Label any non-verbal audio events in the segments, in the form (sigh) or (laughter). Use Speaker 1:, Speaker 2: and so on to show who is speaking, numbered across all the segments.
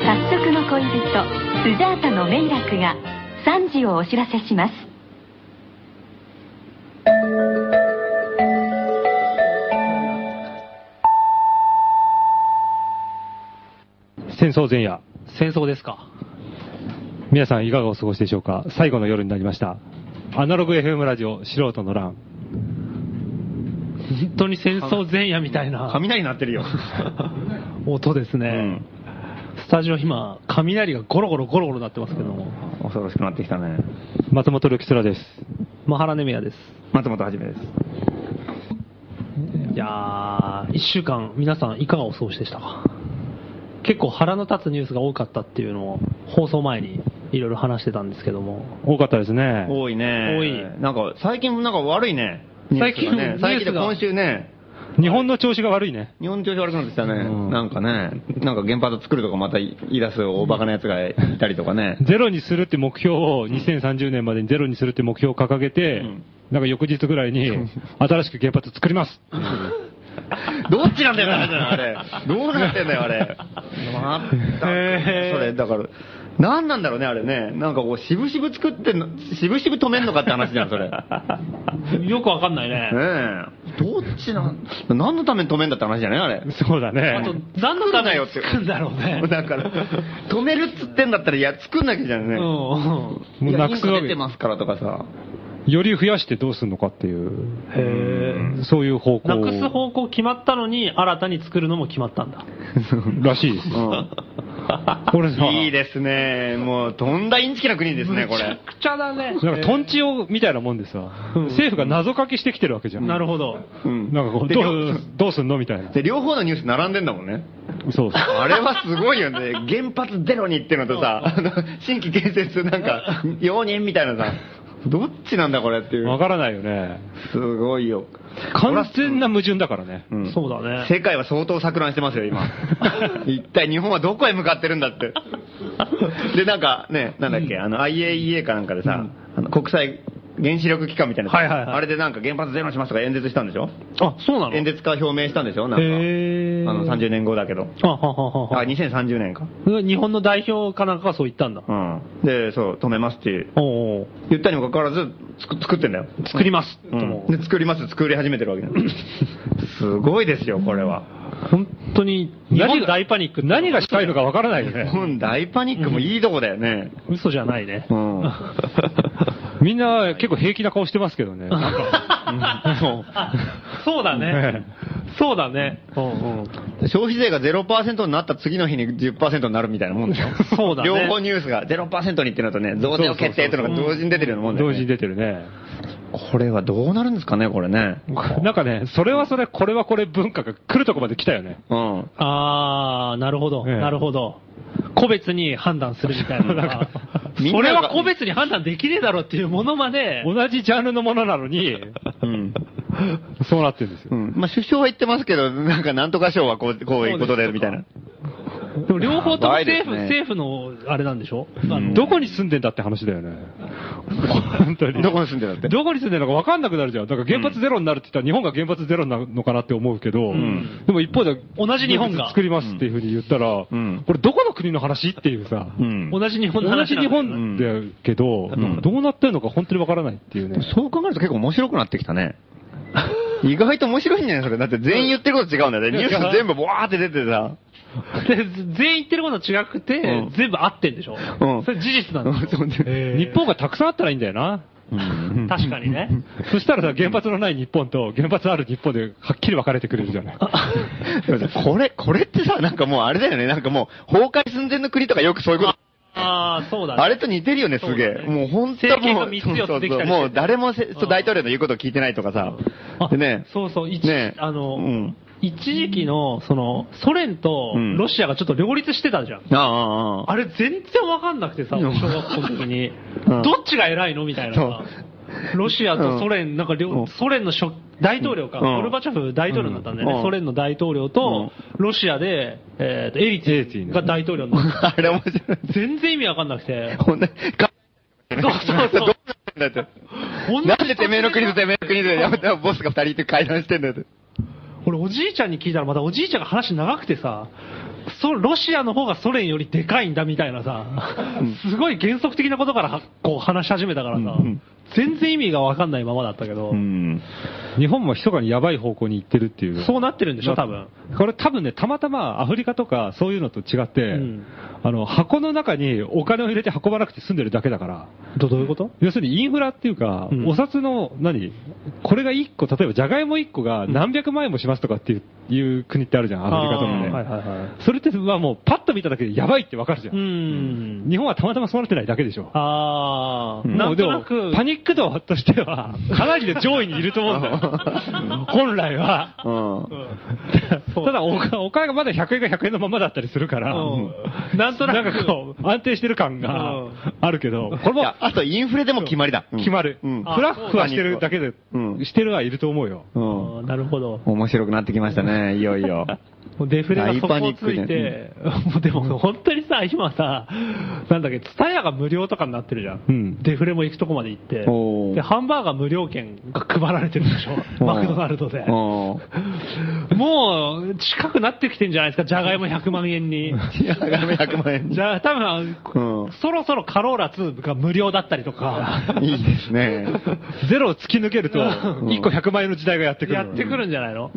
Speaker 1: 早速の恋人スジャータのメイラクが3時をお知らせします
Speaker 2: 戦争前夜
Speaker 3: 戦争ですか
Speaker 2: 皆さんいかがお過ごしでしょうか最後の夜になりましたアナログ FM ラジオ素人の欄
Speaker 3: 本当に戦争前夜みたいな
Speaker 4: 雷鳴 (laughs) ってるよ。
Speaker 3: 音ですね、
Speaker 4: うん
Speaker 3: スタジオ今雷がゴロゴロゴロゴロ鳴ってますけども
Speaker 4: 恐ろしくなってきたね。
Speaker 2: 松本力虎です
Speaker 3: マハラネメヤです
Speaker 4: 松本はじめです。
Speaker 3: いやー1週間皆さんいかがお過ごしでしたか結構腹の立つニュースが多かったっていうのを放送前にいろいろ話してたんですけども
Speaker 2: 多かったですね
Speaker 4: 多いね。
Speaker 3: 多い
Speaker 4: なんか、最近もなんか悪いね。
Speaker 3: 最近
Speaker 4: ニュースがね。最近
Speaker 3: ニュース
Speaker 4: で
Speaker 3: が
Speaker 4: 今週ね、
Speaker 2: 日本の調子が悪いね
Speaker 4: 日本の調子悪くなってきたね。
Speaker 2: うん
Speaker 4: なんかね、なんか原発作るとかまた言い出す大バカな奴がいたりとかね。 (laughs)
Speaker 2: ゼロにするって目標を2030年までにゼロにするって目標を掲げて、
Speaker 4: ん
Speaker 2: なんか翌日ぐらいに
Speaker 3: (laughs)
Speaker 2: 新しく原発作ります
Speaker 4: どっちなんだよ、あれ。どうなってんだよ、あれ。まった
Speaker 3: へー
Speaker 4: くそれ、だから、何なんだろうね、あれね。なんかこう、渋々作ってんの、渋々止めんのかって話じゃん、それ。ね
Speaker 3: よくわかんないね
Speaker 4: え。どっちなん、何のために止めんだって話じゃないあれ。
Speaker 2: そうだね
Speaker 3: あと何のため
Speaker 4: よ
Speaker 3: に
Speaker 4: って
Speaker 3: 作るんだろうね
Speaker 4: だから、止めるっつってんだったら、いや、作んなきゃじゃん
Speaker 3: う
Speaker 4: ね。
Speaker 3: ん
Speaker 2: もうなくすわ
Speaker 4: いやインコ出
Speaker 2: け
Speaker 4: てますからとかさ。
Speaker 2: より増やしてどうするのかっていう
Speaker 3: へー
Speaker 2: そういう方向
Speaker 3: なくす方向決まったのに新たに作るのも決まったんだ
Speaker 2: らしいです、これさ
Speaker 4: いいですね。もう、とんだインチキな国ですね、これ。
Speaker 3: くちゃだね
Speaker 2: なんかトンチをみたいなもんでさ、政府が謎かけしてきてるわけじゃん、
Speaker 3: なるほど
Speaker 4: うん
Speaker 2: なんかこう
Speaker 4: で
Speaker 2: ど
Speaker 4: 両
Speaker 2: うどうすんのみたいな、
Speaker 4: で、両方のニュース並んでんだもんね。
Speaker 2: そう
Speaker 4: あれはすごいよね。原発ゼロにってのとさ、あの新規建設なんか、容認みたいなさ、どっちなんだこれっていう。
Speaker 2: わからないよね、
Speaker 4: すごいよ。
Speaker 2: 完全な矛盾だからね、
Speaker 4: うん
Speaker 3: そうだね
Speaker 4: 世界は相当錯乱してますよ、
Speaker 3: (laughs)
Speaker 4: 今。一体日本はどこへ向かってるんだって。で、なんかね、なんだっけ、あの IAEA かなんかでさ、あの国際原子力機関みたいな、
Speaker 3: はいはいはい
Speaker 4: あれでなんか原発ゼロにしますとか演説したんでしょ
Speaker 3: あそうなの
Speaker 4: 演説家表明したんでしょなんか。
Speaker 3: へー
Speaker 4: あの30年後だけど。
Speaker 3: あははは
Speaker 4: あ、
Speaker 3: は
Speaker 4: 2030年か。
Speaker 3: 日本の代表かなんかがそう言ったんだ
Speaker 4: うん。で、そう、止めますって
Speaker 3: おうおう
Speaker 4: 言ったにもかかわらず、つく作ってんだよ。
Speaker 3: 作ります
Speaker 4: う
Speaker 3: とも
Speaker 4: ん、で作ります、作り始めて
Speaker 3: (laughs)
Speaker 4: るわけだすごいですよ、これは。
Speaker 3: 本当に日本大パニック
Speaker 2: 何がしたいのかわからないよ
Speaker 3: (laughs)
Speaker 4: 日
Speaker 2: ね、
Speaker 4: 本大パニックもいいとこだよね。
Speaker 3: 嘘じゃないね
Speaker 4: うん。
Speaker 2: みんな結構平気な顔してますけどね、なんか
Speaker 3: あ (laughs) そうだね
Speaker 2: ね
Speaker 3: そうだねうんうん
Speaker 4: 消費税が0%になった次の日に10%になるみたいなもんだよ。 (laughs)
Speaker 3: そうだね
Speaker 4: 両方ニュースが0%にってのとね、増税を決定ってのが同時に出てるようなもんだよ、
Speaker 2: 同
Speaker 4: ね。
Speaker 2: 時に出てるね、
Speaker 4: これはどうなるんですかね、これね。
Speaker 2: なんかね、それはそれ、これはこれ、文化が来るとこまで来たよね、
Speaker 4: うん。
Speaker 3: あー、なるほど、
Speaker 2: ええ
Speaker 3: なるほど。個別に判断するみたい (laughs) なのが
Speaker 4: みん
Speaker 3: そ
Speaker 4: なが
Speaker 3: れは個別に判断できねえだろっていうものまで、
Speaker 2: 同じジャンルのものなの
Speaker 3: (laughs)
Speaker 2: に、
Speaker 4: (laughs) うん。
Speaker 2: そうなってるんです
Speaker 4: う
Speaker 2: よ、
Speaker 4: ん。まあ、首相は言ってますけど、なんかなんとか賞はこう、こういうことで、みたいな。
Speaker 3: でも両方とも
Speaker 4: やばい
Speaker 3: 政
Speaker 4: です
Speaker 3: 府、
Speaker 4: ね
Speaker 3: 政府のあれなんでしょ、あの
Speaker 2: どこに住んでんだって話だよね、本当に。
Speaker 4: どこに住んでるんだって。
Speaker 2: どこに住んでるのか分かんなくなるじゃん。だから原発ゼロになるって言ったら日本が原発ゼロになるのかなって思うけど、
Speaker 4: ん
Speaker 2: でも一方で、
Speaker 3: 同じ日本が
Speaker 2: 作りますっていうふうに言ったら、
Speaker 4: うん
Speaker 2: これどこの国の話っていうさ、
Speaker 4: うん
Speaker 3: 同じ日本の
Speaker 2: 同
Speaker 3: 話
Speaker 2: じ
Speaker 3: なん
Speaker 2: 日
Speaker 3: だ
Speaker 2: 本だけど、
Speaker 4: ん
Speaker 2: どうなってるのか本当に分からないっていうね。
Speaker 4: そう考えると結構面白くなってきた (laughs) ね。意外と面白いんじゃないそれ。だって全員言ってること違うんだよね。ニュース全部ボワーって出てさ。
Speaker 3: で全員言ってることは違くて、
Speaker 4: うん
Speaker 3: 全部合ってんでしょ、
Speaker 4: うん
Speaker 3: それ事実なんですよ、
Speaker 4: (laughs) そうね
Speaker 3: へー
Speaker 2: 日本がたくさんあったらいいんだよな。
Speaker 3: 確かにね、
Speaker 2: そしたらさ、原発のない日本と原発ある日本ではっきり分かれてくれるじゃない。
Speaker 4: (laughs) これ、これってさ、なんかもうあれだよね。なんかもう崩壊寸前の国とかよくそういうこと。
Speaker 3: あー、そうだね、
Speaker 4: あれと似てるよね、すげえ
Speaker 3: そう。だね
Speaker 4: もう本当もう、
Speaker 3: 政権が三つ四つできたりして
Speaker 4: もう誰もせそう大統領の言うことを聞いてないとかさ。でね。
Speaker 3: そうそう、一
Speaker 4: ね
Speaker 3: あの、
Speaker 4: うん
Speaker 3: 一時期のそのソ連と
Speaker 4: うん
Speaker 3: ロシアがちょっと両立してたじゃん。
Speaker 4: ああああ、ああ。
Speaker 3: あれ全然わかんなくてさ、
Speaker 4: うん
Speaker 3: 小学校の時に、
Speaker 4: うん
Speaker 3: どっちが偉いのみたいなさ。ロシアとソ連、なんか両、
Speaker 4: うん
Speaker 3: ソ連の諸大統領か、
Speaker 4: うん
Speaker 3: ゴルバチョフ大統領になったんだよね。
Speaker 4: うん
Speaker 3: ソ連の大統領と、ロシアで、えーと、エ
Speaker 2: エ
Speaker 3: リ
Speaker 2: リツ
Speaker 3: ツ
Speaker 2: ィンね
Speaker 3: ィンが大統領
Speaker 4: (laughs)
Speaker 3: になった。
Speaker 4: あれ面白い。
Speaker 3: 全然意味わかんなくて。
Speaker 4: ほんで、か
Speaker 3: そうそうそう。
Speaker 4: だって。
Speaker 3: こん
Speaker 4: な
Speaker 3: なん
Speaker 4: でてめえの国とてめえの国で、やめてボスが二人いて会談してんだよって。
Speaker 3: 俺おじいちゃんに聞いたらまたおじいちゃんが話長くてさ、そロシアの方がソ連よりでかいんだみたいなさ、すごい原則的なことからはこう話し始めたからさ、
Speaker 4: うんうん
Speaker 3: 全然意味がわかんないままだったけど、
Speaker 4: ん。
Speaker 2: 日本も密かにやばい方向に行ってるっていう。
Speaker 3: そうなってるんでしょ、多分。
Speaker 2: これ多分ね、たまたまアフリカとかそういうのと違って、
Speaker 3: ん
Speaker 2: あの、箱の中にお金を入れて運ばなくて済んでるだけだから、
Speaker 3: どどういうこと
Speaker 2: 要するにインフラっていうか、
Speaker 3: うん
Speaker 2: お札の、何これが1個、例えばじゃがいも1個が何百万円もしますとかっていう,、いう国ってあるじゃん、アフリカとか
Speaker 3: あ
Speaker 2: ね。
Speaker 3: ーはいはいはい。
Speaker 2: それってはもうパッと見ただけでやばいってわかるじゃん。
Speaker 3: うん。
Speaker 2: 日本はたまたまそうなってないだけでしょ。
Speaker 3: ああ、
Speaker 4: うん
Speaker 3: なんと
Speaker 2: も
Speaker 3: な
Speaker 2: うでも
Speaker 3: く、
Speaker 2: パニック度としては、かなりで上位にいると思うんだ
Speaker 3: (laughs)
Speaker 2: よ。本来は。
Speaker 4: う
Speaker 2: (laughs)
Speaker 4: ん。
Speaker 2: ただお金、お金がまだ100円が100円のままだったりするから、
Speaker 3: うんなんとな
Speaker 2: な
Speaker 3: く
Speaker 2: んかこう、安定してる感
Speaker 3: う
Speaker 2: が
Speaker 3: ん
Speaker 2: あるけど、これ
Speaker 4: い
Speaker 2: も
Speaker 4: やあとインフレでも決まりだ。
Speaker 2: 決まる。
Speaker 4: うん。
Speaker 2: フラッフはしてるだけで
Speaker 4: うん、
Speaker 2: してるはいると思うよ。
Speaker 4: うん。
Speaker 3: なるほど。
Speaker 4: 面白くなってきましたね、いよいよ。
Speaker 3: もうデフレが
Speaker 4: 大
Speaker 3: 底
Speaker 4: パ
Speaker 3: を
Speaker 4: ニ
Speaker 3: つ
Speaker 4: ックで
Speaker 3: いて、もうでも本当にさ、今さ、なんだっけ、ツタヤが無料とかになってるじゃん。
Speaker 2: うん
Speaker 3: デフレも行くとこまで行って
Speaker 4: おー、
Speaker 3: で、ハンバーガー無料券が配られてるでしょ、マクドナルドで。
Speaker 4: うん。
Speaker 3: もう、近くなってきてんじゃないですか、じゃがいも100万円に。
Speaker 4: いや、100万円。
Speaker 3: じゃあ、多分、
Speaker 4: うん
Speaker 3: そろそろカローラ2が無料だったりとか、
Speaker 4: いいですね。
Speaker 2: ゼロを突き抜けると、
Speaker 3: うん
Speaker 2: 1個100万円の時代がやってくる。
Speaker 3: やってくるんじゃないの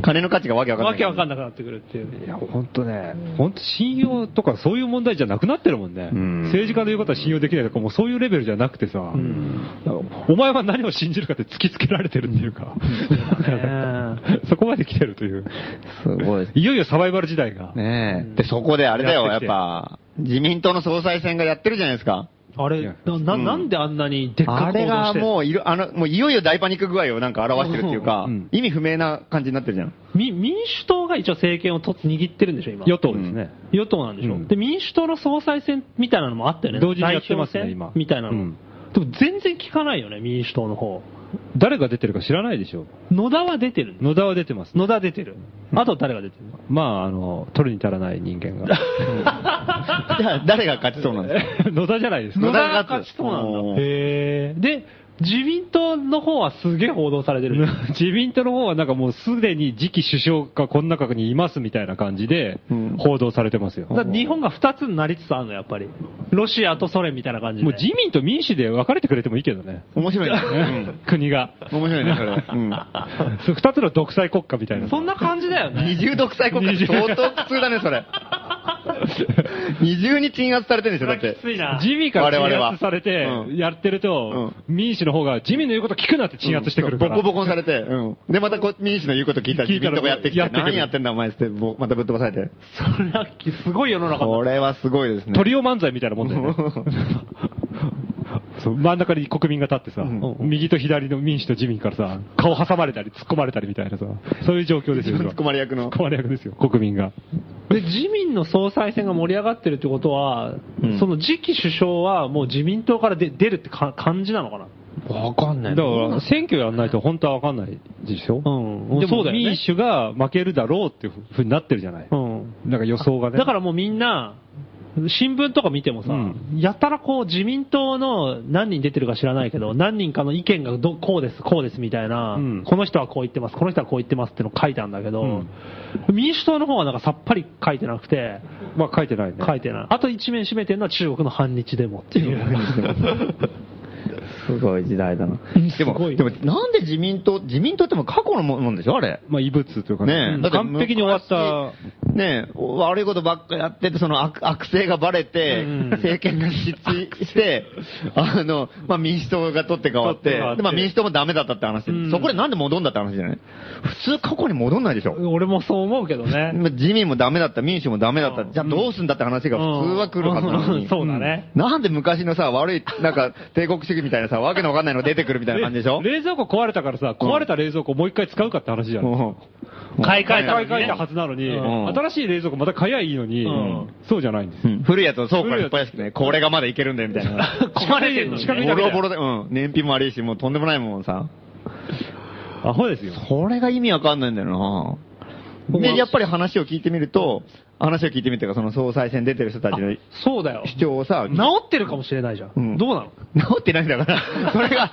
Speaker 4: 金の価値がわけわかんない。
Speaker 3: わけわかんなくなってくるっていう。
Speaker 2: いや、ほんとね、ほんと信用とかそういう問題じゃなくなってるもんね。
Speaker 4: うん
Speaker 2: 政治家の言うことは信用できないとか、もうそういうレベルじゃなくてさ、お前は何を信じるかって突きつけられてるっていうか、 (laughs) そこまで来てるという。
Speaker 4: すごいです
Speaker 2: いよいよサバイバル時代が。
Speaker 4: ねえ。で、そこであれだよ、
Speaker 2: や
Speaker 4: や
Speaker 2: っ
Speaker 4: って
Speaker 2: きて
Speaker 4: ぱ、自民党の総裁選がやってるじゃないですか。
Speaker 3: あ
Speaker 2: い
Speaker 3: れ
Speaker 2: や
Speaker 3: なな、なんであんなにでっか
Speaker 4: あ
Speaker 3: く
Speaker 4: れ
Speaker 3: 行動
Speaker 4: が
Speaker 3: してんの
Speaker 4: もういろ、あの、もういよいよ大パニック具合をなん
Speaker 3: (laughs)
Speaker 4: か表してるっていうか、
Speaker 2: うん
Speaker 4: 意味不明な感じになってるじゃん。
Speaker 3: み民主党が一応政権をと握ってるんでしょ、今。
Speaker 2: 与党ですね。
Speaker 3: 与党なんでしょ、
Speaker 2: うん
Speaker 3: で、民主党の総裁選みたいなのもあったよね。
Speaker 2: 同時にやってますね
Speaker 3: 代表選
Speaker 2: 今
Speaker 3: みたいなの、
Speaker 2: うん
Speaker 3: でも全然聞かないよね、民主党の方。
Speaker 2: 誰が出てるか知らないでしょ。
Speaker 3: 野田は出てるの
Speaker 2: 野田は出てます。
Speaker 3: 野田出てる。あと誰が出てるの
Speaker 2: まあ、あの、取るに足らない人間が。
Speaker 4: じゃあ、 (laughs) 誰が勝ちそうなんです
Speaker 2: (laughs)
Speaker 4: か
Speaker 2: 野田じゃないです
Speaker 4: 野
Speaker 2: か。
Speaker 4: 田が
Speaker 3: が
Speaker 4: 勝
Speaker 3: 勝
Speaker 4: つ
Speaker 3: ちそうなんだ。
Speaker 4: おー
Speaker 3: へーで、自民党の方はすげえ報道されてる。
Speaker 2: 自民党の方はなんかもうすでに次期首相がこの中にいますみたいな感じで
Speaker 4: うん
Speaker 2: 報道されてますよ。
Speaker 3: だから日本が2つになりつつあるの、やっぱり。ロシアとソ連みたいな感じで。
Speaker 2: もう自民と民主で分かれてくれてもいいけどね。
Speaker 4: 面白いね。
Speaker 2: 国が。
Speaker 4: うん面白いね、それ。うん。
Speaker 2: そう (laughs) 二つの独裁国家みたいな。
Speaker 3: そんな感じだよね。
Speaker 4: 二重独裁国家って相当苦痛だね、それ。二重に鎮圧されてるんでしょ、だって
Speaker 3: き。ついな。
Speaker 2: 自民から
Speaker 4: 我
Speaker 2: 鎮
Speaker 4: 々は
Speaker 2: 圧されて
Speaker 4: う、ん
Speaker 2: やってると、民主の方が自民の言うこと聞くなって鎮圧してくるから。
Speaker 4: ボコボコにされて、うん。で、またこう民主の言うこと聞いたら
Speaker 2: 聞
Speaker 4: 自
Speaker 2: いた
Speaker 4: 民
Speaker 2: ら
Speaker 4: 党がやってきて、
Speaker 2: やってくる
Speaker 4: 何やってんだお前っつって、ぼまたぶっ飛ばされて。
Speaker 3: それはすごい世の中だ
Speaker 4: これはすごいですね。
Speaker 2: トリオ漫才みたいなもんだよね。
Speaker 4: (laughs)
Speaker 2: そう真ん中に国民が立ってさ、
Speaker 4: ん
Speaker 2: 右と左の民主と自民からさ、顔挟まれたり突っ込まれたりみたいなさ、そういう状況ですよ。
Speaker 4: 自分突っ込まれ
Speaker 2: (laughs)
Speaker 4: 役の
Speaker 2: 突っ込まれ役ですよ、国民が。
Speaker 3: で自民の総裁選が盛り上がってるってことは、
Speaker 4: うん
Speaker 3: その次期首相はもう自民党からで出るってか感じなのかな、
Speaker 4: わかんな
Speaker 2: だから、選挙やんないと本当はわかんないでしょ
Speaker 3: うん
Speaker 2: で
Speaker 3: そう
Speaker 2: も
Speaker 3: だよね
Speaker 2: 民主が負けるだろうっていうふうになってるじゃない。
Speaker 3: うん、
Speaker 2: なんか予想がね。
Speaker 3: だからもうみんな、新聞とか見てもさ、
Speaker 2: うん
Speaker 3: やたらこう自民党の何人出てるか知らないけど、何人かの意見がどこうです、こうですみたいな、
Speaker 2: うん
Speaker 3: この人はこう言ってます、この人はこう言ってますっての書いたんだけど、民主党の方はなんかさっぱり書いてなくて、
Speaker 2: まあ書いてないね。
Speaker 3: 書いてない。あと一面占めてるのは中国の反日デモ (laughs) っていう。
Speaker 4: すごい時代だな。です
Speaker 3: ご
Speaker 4: も、
Speaker 3: い
Speaker 4: でも、なんで自民党、自民党ってもう過去のものでしょあれ。
Speaker 2: まあ異物というか
Speaker 4: ねえだって
Speaker 2: 完璧に終わった。
Speaker 4: 昔ねえ、悪いことばっかやってて、その悪悪性がバレて、
Speaker 3: うん
Speaker 4: 政権が失墜
Speaker 2: (laughs)
Speaker 4: して、あの、まあ民主党が取って変わ
Speaker 3: 取
Speaker 4: っ
Speaker 3: って
Speaker 4: て
Speaker 3: 変わっ、て
Speaker 4: でまあ民主党もダメだったって話、
Speaker 3: うん
Speaker 4: そこでなんで戻んだって話じゃない普通過去に戻んないでしょ
Speaker 3: 俺もそう思うけどね。
Speaker 4: まあ自民もダメだった、民主もダメだった、
Speaker 3: うん
Speaker 4: じゃあどうすんだって話が普通は来るはずなの
Speaker 3: う
Speaker 4: に。
Speaker 3: んそうだね
Speaker 4: うんなんで昔のさ、悪い、なんか、帝国主義みたいなさ、わけのわかんないの出てくるみたいな感じで
Speaker 3: (laughs)
Speaker 4: しょ
Speaker 2: 冷蔵庫壊れたからさ、壊れた冷蔵庫をもう一回使うかって話じゃん。
Speaker 4: うん
Speaker 3: 買い替えた
Speaker 2: 買い
Speaker 3: のにね
Speaker 2: 替えたはずなのに、
Speaker 3: うん
Speaker 2: 新しい冷蔵庫また買えばいいのに、
Speaker 3: ん
Speaker 2: そうじゃないんです
Speaker 4: う
Speaker 2: よ。
Speaker 4: ん古いやつを倉庫から引っ張り出してね、これがまだいけるんだよみたいな。
Speaker 3: (laughs) 壊れてんのに
Speaker 2: 近くに
Speaker 4: ボロボロで、うん。燃費も悪いし、もうとんでもないもんさ。
Speaker 2: アホですよ。
Speaker 4: これが意味わかんないんだよな。で、やっぱり話を聞いてみると、話を聞いてみてか、その総裁選出てる人たちの
Speaker 3: そうだよ。
Speaker 4: 主張をさ、
Speaker 3: 治ってるかもしれないじゃん。
Speaker 4: うん
Speaker 3: どうなの
Speaker 4: (laughs) 治ってないんだから、それが、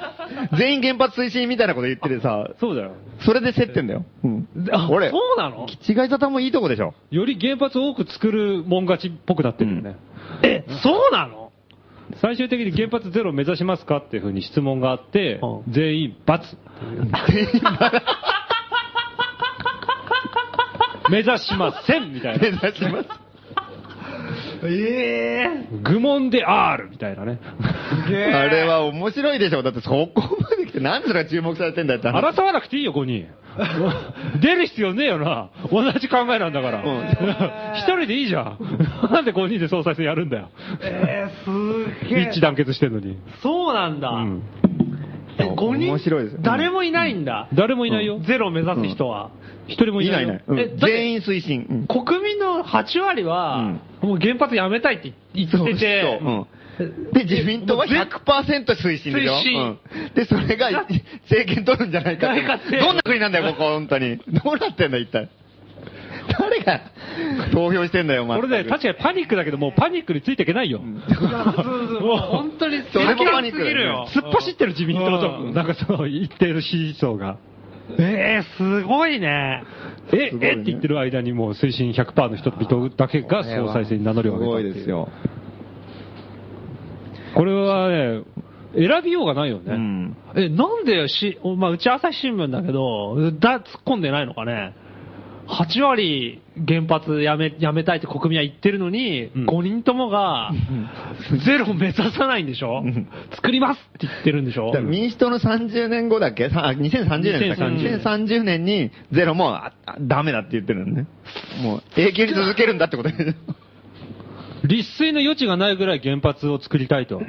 Speaker 4: 全員原発推進みたいなこと言っててさ、
Speaker 2: そうだよ。
Speaker 4: それで競ってんだよ。うん。
Speaker 3: あ
Speaker 4: 俺、
Speaker 3: そうなの
Speaker 4: 違い沙汰もいいとこでしょ。
Speaker 2: より原発多く作るもん勝ちっぽくなってるよね。
Speaker 3: え、そうなの
Speaker 2: 最終的に原発ゼロ目指しますかっていうふうに質問があって、
Speaker 3: うん
Speaker 2: 全員×目指しませんみたい
Speaker 4: 目
Speaker 2: な。
Speaker 4: 指します。
Speaker 3: ええ
Speaker 2: 愚問で R みたいなね。
Speaker 4: あれは面白いでしょ。だってそこまで来て、なんでそれが注目されてんだよって話。
Speaker 2: 争わなくていいよ、5人。出る必要ねえよな。同じ考えなんだから。一人でいいじゃん。なんで5人で総裁選やるんだよ。
Speaker 3: えー、すげえ。
Speaker 2: 一致団結してんのに。
Speaker 3: そうなんだ。
Speaker 2: うん
Speaker 3: え、5人
Speaker 4: 面白いですよ
Speaker 3: 誰もいないんだ。
Speaker 2: 誰もいないよ。
Speaker 3: ゼロを目指す人は。
Speaker 2: 一人もい
Speaker 4: い
Speaker 2: な
Speaker 4: ないいい
Speaker 2: よ
Speaker 4: ない。うん
Speaker 3: えだって
Speaker 4: 全員推進。うん
Speaker 3: 国民の8割は、もう原発やめたいって言
Speaker 4: そう
Speaker 3: ってて、
Speaker 4: そううんで、自民党は100%推進でしょ
Speaker 3: 推進
Speaker 4: うんで、それが政権取るんじゃないかって
Speaker 3: 誰かって
Speaker 4: どんな国なんだよ、ここ、本当に。どうなってんだ、一体。誰が投票してんだよ、お前。
Speaker 2: これね、確かにパニックだけど、もうパニックについていけないよ。
Speaker 3: もう本当に
Speaker 4: それも
Speaker 3: 先
Speaker 4: パニック
Speaker 3: すぎ
Speaker 4: だよね
Speaker 3: るよ。
Speaker 2: 突っ走ってる自民党
Speaker 3: う
Speaker 2: と、
Speaker 3: ん
Speaker 2: なんかその一定の支持層が。
Speaker 3: えー、すごいね。
Speaker 2: え、
Speaker 4: すごいね
Speaker 2: えって言ってる間にもう推進100%の人々だけが総裁選に名乗りを上げたってう。
Speaker 4: よ。
Speaker 2: これはね、選びようがないよ
Speaker 4: う
Speaker 2: ね。
Speaker 4: ん。
Speaker 3: え、なんでし、まあ、うち朝日新聞だけど、だ、突っ込んでないのかね。8割原発やめ、やめたいって国民は言ってるのに、
Speaker 2: うん
Speaker 3: 5人ともが、ゼロ目指さないんでしょ
Speaker 4: ん
Speaker 3: 作りますって言ってるんでしょ
Speaker 4: だから民主党の30年後だっけさあ ?2030 年だっけ
Speaker 2: 2030
Speaker 4: 2030年にゼロもああダメだって言ってるのね。もう永久に続けるんだってことでしょ
Speaker 2: 立水の余地がないぐらい原発を作りたいと。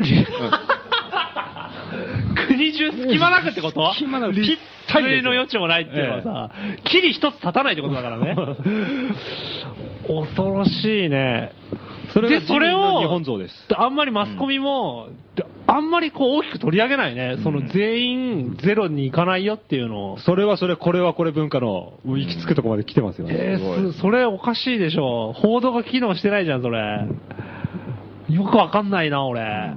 Speaker 3: 国中隙間なくってこと
Speaker 2: 隙間なく
Speaker 3: 立体の余地もないっていうのはさ、キリ一つ立たないってことだからね。恐ろしいね。
Speaker 2: それが
Speaker 3: で、それ
Speaker 2: 自民
Speaker 3: を、
Speaker 2: の日本像です
Speaker 3: あんまりマスコミも、あんまりこう大きく取り上げないね。その全員ゼロに行かないよっていうのを。
Speaker 2: それはそれ、これはこれ文化の行き着くとこまで来てますよね。
Speaker 3: えーすそれおかしいでしょ。報道が機能してないじゃん、それ。よくわかんないな、俺。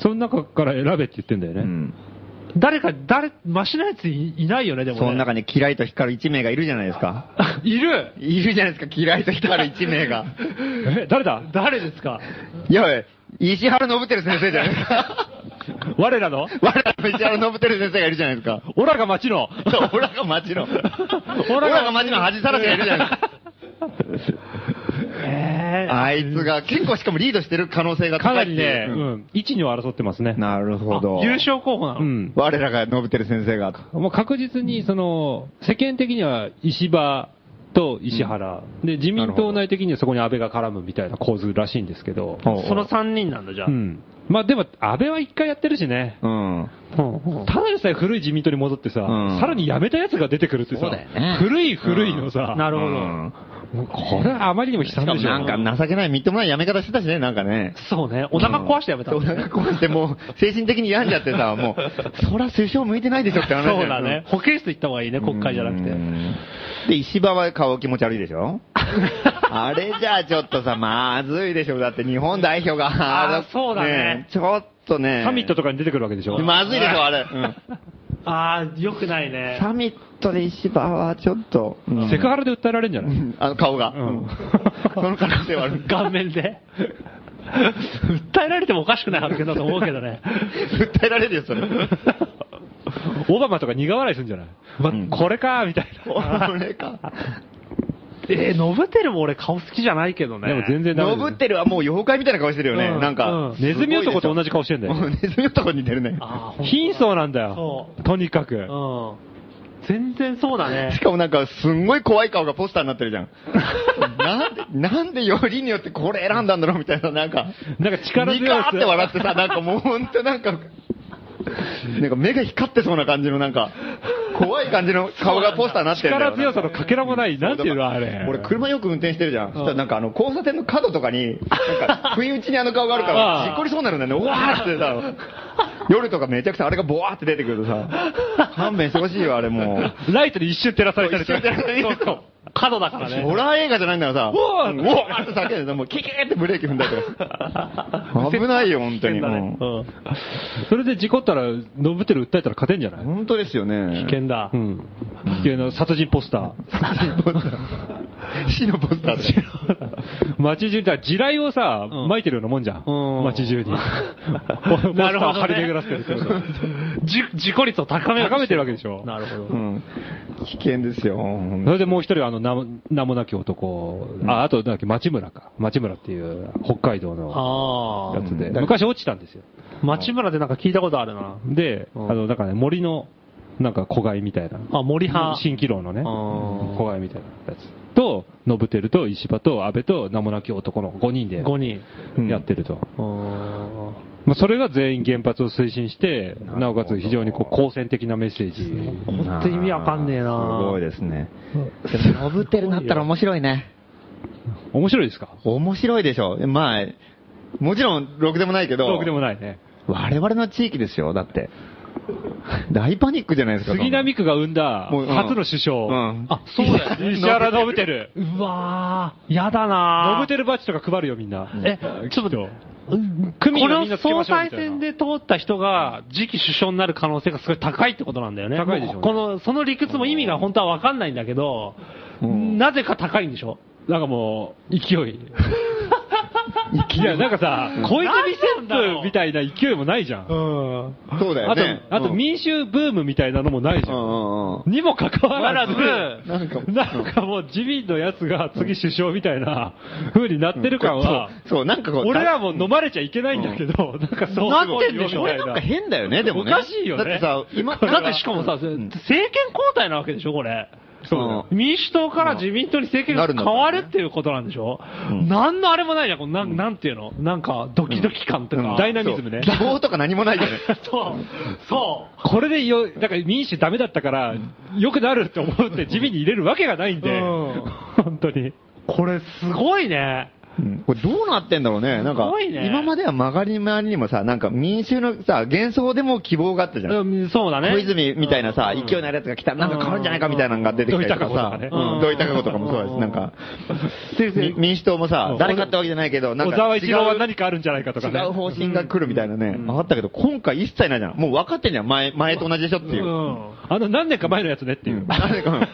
Speaker 2: その中から選べって言ってんだよね。
Speaker 4: うん
Speaker 3: 誰か、誰、マシなやついいないよね、でも、ね。
Speaker 4: その中にキラリと光る1名がいるじゃないですか。
Speaker 3: (laughs) いる
Speaker 4: いるじゃないですか、キラリと光る1
Speaker 3: (laughs)
Speaker 4: 名が。
Speaker 2: え、誰だ
Speaker 3: 誰ですか
Speaker 4: いやばい、石原伸晃先生じゃないですか。
Speaker 2: 我らの
Speaker 4: 我らの石原伸晃先生がいるじゃないですか。
Speaker 2: オラが町の
Speaker 4: そう、オラが町の、オラが町の恥さらしがいるじゃないですか。
Speaker 3: えー、
Speaker 4: あいつが結構しかもリードしてる可能性が
Speaker 2: か
Speaker 4: 高
Speaker 2: ない
Speaker 4: ってい
Speaker 2: り
Speaker 4: う
Speaker 2: ね、う
Speaker 4: うん
Speaker 2: ん、1、2を争ってますね。
Speaker 4: なるほど。
Speaker 3: 優勝候補なの、
Speaker 2: うん。
Speaker 4: 我らが伸晃先生が。
Speaker 2: もう確実に、その、世間的には石破と石原、で、自民党内的にはそこに安倍が絡むみたいな構図らしいんですけど、
Speaker 3: その3人なんだ、じゃあ。
Speaker 2: うん。まあでも、安倍は一回やってるしね。
Speaker 4: うん。
Speaker 2: ただでさえ古い自民党に戻ってさ、
Speaker 4: うん
Speaker 2: さらに辞めたやつが出てくるってさ、古い古いのさ、
Speaker 3: なるほど、
Speaker 4: うん
Speaker 2: もうこれはあまりにも悲
Speaker 4: し
Speaker 2: 惨
Speaker 4: か
Speaker 2: で
Speaker 4: も
Speaker 2: しょ。
Speaker 4: なんか情けない、みっともないやめ方してたしね、なんかね。
Speaker 3: そうね。お腹壊してやめた
Speaker 4: そ
Speaker 3: ん
Speaker 4: う、
Speaker 3: だね、
Speaker 4: なんかこうやってもう、精神的に病んじゃっ
Speaker 3: (laughs)
Speaker 4: てさ、もう、そら首相向いてないでしょって話よ
Speaker 3: そうだね。。保健室行った方がいいね、国会じゃなくて。
Speaker 4: うんで、石破は顔気持ち悪いでしょ
Speaker 3: (laughs)
Speaker 4: あれじゃあちょっとさ、まずいでしょ。だって日本代表が、
Speaker 3: あー
Speaker 4: の
Speaker 3: そうだね
Speaker 4: ちょっとね。
Speaker 2: サミットとかに出てくるわけでしょ。
Speaker 4: まずいでしょ、あれ。
Speaker 3: (laughs) ああ、よくないね。
Speaker 4: サミットで石破はちょっと、うん
Speaker 2: セクハラで訴えられるんじゃない、
Speaker 4: あの顔が。うんん (laughs) その可能性はある。
Speaker 3: 顔面で。訴えられてもおかしくない発見だと思うけどね。
Speaker 4: 訴えられるよ、
Speaker 2: (laughs)
Speaker 4: それ。
Speaker 2: オバマとか苦笑いするんじゃない、
Speaker 4: うん
Speaker 2: これかみたい
Speaker 4: これか。
Speaker 3: (laughs) えー、ノブテルも俺顔好きじゃないけど
Speaker 2: な。
Speaker 3: ね。
Speaker 2: でも全然ダメ
Speaker 4: ノ
Speaker 2: だよ
Speaker 4: ブテルはもう妖怪みたいな顔してるよね。
Speaker 3: うん
Speaker 4: なんか
Speaker 3: う、
Speaker 2: ネズミ男と同じ顔してんだよ
Speaker 4: もうネズミ男に似てるね。
Speaker 3: ああ、ほんとだ
Speaker 2: 貧相なんだ
Speaker 3: そ
Speaker 2: よ
Speaker 3: う。
Speaker 2: とにかく。
Speaker 3: うん。全然そうだね
Speaker 4: し。かもなんか、すんごい怖い顔がポスターになってるじゃん。なんで、なんでよりによってこれ選んだんだろうみたいな、なんか、
Speaker 2: なんか力強い
Speaker 4: ニカーって笑ってさ、なんかもうほん
Speaker 2: (laughs)
Speaker 4: となんか、なんか目が光ってそうな感じのなんか、怖い感じの顔がポスターになってるんだよ
Speaker 2: 力強さのかけらもない、なんていうのあれ。
Speaker 4: 俺車よく運転してるじゃん。そしたらなんかあの、交差点の角とかに、なんか、不意打ちにあの顔があるか
Speaker 2: あー
Speaker 4: ら、しっこりそうになるんだよね。うわーってさ、夜とかめちゃくちゃあれがボワーって出てくるとさ、勘弁してほしいよ、あれもう。
Speaker 2: ライトに一瞬照らされたり
Speaker 4: そう一瞬照らされてる
Speaker 2: そうそう角だから
Speaker 4: ホラー映画じゃないんだからさ、うんうわーって叫んでさ、もうキキーってブレーキ踏んだりとから。危ないよ、本当に。うん
Speaker 3: うん
Speaker 2: それで事故ったら、ノブテル訴えたら勝てんじゃない
Speaker 4: 本当ですよ
Speaker 3: 危
Speaker 4: ね。
Speaker 3: 険だ
Speaker 2: う。ん。っていうの殺人ポスタ
Speaker 4: 死のポスターで。
Speaker 2: ー。街中に、だから地雷をさ、
Speaker 3: うん
Speaker 2: 撒いてるようなもんじゃん。
Speaker 3: うん
Speaker 2: 街
Speaker 3: (laughs)
Speaker 2: 中に。ポスタ
Speaker 3: なる
Speaker 2: ーを
Speaker 3: ほどね
Speaker 2: 張り巡らせてるってことは
Speaker 3: じ事故率を高めようと
Speaker 2: 高めてるわけでしょ
Speaker 3: なるほ
Speaker 4: う
Speaker 3: ど。
Speaker 4: ん。危険ですよ。
Speaker 2: それでもう一人、あの、名も名もなき男、あ、あと、なんだっけ、町村か。町村っていう、北海道の
Speaker 3: あ
Speaker 2: やつで、
Speaker 4: うん
Speaker 2: 昔落ちたんですよ。
Speaker 3: あ。町村でなんか聞いたことあるな。
Speaker 2: で、
Speaker 3: うん
Speaker 2: あの、なんかね、森の、なんか、子飼いみたいな。
Speaker 3: あ、森派。
Speaker 2: 蜃気楼のね、
Speaker 3: あー
Speaker 2: 子飼いみたいなやつ。と、ノブテルと石破と安倍と名もなき男の5人で
Speaker 3: 5人。
Speaker 2: やってると。
Speaker 3: あ
Speaker 2: まあ、それが全員原発を推進して、なおかつ非常にこう、好戦的なメッセージ。
Speaker 3: ーほんと意味わかんねえな
Speaker 4: すごいですね。
Speaker 3: ー
Speaker 4: でもノブテルになったら面白いね。
Speaker 2: 面白いですか
Speaker 4: 面白いでしょ。まあ、もちろん、ろくでもないけど。
Speaker 2: 遠くでもないね。
Speaker 4: 我々の地域ですよ、だって。 (laughs) 大パニックじゃないですか。
Speaker 2: 杉並区が生んだ
Speaker 4: もううん
Speaker 2: 初の首相。
Speaker 4: うん
Speaker 3: あ、そうだよね。
Speaker 2: (laughs) 石原ノブテル。
Speaker 3: うわー、やだなー
Speaker 2: ノブテルバッジとか配るよ、みんな。
Speaker 3: え、ちょっと待って。
Speaker 2: 組
Speaker 3: こ
Speaker 2: 員はみん
Speaker 3: の
Speaker 2: なつけま
Speaker 3: 総
Speaker 2: しょうみ
Speaker 3: 裁
Speaker 2: たいな
Speaker 3: 選で通った人が次期首相になる可能性がすごい高いってことなんだよね。
Speaker 2: 高いでしょうね
Speaker 3: この、その理屈も意味が本当はわかんないんだけど、
Speaker 4: うん
Speaker 3: なぜか高いんでしょ
Speaker 2: なんかもう、勢い。 (laughs) いや、なんかさ、小泉旋風みたいな勢いもないじゃん。
Speaker 3: うん。
Speaker 4: そうだよ
Speaker 2: あと
Speaker 4: ね。、
Speaker 2: あと
Speaker 4: うん
Speaker 2: 民衆ブームみたいなのもないじ
Speaker 4: う
Speaker 2: ゃん。
Speaker 4: んうん
Speaker 2: にもかかわらず、
Speaker 4: うん。なんか、
Speaker 2: なんかもう自民のやつが次首相みたいな風になってる感は、
Speaker 4: そう、そうなんかこう、
Speaker 2: 俺らも飲まれちゃいけないんだけど、なんかそう
Speaker 3: なってんでしょ
Speaker 2: みたい
Speaker 4: なんか変だよね、でもね。
Speaker 2: おかしいよね
Speaker 4: だってさ、
Speaker 2: (laughs)
Speaker 4: 今、
Speaker 3: だってしかもさ、政権交代なわけでしょ、これ。
Speaker 2: そうだよ
Speaker 4: うん
Speaker 3: 民主党から自民党に政権が変わるっていうことなんでしょ、
Speaker 4: うん
Speaker 3: なんのあれもないじゃん、このなんなんていうのなんかドキドキ感とか。
Speaker 4: うん
Speaker 2: ダイナミズムね
Speaker 4: そう希望とか何もないよ
Speaker 2: (laughs)
Speaker 4: ね。
Speaker 3: (laughs) そう、そ
Speaker 2: これでよ、だから民主ダメだったから、良くなるって思って自民に入れるわけがないんで、
Speaker 3: うん
Speaker 2: 本当に。
Speaker 3: う。これすごいね。
Speaker 4: うんこれどうなってんだろうね。なん
Speaker 3: す
Speaker 4: か
Speaker 3: ごい、ね
Speaker 4: 今までは曲がり回りにもさ、なんか民衆のさ、幻想でも希望があったじゃん。
Speaker 3: うんそうだね。
Speaker 4: 小泉みたいなさ、
Speaker 3: うん
Speaker 4: 勢いのあるやつが来たらなんか変わるんじゃないかみたいなのが出てきたりとかさ、
Speaker 2: うん
Speaker 4: 土井孝子とかもそうだし、なんか、み民主党も
Speaker 2: う
Speaker 4: さ
Speaker 2: ん、
Speaker 4: 誰かってわけじゃないけど、なん
Speaker 2: 小
Speaker 4: か
Speaker 2: 沢
Speaker 4: 違
Speaker 2: 一
Speaker 4: う
Speaker 2: 郎は何かあるんじゃないかとかね。
Speaker 4: 違う方針が来るみたいなね、
Speaker 3: うん
Speaker 4: あったけど、今回一切ないじゃん。もう分かってんじゃん。前、前と同じでしょっていうう。
Speaker 3: ん。
Speaker 2: あの、何年か前のやつねっていう。
Speaker 4: あれうん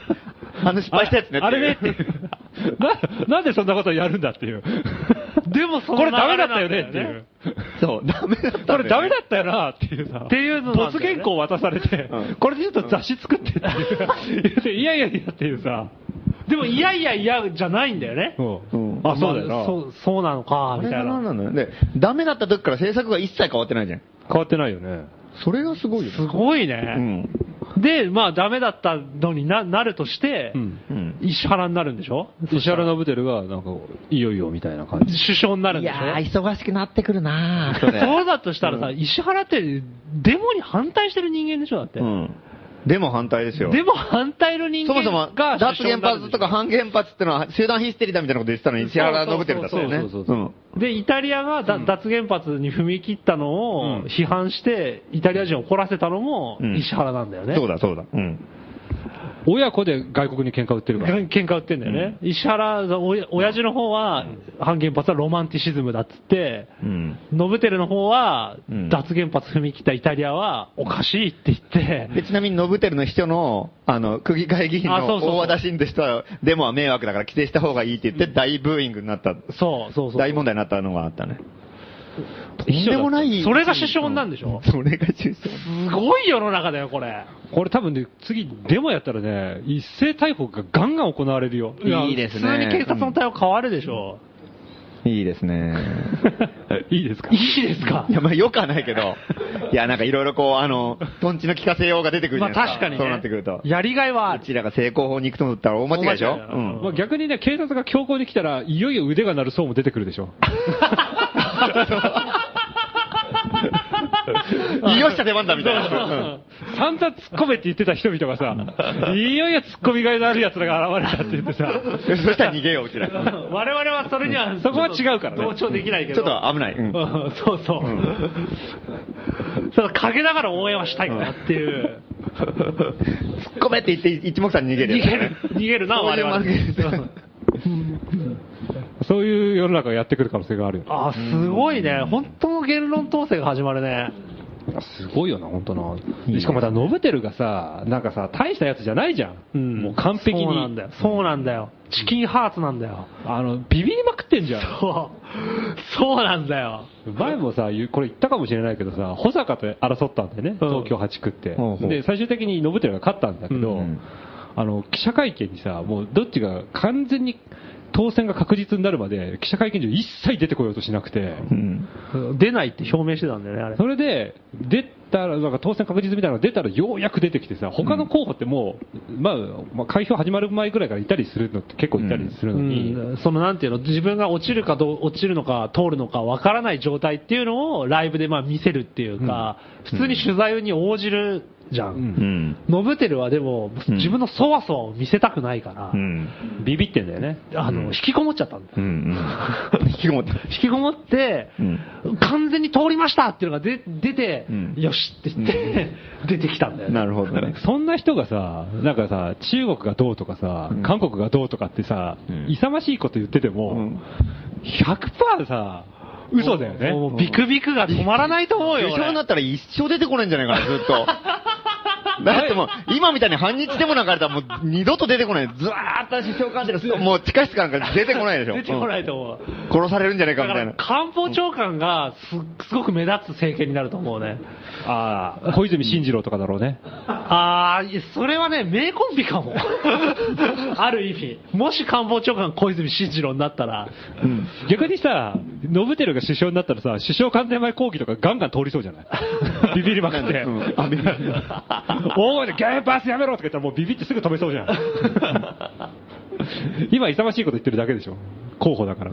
Speaker 4: あの失敗したやつね
Speaker 2: あれね
Speaker 4: っ
Speaker 2: ってて
Speaker 4: い
Speaker 2: いうう。な、なんでそんなことやるんだっていう。
Speaker 3: でもその
Speaker 2: これ
Speaker 3: 流れ
Speaker 2: ダメだ
Speaker 3: な
Speaker 2: ったよねってい
Speaker 3: んだよ
Speaker 2: う。
Speaker 4: そう、ダメだったんだ
Speaker 2: こ
Speaker 4: よね。
Speaker 2: れダメだったよなっていうさ。
Speaker 3: っていうのなんだよね
Speaker 2: ボツ原稿を渡されて
Speaker 4: うん、
Speaker 2: これでちょっと雑誌作ってっていう。言っていやいやいやっていうさ。
Speaker 3: でも、いやいやいやじゃないんだよね。
Speaker 2: うんあ、そうだよ
Speaker 3: まあ
Speaker 2: な。
Speaker 3: そう、そうなのか、
Speaker 4: あ
Speaker 3: み
Speaker 4: れ
Speaker 3: たい
Speaker 4: が何
Speaker 3: な。
Speaker 4: なんだよね。で、ダメだった時から政策が一切変わってないじゃん。
Speaker 2: 変わってないよね。
Speaker 4: それがすごいよね。
Speaker 3: すごいうね。
Speaker 4: ん。
Speaker 3: で、まあ、ダメだったのにななるとして、
Speaker 2: うん
Speaker 4: うん。
Speaker 3: 石原になるんでしょ
Speaker 2: 石原信輝が、なんか、いよいよみたいな感じ。
Speaker 3: 首相になるんでしょ
Speaker 4: 忙しくなってくるなぁ。
Speaker 3: そうだとしたらさ、石原ってデモに反対してる人間でしょだって。
Speaker 4: うん。でも反対ですよ。
Speaker 3: デモ反対の人
Speaker 4: そ
Speaker 3: 間
Speaker 4: もそも、
Speaker 3: が
Speaker 4: 脱
Speaker 3: 首相
Speaker 4: 原
Speaker 3: になるんで
Speaker 4: 発
Speaker 3: しょ
Speaker 4: とか反原発ってのは集団ヒステリーだみたいなこと言ってたのに、石原伸晃だったよね。
Speaker 2: そうそうそうそう
Speaker 4: うん
Speaker 3: で、イタリアがだ、脱原発に踏み切ったの
Speaker 2: うん
Speaker 3: を批判して、イタリア人を怒らせたのも
Speaker 4: うん
Speaker 3: 石原なんだよね。
Speaker 4: そうだ、そうだ。うん。
Speaker 2: 親子で外国に喧嘩売ってるから。
Speaker 3: 喧嘩売ってんだよね。石原、おや親父の方は、反原発はロマンティシズムだっつって、
Speaker 4: うん。
Speaker 3: ノブテルの方は
Speaker 4: うん、
Speaker 3: 脱原発踏み切ったイタリアはおかしいって言って、
Speaker 4: でちなみに、ノブテルの秘書の、あの、区議会議員
Speaker 3: あそ
Speaker 4: の
Speaker 3: うそうそう
Speaker 4: 大和田信でしたら、デモは迷惑だから規制した方がいいって言って、大ブーイングになった、
Speaker 3: そうそうそう。
Speaker 4: 大問題になったのがあったね。とん
Speaker 2: 一緒だ
Speaker 4: でもない。
Speaker 3: それが首相なんでしょ
Speaker 4: それが首相。
Speaker 3: すごい世の中だよ、これ。
Speaker 2: これ多分ね、次、デモやったらね、一斉逮捕がガンガン行われるよ。
Speaker 4: やいいですね
Speaker 3: 普通に警察の対応変わるでしょ。
Speaker 4: いいですね。
Speaker 2: (laughs) いいですか
Speaker 3: いいですか
Speaker 4: いや、まあ、よくはないけど。いや、なんかいろいろこう、あの、トンチの聞かせようが出てくるじ
Speaker 3: ま
Speaker 4: ゃ
Speaker 3: あ
Speaker 4: ないです
Speaker 3: 確かにね。
Speaker 4: そうなってくると。
Speaker 3: やりがいはあ
Speaker 4: う
Speaker 3: る。
Speaker 4: ちらが成功法に行くと思ったら大間違いでし
Speaker 3: 大
Speaker 4: ょ
Speaker 3: 間違いだよ
Speaker 4: うん
Speaker 2: まあ、逆にね、警察が強行に来たら、いよいよ腕が鳴る層も出てくるでしょ。
Speaker 4: いよっしゃ出番だみたいな。
Speaker 2: 散々突っ込めって言ってた人々が (laughs) さ、いよいよ突っ込みがいのある奴らが現れたって言ってさ、
Speaker 4: そしたら逃げよう、うち
Speaker 3: (laughs)
Speaker 4: ら。ち
Speaker 3: 我々はそれには、
Speaker 2: そこは違うからね
Speaker 3: 同調できないけ
Speaker 4: ょ
Speaker 3: ど。
Speaker 4: っと危ない。うん
Speaker 3: うんそうそう。 (laughs) ただ陰ながら応援はしたいなっていう。
Speaker 4: 突っ込めって言って一目散に逃げ
Speaker 3: 逃
Speaker 4: る
Speaker 3: げ
Speaker 4: よね
Speaker 3: る、逃げるな、
Speaker 4: そう
Speaker 3: 我
Speaker 4: いう
Speaker 3: 々。
Speaker 4: 負け
Speaker 3: うん
Speaker 2: そういう世の中がやってくる可能性があるよね。
Speaker 3: あ、すごいね。本当の言論統制が始まるね。
Speaker 2: すごいよな、本当な。しかもだ、ノブテルがさ、なんかさ、大したやつじゃないじゃん。
Speaker 3: うん
Speaker 2: もう完璧に。
Speaker 3: そうなんだよ。そうなんだよ。チキンハーツなんだよ。
Speaker 2: あの、ビビりまくってんじゃん。
Speaker 3: そう。そうなんだよ。
Speaker 2: 前もさ、言うこれ言ったかもしれないけどさ、保坂と争ったんだよね、東京8区って
Speaker 4: ほうほ。う
Speaker 2: で、最終的にノブテルが勝ったんだけ
Speaker 3: う
Speaker 2: ど
Speaker 4: ん、
Speaker 2: あの、記者会見にさ、もうどっちが完全に当選が確実になるまで、記者会見場一切出てこようとしなくて、
Speaker 4: うん
Speaker 3: 出ないって表明してたんだよね、あれ。
Speaker 2: それで、出たら、なんか当選確実みたいなのが出たらようやく出てきてさ、他の候補ってもう、まあ、まあ、開票始まる前ぐらいからいたりするのって結構いたりする
Speaker 3: う
Speaker 2: のに、
Speaker 3: ん、そのなんていうの、自分が落ちるかどう、落ちるのか、通るのかわからない状態っていうのをライブでまあ見せるっていうか、普通に取材に応じるじゃん。
Speaker 2: うん
Speaker 4: うん。
Speaker 3: ノブテルはでも、
Speaker 4: うん
Speaker 3: 自分のそわそわを見せたくないから、
Speaker 4: うん。
Speaker 2: ビビってんだよね。
Speaker 3: あの、
Speaker 4: うん
Speaker 3: 引きこもっちゃったんだよ。
Speaker 4: うん。
Speaker 3: (laughs)
Speaker 4: 引きこもった。
Speaker 3: 引きこもって、完全に通りましたっていうのが出出て、
Speaker 4: うん
Speaker 3: よしって言って、出てきたんだよね。
Speaker 4: なるほどね。
Speaker 2: そんな人がさ、なんかさ、中国がどうとかさ、
Speaker 4: ん
Speaker 2: 韓国がどうとかってさ、
Speaker 4: うん
Speaker 2: 勇ましいこと言ってても、
Speaker 4: ん
Speaker 2: 100%さ、嘘だよね。
Speaker 3: もうビクビクが止まらないと思うよ。俺
Speaker 4: 首相になったら一生出てこないんじゃないかな、ず
Speaker 3: (laughs)
Speaker 4: っと。だってもう、今みたいに半日でもなんかれたらもう二度と出てこない。ずわーっと首相官邸の、もう地下室かなんか出てこないでしょ。
Speaker 3: 出てこな
Speaker 4: う
Speaker 3: いと思う。
Speaker 4: ん殺されるんじゃないか
Speaker 3: だ
Speaker 4: み
Speaker 3: か
Speaker 4: たい
Speaker 3: ら
Speaker 4: な。
Speaker 3: 官房長官がすすごく目立つ政権になると思うね。
Speaker 2: ああ、小泉進次郎とかだろうね。
Speaker 3: あー、いやそれはね、名コンビかも。 (laughs) ある意味。もし官房長官小泉進次郎になったら、
Speaker 2: 逆にさ、ノブテルが首相になったらさ、首相官邸前抗議とかガンガン通りそう (laughs) じゃないビビりまくって。
Speaker 4: うん
Speaker 2: あビビ (laughs) る大声でゲーパースやめろとか言ったらもうビビってすぐ止めそうじゃん。 (laughs) 今勇ましいこと言ってるだけでしょ。候補だから。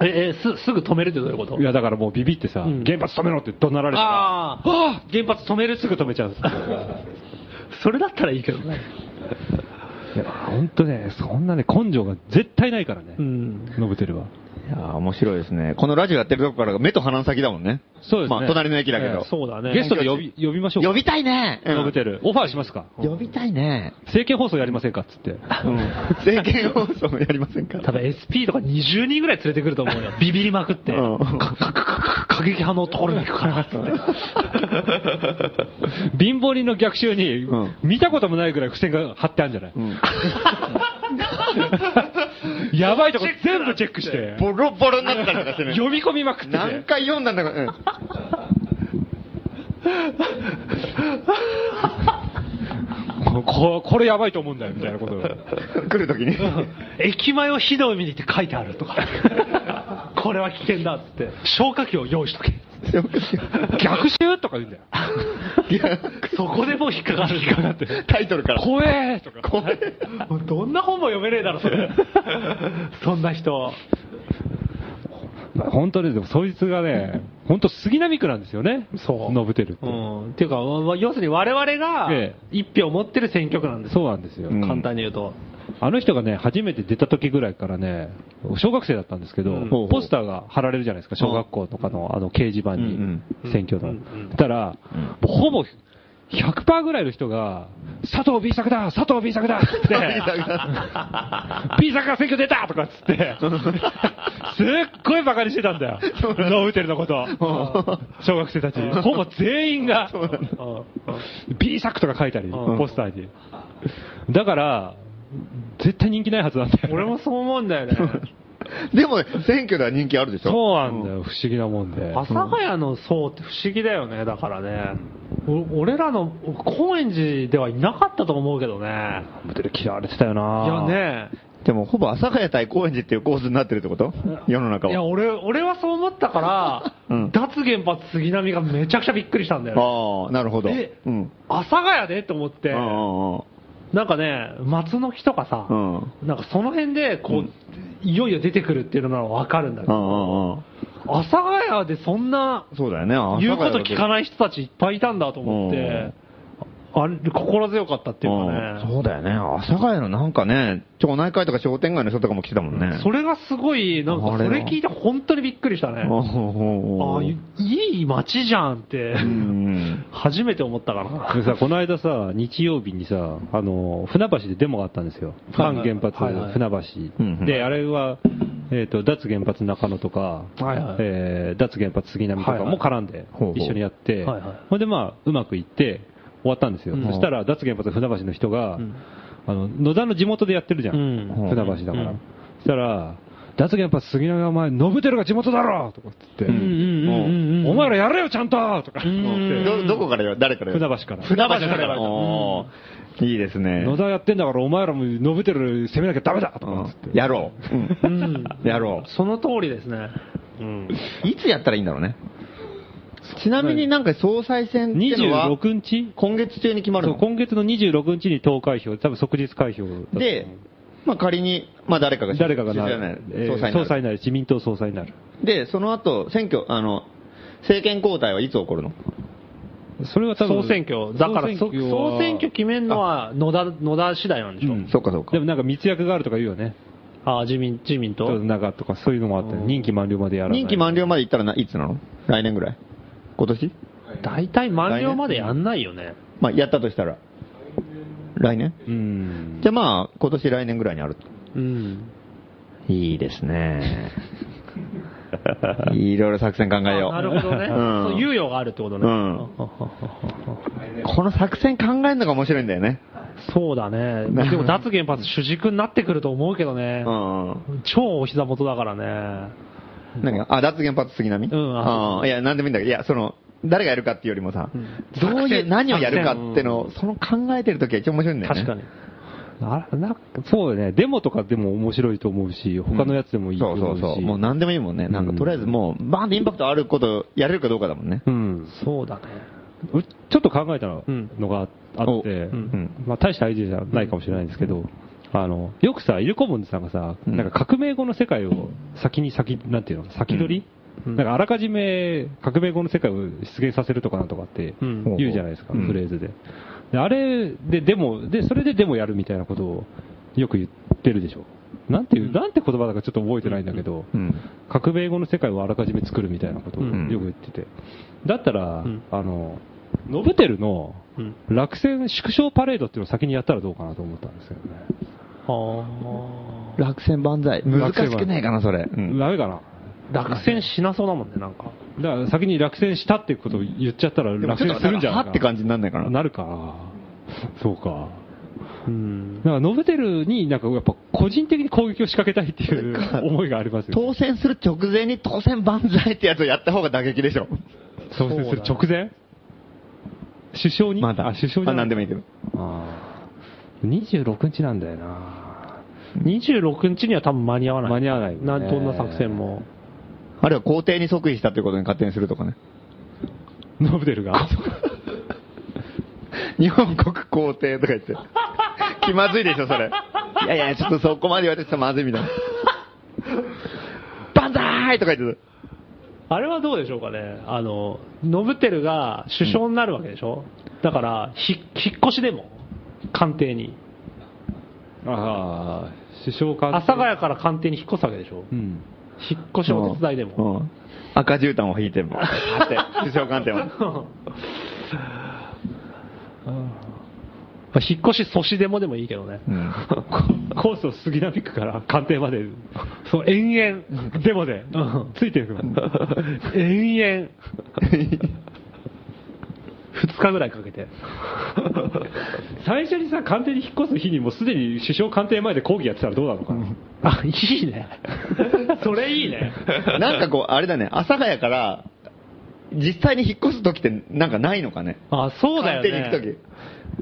Speaker 3: え、え、す、すぐ止めるってどういうこと
Speaker 2: いやだからもうビビってさ、
Speaker 3: ん
Speaker 2: 原発止めろって怒鳴られたら、
Speaker 3: あーあー、原発止める
Speaker 2: すぐ止めちゃうんです。
Speaker 3: それだったらいいけどね。
Speaker 2: (laughs) いや、ほんとね、そんなね、根性が絶対ないからね、
Speaker 3: うん。
Speaker 2: ノブテルは。
Speaker 4: いやー面白いですね。このラジオやってるとこからが目と鼻の先だもんね。
Speaker 2: そうですね
Speaker 4: まあ、隣の駅だけ
Speaker 2: え
Speaker 4: ど
Speaker 2: え。
Speaker 3: そうだね。
Speaker 2: ゲストで呼び呼びましょうか
Speaker 4: 呼びたいね。うん
Speaker 2: ノブテル。オファーしますか
Speaker 4: 呼びたいね。
Speaker 2: 政見放送やりませんかっつっ
Speaker 3: (laughs)
Speaker 2: て。
Speaker 4: 政見放送やりませんか (laughs)
Speaker 3: 多分 SP とか20人ぐらい連れてくると思うよ。ビビりまくって。
Speaker 4: うん
Speaker 3: かかかか過激派のところに行くからって。
Speaker 2: (laughs) 貧乏人の逆襲に、
Speaker 4: うん
Speaker 2: 見たこともないぐらい付箋が貼ってあるんじゃない、やばいとこ全部チェックして、
Speaker 4: ボロボロになったりとかしてね。
Speaker 2: 読み込みまくって
Speaker 4: 何
Speaker 2: て。
Speaker 4: 回読んだんだか、うん。
Speaker 2: こここれやばいと思うんだよ、みたいな
Speaker 3: (laughs)
Speaker 2: ことを。
Speaker 4: 来るときに。 (laughs)
Speaker 3: 駅前を火の海にって書いてあると (laughs) か。これは危険だっつって。消火器を用意しとけ。
Speaker 2: 逆襲とか言うんだよ。
Speaker 4: いや
Speaker 3: そこでもう引っかかる。引っかかって。
Speaker 4: タイトルから。
Speaker 2: 怖えとか。
Speaker 4: 怖い
Speaker 3: (laughs) どんな本も読めねえだろ、それ。そんな人。
Speaker 2: 本当に、でも、そいつがね、本当杉並区なんですよね。
Speaker 3: そう
Speaker 2: ノブテルって。
Speaker 3: うん。っていうか、わ要するに我々が
Speaker 2: え
Speaker 3: 一票持ってる選挙区なんですよ。
Speaker 2: そうなんですよ。
Speaker 4: うん
Speaker 3: 簡単に言うと。
Speaker 2: あの人がね、初めて出た時ぐらいからね、小学生だったんですけど、
Speaker 3: うん
Speaker 2: ポスターが貼られるじゃないですか、小学校とかのあの掲示板に、
Speaker 4: うん
Speaker 2: 選挙
Speaker 3: う
Speaker 2: の
Speaker 3: んうん。
Speaker 2: たら、ほぼ100%ぐらいの人が、佐藤 B 作だ佐藤 B 作だっつって、B
Speaker 3: (laughs)
Speaker 2: 作が選挙出たとかっつって、すっごいバカにしてたんだよ、ノウテルのこと、小学生たち、ほぼ全員が。B 作とか書いたり、
Speaker 3: うん
Speaker 2: ポスターに。だから、絶対人気ないはずなんだよ。
Speaker 3: 俺もそう思うんだよね。
Speaker 4: でも、選挙では人気あるでしょ
Speaker 2: そうなんだよ、不思議なもんで
Speaker 3: 阿。佐ヶ谷の層って不思議だよね、だからね。お俺らの高円寺ではいなかったと思うけどね。
Speaker 2: モデル嫌われてたよ
Speaker 3: いや
Speaker 2: な
Speaker 3: ね。
Speaker 4: でも、ほぼ阿佐ヶ谷対高円寺っていう構図になってるってこと世の中
Speaker 3: いや、
Speaker 4: は。
Speaker 3: 俺、俺はそう思ったから、
Speaker 4: うん
Speaker 3: 脱原発杉並がめちゃくちゃびっくりしたんだよね。
Speaker 4: ああ、なるほど。
Speaker 3: え
Speaker 4: うん。
Speaker 3: 阿佐ヶ谷でと思って
Speaker 4: う、ん
Speaker 3: なんかね、松の木とかさ、
Speaker 4: うんうん。
Speaker 3: なんかその辺で、こう、いよいよ出てくるっていうのならわかるんだけ
Speaker 4: う
Speaker 3: ど、
Speaker 4: んうんうん。
Speaker 3: 阿佐ヶ谷でそんな
Speaker 4: そうだよね。
Speaker 3: 言うこと聞か
Speaker 4: い
Speaker 3: ない人たちいっぱいいたんだと思って、あれ、心強かったっていうかね。
Speaker 4: そうだよね。阿佐ヶ谷のなんかね、町内会とか商店街の人とかも来てたもんね。
Speaker 3: それがすごい、なんか
Speaker 4: あ
Speaker 3: そ
Speaker 4: れは
Speaker 3: れ聞いて本当にびっくりしたね。
Speaker 4: おうおうおう
Speaker 3: ああいいい街じゃんって、
Speaker 4: うん。
Speaker 3: 初めて思ったからな。
Speaker 2: でさ、この間さ、日曜日にさ、あの、船橋でデモがあったんですよ。
Speaker 3: はい
Speaker 2: 反原発、
Speaker 3: はいはい
Speaker 2: 船
Speaker 4: うんうん
Speaker 2: 橋。で、あれは、えっ、と、脱原発中野とか、
Speaker 3: はいはい
Speaker 2: えー脱原発杉並とかも絡んで
Speaker 4: はいはい、
Speaker 2: 一緒にやって、
Speaker 3: ほうほうはいはい
Speaker 2: ほんでまあ、うまくいって、終わったんですよ。
Speaker 3: うん
Speaker 2: そしたら、脱原発船橋の人が、
Speaker 3: ん
Speaker 2: あの、野田の地元でやってるじゃん。
Speaker 3: うん
Speaker 2: 船橋だから。
Speaker 3: うん
Speaker 2: そしたら、脱原発杉並はお前、ノブテルが地元だろとかって言って、
Speaker 3: うん
Speaker 2: お前らやれよ、ちゃんととか、
Speaker 5: ど、どこからよ誰からよ
Speaker 2: 船橋から。
Speaker 5: 船橋から。
Speaker 4: おーいいですね。
Speaker 2: 野田やってんだからお前らもノブテル攻めなきゃダメだとかっつって、
Speaker 4: やろう。
Speaker 3: うん
Speaker 4: やろ
Speaker 3: その通りですね。
Speaker 4: う。いつやったらいいんだろうね。ちなみになんか総裁選っていうのは、
Speaker 2: 26日
Speaker 4: 今月中に決まる
Speaker 2: そう
Speaker 4: の
Speaker 2: 今月の26日に投開票、多分即日開票だと思う
Speaker 4: で、まあ仮に、まあ誰かが
Speaker 2: 誰かがな
Speaker 4: 知らない
Speaker 2: る、えー
Speaker 4: 総裁にな
Speaker 2: 総
Speaker 4: る
Speaker 2: 裁になる、自民党総裁になる、
Speaker 4: で、その後、選挙、あの、政権交代はいつ起こるの
Speaker 2: それは多分
Speaker 3: 総選挙、だから
Speaker 2: 総
Speaker 3: そ
Speaker 2: 選挙は
Speaker 3: 総選挙決めるのは野田野田次第なんでしょ、
Speaker 2: うん
Speaker 4: そっかそっか
Speaker 2: で。もなんか密約があるとか言うよね、
Speaker 3: あ自民自民
Speaker 2: ちょっ
Speaker 3: 党
Speaker 2: と、なんかとか、そういうのもあったね、任期満了までやらない、
Speaker 4: 任期満了までいったらないつなの来年ぐらい今年
Speaker 3: 大体満了までやんないよね、
Speaker 4: まあやったとしたら。来年
Speaker 2: うん、
Speaker 4: じゃあまあ今年来年ぐらいにあると。
Speaker 3: うん、
Speaker 4: いいですね。
Speaker 2: (laughs)
Speaker 4: いろいろ作戦考えよう。
Speaker 3: なるほどね、
Speaker 4: うん
Speaker 3: そう猶予があるってことね、
Speaker 4: うんこの作戦考えるのが面白いんだよね。
Speaker 3: (laughs) そうだね、でも脱原発、主軸になってくると思うけどね
Speaker 4: う、ん。
Speaker 3: 超お膝元だからね、
Speaker 4: 何があ、脱原発杉並
Speaker 3: うんあ
Speaker 4: ああいや、なんでもいいんだけど、いや、その、誰がやるかっていうよりもさ、どう
Speaker 3: 作
Speaker 4: いう、
Speaker 3: 戦
Speaker 4: 何をやるかってのを、その考えてるときが一番面白いんだよね。
Speaker 3: 確かに。
Speaker 2: あらなんかそうだね、デモとかでも面白いと思うし、他のやつでもいいと
Speaker 4: そう
Speaker 2: 思
Speaker 4: そうう
Speaker 2: し、
Speaker 4: そう。もう何でもいいもんね。なんか、
Speaker 2: うん
Speaker 4: とりあえずもう、バーンってインパクトあること、やれるかどうかだもんね。
Speaker 2: うん、
Speaker 3: そうだね。
Speaker 2: うちょっと考えたの
Speaker 3: うん
Speaker 2: のがああって、
Speaker 4: おうん
Speaker 2: まあ、大したアイデアじゃないかもしれないんですけど、あのよくさ、イルコモンズさんがさ、
Speaker 4: うん
Speaker 2: なんか革命後の世界を先に先、なんていうの、先取り、
Speaker 3: うん
Speaker 2: なんかあらかじめ革命後の世界を出現させるとかなんとかって
Speaker 3: うん
Speaker 2: 言うじゃないですか、
Speaker 4: うん
Speaker 2: フレーズで。であれで、でも、で、それででもやるみたいなことをよく言ってるでしょ。なんていう、なんて言葉だかちょっと覚えてないんだけど、
Speaker 4: うん。
Speaker 2: 革命後の世界をあらかじめ作るみたいなことを
Speaker 3: うん
Speaker 2: よく言ってて、だったら、
Speaker 3: うん
Speaker 2: あのノブテルの
Speaker 3: うん
Speaker 2: 落選縮小パレードっていうのを先にやったらどうかなと思ったんですよね、
Speaker 3: あ
Speaker 4: 落選万歳。難しくねえかな、それ。うん
Speaker 2: ダメかな、
Speaker 3: ー落選しなそうだもんね、なんか。
Speaker 2: だから先に落選したってことを言っちゃったら、
Speaker 4: でも
Speaker 2: 落
Speaker 4: ちょ
Speaker 2: 選
Speaker 4: っと
Speaker 2: するんじゃ
Speaker 4: は
Speaker 2: ないかな
Speaker 4: って感じになんないかな。
Speaker 2: なるか、そうか、
Speaker 3: うん
Speaker 2: だからノブテルになんかやっぱ個人的に攻撃を仕掛けたいっていう
Speaker 4: それか
Speaker 2: 思いがありますよ、
Speaker 4: 当選する直前に当選万歳ってやつをやった方が打撃でしょ。
Speaker 2: 当選する直前、首相に、
Speaker 4: まだ。
Speaker 2: あ首相
Speaker 4: まあ
Speaker 2: に、
Speaker 4: なんでもいいけど。
Speaker 2: あー26日なんだよな。
Speaker 3: 26日には多分間に合わない。
Speaker 2: 間に合わないよね
Speaker 3: なんどんな作戦も。
Speaker 4: あるいは皇帝に即位したということに勝手にするとかね。
Speaker 2: ノブデルが。
Speaker 4: 日本国皇帝とか言って。気まずいでしょ、それ。いやいや、ちょっとそこまで言われてたらまずいみたいな。万歳とか言って。
Speaker 3: あれはどうでしょうかね。あの、ノブテルが首相になるわけでしょ、だから、ひ、引っ越しでも、官邸に。
Speaker 2: (laughs) ああ、首相官邸
Speaker 3: 阿佐ヶ谷から官邸に引っ越すわけでしょ
Speaker 2: うん。
Speaker 3: 引っ越したお手伝いでも。
Speaker 4: うん。うん赤絨毯を引いても。あって、首相官邸も。
Speaker 3: まあ引っ越し阻止デモでもいいけどね。
Speaker 4: うん。
Speaker 2: コースを杉並区から官邸まで、そう、延々、デモで、ついていくの。
Speaker 3: 延々。2日ぐらいかけて。
Speaker 2: 最初にさ、官邸に引っ越す日にもうすでに首相官邸前で抗議やってたらどうなのかな。
Speaker 3: あ、いいね。それいい
Speaker 2: (laughs)
Speaker 3: ね。
Speaker 4: なんかこう、あれだね、阿佐ヶ谷から、実際に引っ越す時ってなんかないのかね。
Speaker 3: あ、そうだよね。
Speaker 4: 官邸に行く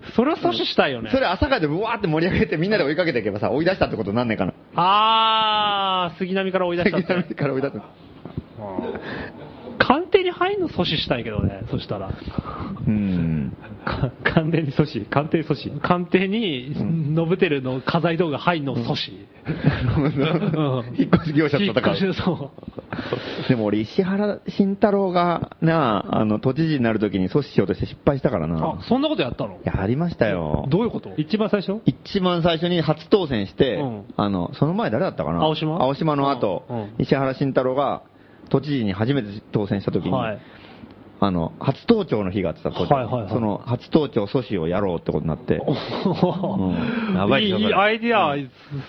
Speaker 4: 時
Speaker 3: それを阻止したいよね。
Speaker 4: それ阿佐ヶ谷でうわーって盛り上げてみんなで追いかけていけばさ、追い出したってことになんねえかな。
Speaker 3: あー、杉並から追い出したって。
Speaker 4: から追い出す。
Speaker 3: 官邸に入んの阻止したいけどね、そしたら。
Speaker 4: うん。
Speaker 2: か官邸に阻止、官邸阻止。
Speaker 3: 官邸に、ノブテルの家財道具入んの阻止。うん
Speaker 4: 引っ越し業者と
Speaker 3: 引っ
Speaker 4: 戦う
Speaker 3: 越しそう。
Speaker 4: でも俺、石原慎太郎が、なあ、あの、都知事になるときに阻止しようとして失敗したから
Speaker 3: あ
Speaker 4: な。、
Speaker 3: そんなことやったの
Speaker 4: いや、ありましたよ。
Speaker 3: どういうこと
Speaker 2: 一番最初
Speaker 4: 一番最初に初当選して、
Speaker 3: うん
Speaker 4: あの、その前誰だったかな
Speaker 3: 青島
Speaker 4: 青島の後、
Speaker 3: うんうん
Speaker 4: 石原慎太郎が都知事に初めて当選した時に、
Speaker 3: はい。
Speaker 4: あの、初登庁の日があってさ、当時
Speaker 3: はいはいはい
Speaker 4: その初登庁阻止をやろうってことになって、んやばい
Speaker 3: い
Speaker 4: で
Speaker 3: いいい
Speaker 4: すよそれ
Speaker 3: アイディア、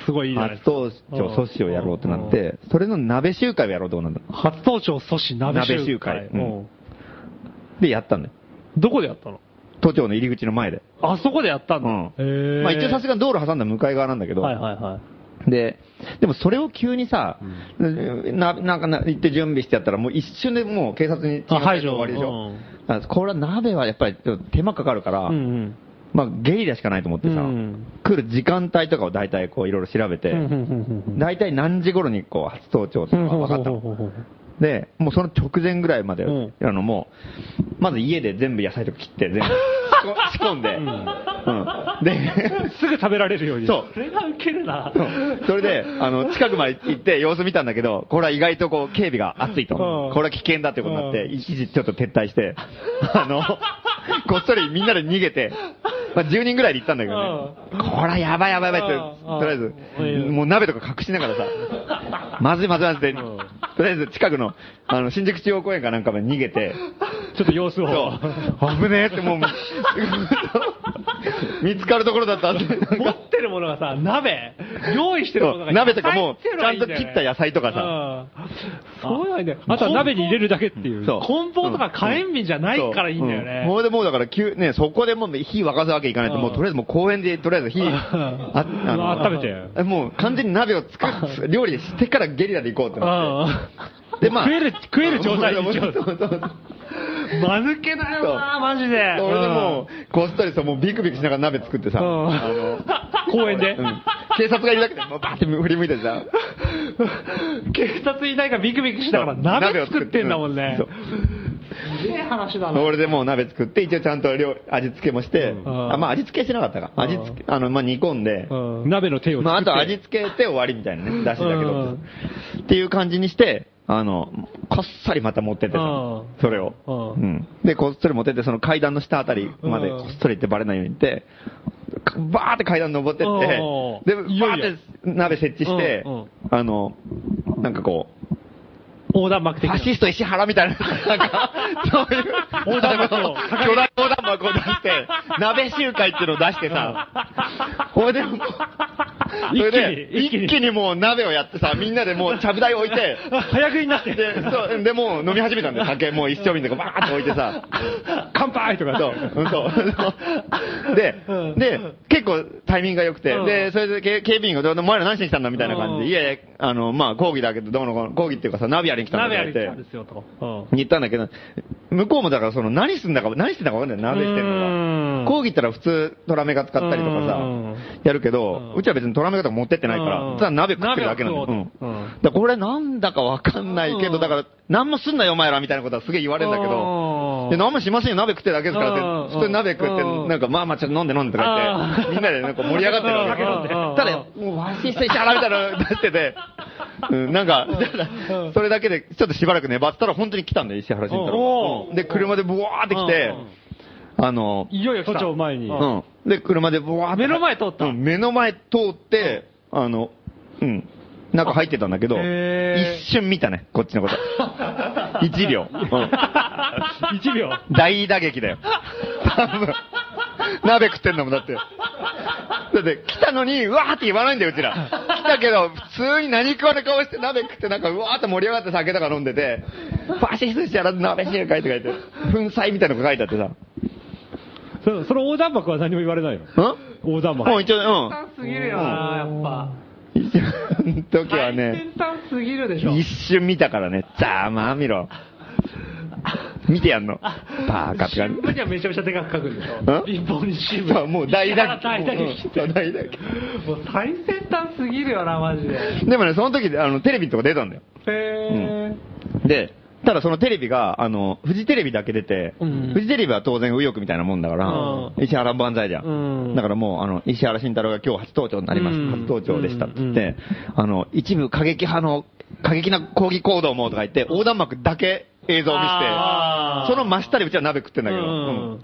Speaker 3: すごいいいじゃないですか。
Speaker 4: 初登庁阻止をやろうってなって、それの鍋集会をやろうってことなんだ。
Speaker 3: 初登庁阻止鍋
Speaker 4: 鍋
Speaker 3: 集
Speaker 4: 集
Speaker 3: 会
Speaker 4: 会。
Speaker 3: うん
Speaker 4: で、やったんだよ。
Speaker 3: どこでやったの
Speaker 4: 都庁の入り口の前で。
Speaker 3: あそこでやった
Speaker 4: う
Speaker 3: の
Speaker 4: ん。
Speaker 3: へー
Speaker 4: まあ一応さすがに道路挟んだ向かい側なんだけど、
Speaker 3: はいはいはい。
Speaker 4: で、でもそれを急にさ、な、なんかな、行って準備してやったら、もう一瞬でもう警察に
Speaker 3: あ排除
Speaker 4: 終わりでしょ。
Speaker 3: うん
Speaker 4: だからこれは鍋はやっぱりちょっと手間かかるから、
Speaker 3: うんうん。
Speaker 4: まあゲイラしかないと思ってさ、
Speaker 3: うん
Speaker 4: 来る時間帯とかを大体こういろいろ調べて、
Speaker 3: うんうんうんうん
Speaker 4: 大体何時頃にこう初登庁っていうのが分かったの。で、もうその直前ぐらいまで、
Speaker 3: うん
Speaker 4: あのもう、まず家で全部野菜とか切って、全部
Speaker 3: (laughs)
Speaker 4: 仕込んで、うんで、
Speaker 2: すぐ食べられるように。
Speaker 4: そう、
Speaker 3: それがウケるな。
Speaker 4: (laughs) それで、あの、近くまで行って様子見たんだけど、これは意外とこう、警備が熱いと。これは危険だってことになって、一時ちょっと撤退して、 (laughs) あの、こっそりみんなで逃げて、まあ、10人ぐらいで行ったんだけどね。これはやばいやばいやばいって、
Speaker 3: うん
Speaker 4: とりあえず、もう鍋とか隠しながらさ、まずいまずいまずいって、とりあえず近くの、あの、新宿中央公園かなんかまで逃げて、
Speaker 2: ちょっと様子を。
Speaker 4: そう、危ねえっ
Speaker 3: (laughs)
Speaker 4: てもう、見つかるところだったって。
Speaker 3: 持ってるものがさ、鍋、用意してるもの
Speaker 4: そ
Speaker 3: が
Speaker 4: う鍋とかも、
Speaker 3: 入って
Speaker 4: ち
Speaker 3: れば
Speaker 4: ゃ
Speaker 3: いい
Speaker 4: ん
Speaker 3: だ
Speaker 4: と
Speaker 3: よね
Speaker 4: 切った野菜とかさ、
Speaker 3: うんそうなんだよ。あ
Speaker 2: あ
Speaker 3: と
Speaker 2: と
Speaker 3: は
Speaker 2: は
Speaker 3: 鍋
Speaker 2: 鍋
Speaker 3: に
Speaker 2: に
Speaker 3: 入
Speaker 2: 入れ
Speaker 3: れる
Speaker 2: る
Speaker 3: だ
Speaker 2: だ
Speaker 3: け
Speaker 2: け
Speaker 3: っ
Speaker 2: ってて
Speaker 3: い。
Speaker 2: いうう。
Speaker 3: 梱包とか火炎瓶じゃないからいいんだよ
Speaker 4: うんも
Speaker 3: ね。
Speaker 4: うでもうだから急、ね、そこでもう火沸かすわけいかないと、
Speaker 3: うん
Speaker 4: もうとりあえずもう公園で、とりあえ
Speaker 3: (laughs)
Speaker 4: ず火、あ
Speaker 2: まあ温めて。
Speaker 4: て。もう完全に鍋を作る、料理してからゲリラで行こうってなっ
Speaker 3: う
Speaker 4: て。で、まあ。
Speaker 2: 食える、食える状態に
Speaker 4: そうそうそうそう (laughs)
Speaker 3: うん。間抜けだよな、マジで。
Speaker 4: 俺でもう、こっそりさ、もうビクビクしながら鍋作ってさ、あ
Speaker 3: ん
Speaker 4: の、
Speaker 3: うん、公園で。
Speaker 4: うん警察がいるだけで、もうバーって振り向いてさ、
Speaker 3: 警察いないからビクビクしながら (laughs) 鍋作ってんだもんね
Speaker 4: (laughs) そう。
Speaker 3: すげえ話だな。
Speaker 4: 俺でもう鍋作って、一応ちゃんと料味付けもして、
Speaker 3: ん
Speaker 4: あまあ味付けしてなかったか。味付け、あの、まあ煮込んで、
Speaker 3: うん
Speaker 2: 鍋の手を作って。
Speaker 4: まああと味付けて終わりみたいなね、出汁だけ
Speaker 3: う
Speaker 4: ど
Speaker 3: ん。
Speaker 4: っていう感じにして、あの、こっそりまた持ってって
Speaker 3: うん
Speaker 4: さ、それを。
Speaker 3: う
Speaker 4: うんで、こっそり持ってって、その階段の下あたりまで
Speaker 3: うん
Speaker 4: こっそり行ってバレないように行って、かバーって階段登ってって、
Speaker 3: う
Speaker 4: で、
Speaker 3: ん
Speaker 4: バーって鍋設置して
Speaker 3: うんうん、
Speaker 4: あの、なんかこう、
Speaker 3: 横断幕的
Speaker 4: フ
Speaker 3: な
Speaker 4: ァシスト石原みたい
Speaker 3: (laughs)
Speaker 4: な、なんか、そういう、
Speaker 3: 横断幕を
Speaker 4: 巨大横断幕を
Speaker 3: (laughs)
Speaker 4: 出して、鍋集会っていうのを出してさ、ほいで、もうそれで、
Speaker 3: 一
Speaker 4: 一
Speaker 3: 気に
Speaker 4: 気にもう鍋をやってさ、みんなでもうちゃぶ台置いて、
Speaker 3: 早食いになって。
Speaker 4: で、そう、で、もう飲み始めたんだよ、酒、もう一生瓶とかバーって置いてさ、
Speaker 2: 乾杯とか
Speaker 4: そう、うんそう。で
Speaker 3: うん、
Speaker 4: で、結構タイミングが良くて
Speaker 3: うん、
Speaker 4: で、それでけ警備員が、お前ら何しに来たんだみたいな感
Speaker 3: う
Speaker 4: じ
Speaker 3: ん
Speaker 4: で、いやいや、あの、まあ、講義だけど、どうのこうの、講義っていうかさ、鍋やりに来たんだ
Speaker 3: 鍋や
Speaker 4: っ
Speaker 3: り
Speaker 4: て
Speaker 3: に来た
Speaker 4: 言っ
Speaker 3: ん
Speaker 4: て
Speaker 3: で、すよと。うん
Speaker 4: に行ったんだけど、向こうもだからその何すんだか、何してんだか分かんない。鍋して
Speaker 3: うー
Speaker 4: ん
Speaker 3: ん
Speaker 4: のが。講義ったら普通、トラメガ使ったりとか
Speaker 3: う
Speaker 4: さ
Speaker 3: ーん、
Speaker 4: やるけ
Speaker 3: う
Speaker 4: ど
Speaker 3: ん、
Speaker 4: うちは別にトラメガとか持ってってないか
Speaker 3: うん
Speaker 4: ら、ただ鍋食ってるだけなんだよ。
Speaker 3: 鍋を
Speaker 4: う
Speaker 3: 食おうとうん
Speaker 4: んだからこれなんだか分かんないけ
Speaker 3: う
Speaker 4: ど、
Speaker 3: ん
Speaker 4: だから、何もすんなよお前らみたいなことはすげえ言われるんだけ
Speaker 3: うん
Speaker 4: ど、いや何もしませんよ、鍋食ってるだけですか
Speaker 3: う
Speaker 4: ら
Speaker 3: ん
Speaker 4: って、普通に鍋食って
Speaker 3: うん、
Speaker 4: なんかまあまあちょっと飲んで飲んでとか言って、
Speaker 3: うん
Speaker 4: みんなでなんか盛り上がってるわけ
Speaker 3: うんうんうん
Speaker 4: ただ、もうわしせしゃらみたいなの出してて、うん、なんか、だからそれだけで、ちょっとしばらく粘ってたら本当に来たんだよ、石原慎太
Speaker 3: お
Speaker 4: 郎
Speaker 3: ー
Speaker 4: が。うんで、車でブワーって来て、あの、
Speaker 3: いよいよ来
Speaker 2: 都
Speaker 3: た。
Speaker 2: 庁前に。
Speaker 4: うん。で、車でブワーって。
Speaker 3: 目の前通った
Speaker 4: うん目の前通って、あの、うん。中入ってたんだけど、
Speaker 3: へー
Speaker 4: 一瞬見たね、こっ
Speaker 3: (laughs)
Speaker 4: ちのこと。一秒。うん
Speaker 3: 1秒。
Speaker 4: 大打撃だよ。多分。鍋食ってんだもん、だって。だって、来たのに、うわーって言わないんだよ、うちら。来たけど、普通に何食わぬ顔して鍋食って、なんか、うわーって盛り上がって酒とか飲んでて、ファシストしてやらず鍋しかいって書いて、粉砕みたいなのが書いてあってさ。
Speaker 2: そその横断幕は何も言われないの
Speaker 4: ん
Speaker 2: 横断幕
Speaker 4: も。う一応、うん。
Speaker 3: すぎるよな、やっぱ。
Speaker 4: 一瞬の時はね、
Speaker 3: 最先端すぎるでしょ。
Speaker 4: 一瞬見たからね、ざまあ見ろ。見てやんの。バーカって
Speaker 3: 新
Speaker 4: 感じ
Speaker 3: 聞にはめちゃめちゃでかく書くんでしょ。
Speaker 4: ん
Speaker 3: 一本に新
Speaker 4: そう
Speaker 3: 聞。
Speaker 4: もう大打
Speaker 3: (laughs)
Speaker 4: 撃。
Speaker 3: 大打撃って。
Speaker 4: うん大打撃。
Speaker 3: もう最先端すぎるよな、マジで。
Speaker 4: でもね、その時、あの、テレビとか出たんだよ。
Speaker 3: へー
Speaker 4: で、ただそのテレビが、あの、フジテレビだけ出て、
Speaker 3: うん
Speaker 4: フジテレビは当然右翼みたいなもんだから、
Speaker 3: う
Speaker 4: 石原万歳じゃん。
Speaker 3: うん
Speaker 4: だからもう、あの、石原慎太郎が今日初登場になります。
Speaker 3: うん
Speaker 4: 初登場でしたって言っ
Speaker 3: うんう
Speaker 4: て、あの、一部過激派の、過激な抗議行動もとか言って、横断幕だけ映像を見せて
Speaker 3: あ、ー
Speaker 4: その真下でうちは鍋食ってんだけど、うん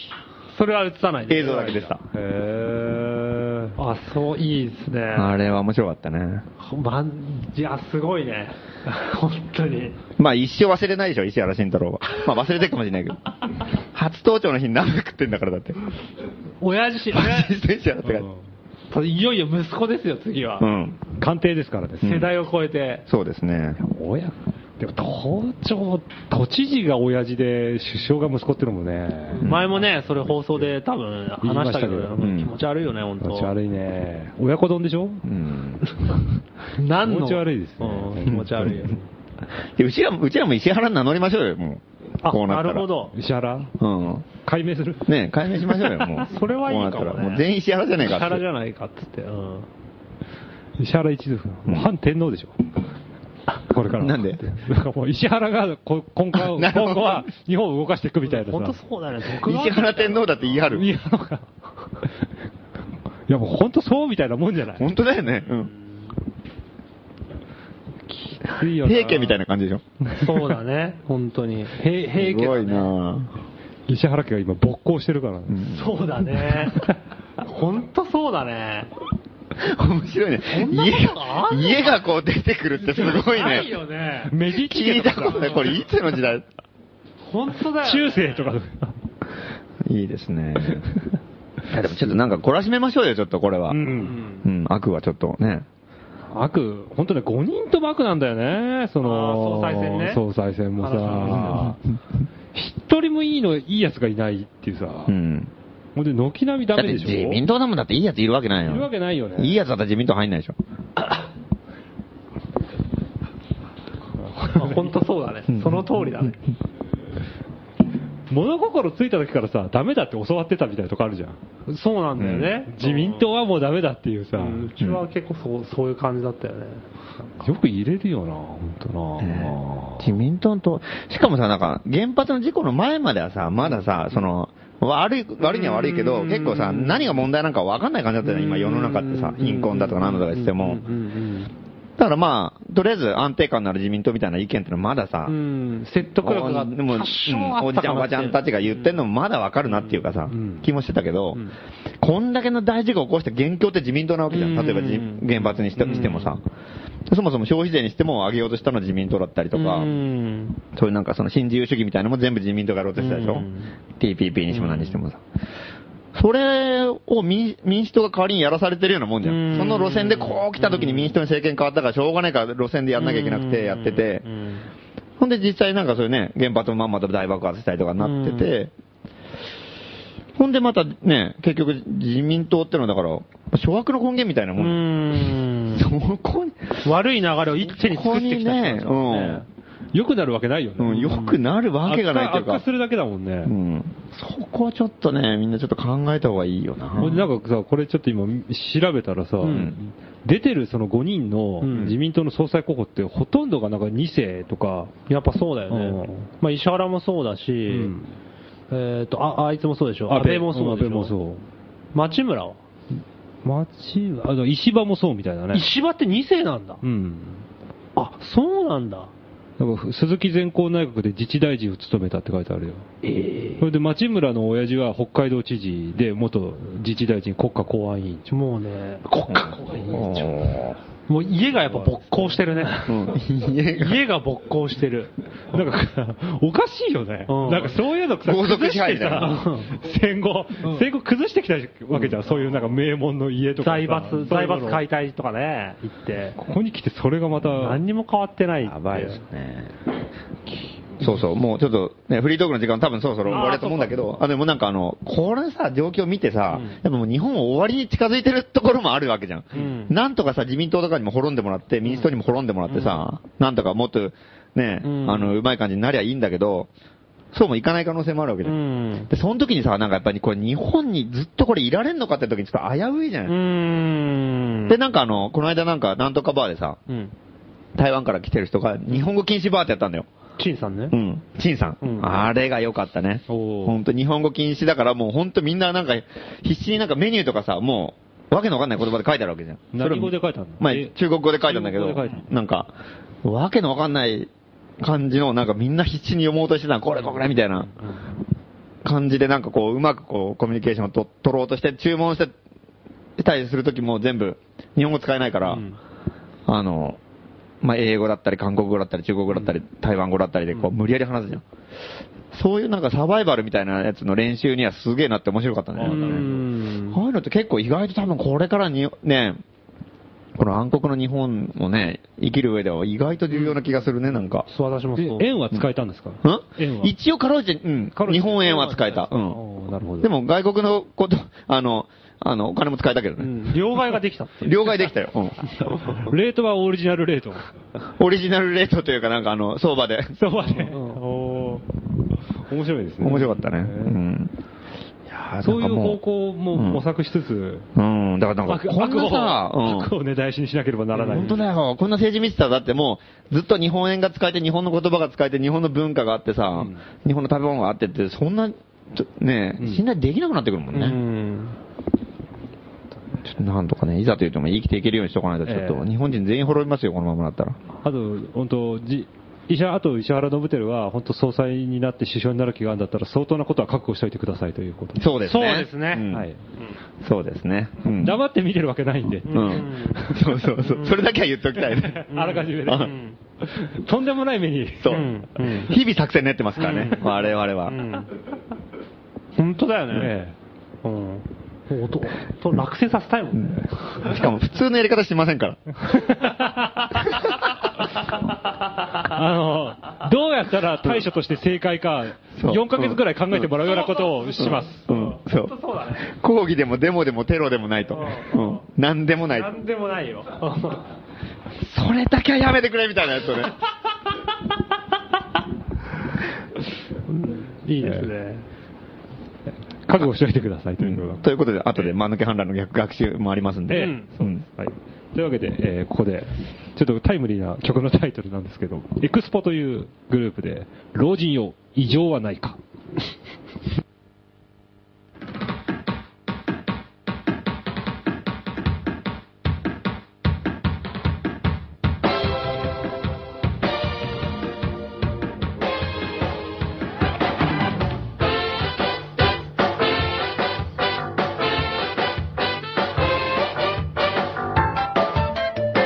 Speaker 3: それは映さないで
Speaker 4: 映像だけでした。
Speaker 2: へー。
Speaker 3: あ、そう、いいですね。
Speaker 4: あれは面白かったね。
Speaker 3: まん、いや、すごいね。 (laughs) 本当に。
Speaker 4: まあ一生忘れないでしょ、石原慎太郎は。まあ忘れてるかもしれないけ
Speaker 3: (laughs)
Speaker 4: ど。初登場の日に鍋食ってんだからだって。
Speaker 3: 親
Speaker 4: (laughs)
Speaker 3: 父、
Speaker 4: 選手やなって感じ
Speaker 3: 親いよいよ息子ですよ、次は。
Speaker 4: うん。
Speaker 2: 官邸ですからね。
Speaker 4: ん
Speaker 3: 世代を超えて。
Speaker 4: そうですね。
Speaker 2: 親でも都庁、都知事が親父で首相が息子ってのもね、
Speaker 3: 前もね、それ放送で多分話したけど、
Speaker 2: 言いましたけど
Speaker 4: うん
Speaker 3: 気持ち悪いよね、本
Speaker 2: 気
Speaker 3: 当。
Speaker 2: 持ち悪いね。親子丼でしょ
Speaker 4: うん。
Speaker 3: 何の
Speaker 2: 気持ち悪いですね
Speaker 3: うん気持ち悪いよ。
Speaker 4: でうちらも、うちらも石原名乗りましょうよ、もう。
Speaker 3: あ、
Speaker 4: こうな
Speaker 3: な
Speaker 4: ったら。
Speaker 3: るほ。ど。
Speaker 2: 石原
Speaker 4: うん。
Speaker 2: 解明する
Speaker 4: ねえ解明しましょうよ、もう。
Speaker 3: (laughs) それはいいかもね
Speaker 4: こうなったらもう全員石原じゃねえ
Speaker 3: キ
Speaker 4: かって。
Speaker 3: ャラじゃないかっつって。うん
Speaker 2: 石原一族。
Speaker 4: うん
Speaker 2: もう反天皇でしょ。これから。
Speaker 4: なんで
Speaker 2: なんかもう石原がこ今後
Speaker 4: (laughs) なるほ
Speaker 2: 今
Speaker 4: ど
Speaker 2: 後は日本を動かしていくみたいな
Speaker 3: 本当
Speaker 2: さ。
Speaker 3: そうだね、徳川
Speaker 4: 石原天皇だって言い張
Speaker 2: い
Speaker 4: る。
Speaker 2: や、なんかいやもう本当そうみたいなもんじゃない
Speaker 4: 本当だよね。うん。
Speaker 2: いいよな
Speaker 4: 平家みたいな感じでしょ。
Speaker 3: そうだね、本当に。平
Speaker 4: す
Speaker 3: 平家
Speaker 4: ご
Speaker 3: だ
Speaker 4: い
Speaker 3: ね。
Speaker 4: な
Speaker 2: 石原家が今勃興してるから、
Speaker 3: そうだ (laughs) ね。本当そうだね。
Speaker 4: ぁ面白いね
Speaker 3: こんなことあ。んの
Speaker 4: 家、家がこう出てくるってすごい
Speaker 3: ないよ
Speaker 4: ね。
Speaker 3: ね。
Speaker 2: メディキ
Speaker 4: 聞い
Speaker 2: 家と
Speaker 4: た
Speaker 2: か
Speaker 4: ことない。これいつの時代
Speaker 3: 本当だよ。
Speaker 2: 中世とか。
Speaker 4: いいですね。 (laughs) いやでもちょっとなんか懲らしめましょうよ、ちょっとこれは。
Speaker 2: う
Speaker 4: (laughs) うん、
Speaker 2: ん、
Speaker 4: 悪はちょっとね。
Speaker 2: 悪、本当ね、5人とも悪なんだよね、その、
Speaker 3: あー総裁選ね
Speaker 2: 総裁選もさ、一人もいいの、いいやつがいないっていうさ、
Speaker 4: うん。
Speaker 2: ほんで、軒並みダ
Speaker 4: だっ
Speaker 2: メで
Speaker 4: て
Speaker 2: しょ。
Speaker 4: 自民党だもんだっていいやついるわけないよ。
Speaker 2: いるわけないよね
Speaker 4: いいやつだったら自民党入んないでしょ。
Speaker 3: まあ本当そうだね。その通りだね。
Speaker 2: 物心ついた時からさ、ダメだって教わってたみたいなとこあるじゃん。
Speaker 3: そうなんだよね。
Speaker 2: 自民党はもうダメだっていうさ、
Speaker 3: うんうちは結構そうそういう感じだったよね。
Speaker 2: よく入れるよな、本当な。
Speaker 4: 自民党と、しかもさ、なんか原発の事故の前まではさ、まださ、その、悪い、悪いには悪いけど、結構さ、何が問題なんか分かんない感じだったよね、今世の中ってさ、貧困だとかなんだとかしても。だからまあ、とりあえず安定感のある自民党みたいな意見ってのはまださ、
Speaker 3: うん、説得力が
Speaker 4: あでも
Speaker 3: 多少あ
Speaker 4: お
Speaker 3: っ
Speaker 4: じ
Speaker 3: た
Speaker 4: ちゃ
Speaker 3: か
Speaker 4: んお
Speaker 3: な
Speaker 4: ば
Speaker 3: って
Speaker 4: ちゃんたちが言ってんのもまだわかるなっていうかさ、
Speaker 2: うん
Speaker 4: 気もしてたけど、こんだけの大事故を起こして元凶って自民党なわけじゃん。
Speaker 3: うん
Speaker 4: 例えばじ原発にして
Speaker 3: うん
Speaker 4: してもさ、そもそも消費税にしても上げようとしたのは自民党だったりとか、
Speaker 3: うん
Speaker 4: そういうなんかその新自由主義みたいなのも全部自民党がやろうとしたでし
Speaker 3: う
Speaker 4: ょ、
Speaker 3: ん
Speaker 4: ?TPP にしても何にしてもさ。それを民民主党が代わりにやらされてるようなもんじゃ
Speaker 3: うん
Speaker 4: ん。その路線でこう来た時に民主党に政権変わったからしょうがないから路線でやんなきゃいけなくてやってて
Speaker 3: う、ん
Speaker 4: ほんで実際なんかそういうね、原発もまんまと大爆発したりとかなってて、ほんでまたね、結局自民党ってのはだから、諸悪の根源みたいな
Speaker 3: う
Speaker 4: もん。
Speaker 3: ん
Speaker 4: そこに、
Speaker 3: 悪い流れを一手に
Speaker 4: ここ
Speaker 3: 作って
Speaker 4: に
Speaker 3: きた人
Speaker 4: ね
Speaker 3: たち、だ
Speaker 4: う
Speaker 3: もん
Speaker 4: ん。
Speaker 2: 良くなるわけないよね。
Speaker 4: うん、よくなるわけがないってい
Speaker 2: 悪
Speaker 4: う
Speaker 2: 化悪化
Speaker 4: か
Speaker 2: す。るだけだもんね。
Speaker 4: うん。そこはちょっとね、みんなちょっと考えた方がいいよな。
Speaker 2: ほんでなんかさ、これちょっと今調べたらさ、
Speaker 4: ん
Speaker 2: 出てるその5人の
Speaker 3: うん
Speaker 2: 自民党の総裁候補ってほとんどがなんか2世とか、
Speaker 3: やっぱそうだよね。
Speaker 2: うん
Speaker 3: まあ、石原もそうだし、
Speaker 2: ん
Speaker 3: えっ、とあ、あいつもそうでしょ。安倍もそうでし
Speaker 2: 安倍
Speaker 3: ょ。
Speaker 2: もそう。
Speaker 3: 町村は
Speaker 2: 町は、あの、石破もそうみたいだね。
Speaker 3: 石破って2世なんだ。
Speaker 2: うん。
Speaker 3: あ、そうなんだ。
Speaker 2: なんか鈴木善光内閣で自治大臣を務めたって書いてあるよ。それで町村の親父は北海道知事で元自治大臣国家公安委員長。
Speaker 3: もうね、国家公安委員長
Speaker 4: う
Speaker 3: もう家がやっぱ勃興してるね。
Speaker 4: ん。家が
Speaker 3: 家が勃興してる。
Speaker 2: なんか、おかしいよね。
Speaker 3: うん
Speaker 2: なんかそういうのさ、
Speaker 4: 豪族
Speaker 2: 崩
Speaker 4: 支
Speaker 2: して
Speaker 4: 配だよ
Speaker 2: さ、戦後、戦後崩してきたわけじゃん。そういうなんか名門の家とかさ。
Speaker 3: 財閥、
Speaker 2: そうい
Speaker 3: 財
Speaker 2: うの
Speaker 3: 閥解体とかね、行って。
Speaker 2: ここに来てそれがまた、
Speaker 3: 何にも変わってないってう。
Speaker 4: やばいですね。そうそう、もうちょっと、ね、フリートークの時間多分そろそろ終わりだと思うんだけど、あ、でもなんかあの、これさ、状況見てさ、やっぱもう日本終わりに近づいてるところもあるわけじゃん。
Speaker 3: うん
Speaker 4: なんとかさ、自民党とかにも滅んでもらって、民主党にも滅んでもらってさ、なんとかもっと、ね、
Speaker 3: うん
Speaker 4: あの、うまい感じになりゃいいんだけど、そうもいかない可能性もあるわけじ
Speaker 3: う
Speaker 4: ゃん。
Speaker 3: ん。
Speaker 4: で、その時にさ、なんかやっぱりこれ日本にずっとこれいられんのかって時にちょっと危ういじゃ
Speaker 3: う
Speaker 4: ない、
Speaker 3: ん。
Speaker 4: で、なんかあの、この間なんか、なんとかバーでさ、
Speaker 3: うん。
Speaker 4: 台湾から来てる人が日本語禁止バーってやったんだよ。
Speaker 3: チンさんね。
Speaker 4: うん。陳さん。
Speaker 3: うん
Speaker 4: あれが良かったね。
Speaker 2: おー
Speaker 4: 本当日本語禁止だからもう本当みんななんか必死になんかメニューとかさ、もうわけのわかんない言葉で書いてあるわけじゃん。それ
Speaker 2: 何語で書いたの
Speaker 4: まあ
Speaker 2: え
Speaker 4: 中国語で書いたんだけど
Speaker 2: 中国語で書い、
Speaker 4: なんか、わけのわかんない感じのなんかみんな必死に読もうとしてた、これこれみたいな感じでなんかこううまくこうコミュニケーションをと取ろうとして注文してたりするときも全部日本語使えないから、
Speaker 2: うん
Speaker 4: あの、まあ、英語だったり、韓国語だったり、中国語だったり、台湾語だったりで、こう、無理やり話すじゃん。そういうなんかサバイバルみたいなやつの練習にはすげえなって面白かったね。
Speaker 2: う
Speaker 4: うん
Speaker 2: ん
Speaker 4: ああいうのって結構意外と多分これからに、ね、この暗黒の日本もね、生きる上では意外と重要な気がするね、なんか。
Speaker 3: そう、私も
Speaker 2: で
Speaker 3: そう。
Speaker 2: 円は使えたんですか円は
Speaker 4: ん一応かろうじて、うん
Speaker 2: かろ、うじ
Speaker 4: 日
Speaker 2: て
Speaker 4: 本円は使えた。う
Speaker 2: おーなるほど
Speaker 4: ん。でも外国のこと、あの、あの、お金も使えたけど
Speaker 3: う
Speaker 4: ね。
Speaker 3: ん両替ができたっていう。
Speaker 4: 両替できたよ。うん。
Speaker 2: (laughs) レートはオリジナルレート。
Speaker 4: オリジナルレートというかなんかあの、相場で。
Speaker 2: そうはね。おー面白いですね。
Speaker 4: 面白かったね。う
Speaker 2: へー
Speaker 4: ん。いやー
Speaker 2: そうい
Speaker 4: なん
Speaker 2: う
Speaker 4: かも
Speaker 2: 方向も
Speaker 4: うん
Speaker 2: 模索しつつ、
Speaker 4: うん、だからなん
Speaker 2: 悪
Speaker 4: か、こん
Speaker 2: 悪
Speaker 4: な
Speaker 2: を
Speaker 4: さ、うん
Speaker 2: (laughs) 悪を根絶やしにしなければならない。
Speaker 4: 本当だよ。こんな政治見てたらだってもう、ずっと日本円が使えて、日本の言葉が使えて、日本の文化があってさ、
Speaker 2: ん
Speaker 4: 日本の食べ物があってって、そんな、ちょねえ、
Speaker 2: ん
Speaker 4: 信頼できなくなってくるもんね。
Speaker 3: うん。
Speaker 4: ちょっとなんとかね、いざというとも生きていけるようにしとかないと、ちょっと、
Speaker 2: ええ
Speaker 4: 日本人全員滅びますよ、このままだったら。
Speaker 2: あと、本当、じ石原あと石原伸晃は、本当、総裁になって首相になる気があるんだったら、相当なことは覚悟しておいてくださいということで
Speaker 4: そうですね。
Speaker 3: そうですね
Speaker 4: ん
Speaker 2: はい、
Speaker 4: そうですね。うん。
Speaker 2: 黙って見てるわけないんで、
Speaker 4: うんそうそうそう。それだけは言っときたいね。
Speaker 2: あらかじめね、
Speaker 3: うん
Speaker 2: とんでもない目に、
Speaker 4: そう
Speaker 3: うんうん。
Speaker 4: 日々作戦練ってますからね、
Speaker 3: うん
Speaker 4: 我々
Speaker 3: う
Speaker 4: は。
Speaker 3: ん本当だよね。
Speaker 2: ええ
Speaker 3: うん。おとと落選させたいもんね。
Speaker 4: (laughs) しかも普通のやり方してませんから。
Speaker 2: あのどうやったら対処として正解か、
Speaker 4: そう
Speaker 2: 4ヶ月ぐらい考えてもらうようなことをします。
Speaker 4: うん、そう
Speaker 3: 本当そうだね。
Speaker 4: 抗議でもデモでもテロでもないと。う
Speaker 3: うん
Speaker 4: ん。何でもない。
Speaker 3: なんでもないよ。
Speaker 4: それだけはやめてくれみたいなやつを
Speaker 3: (laughs)
Speaker 4: ね。
Speaker 3: いいですね。
Speaker 2: 覚悟しておいてくださいということが
Speaker 4: ということで、後で間抜け反乱の逆学習もありますん
Speaker 2: ええ
Speaker 4: で。うん。
Speaker 2: はい、というわけで、えーここで、ちょっとタイムリーな曲のタイトルなんですけど、エクスポというグループで、老人用、異常はないか。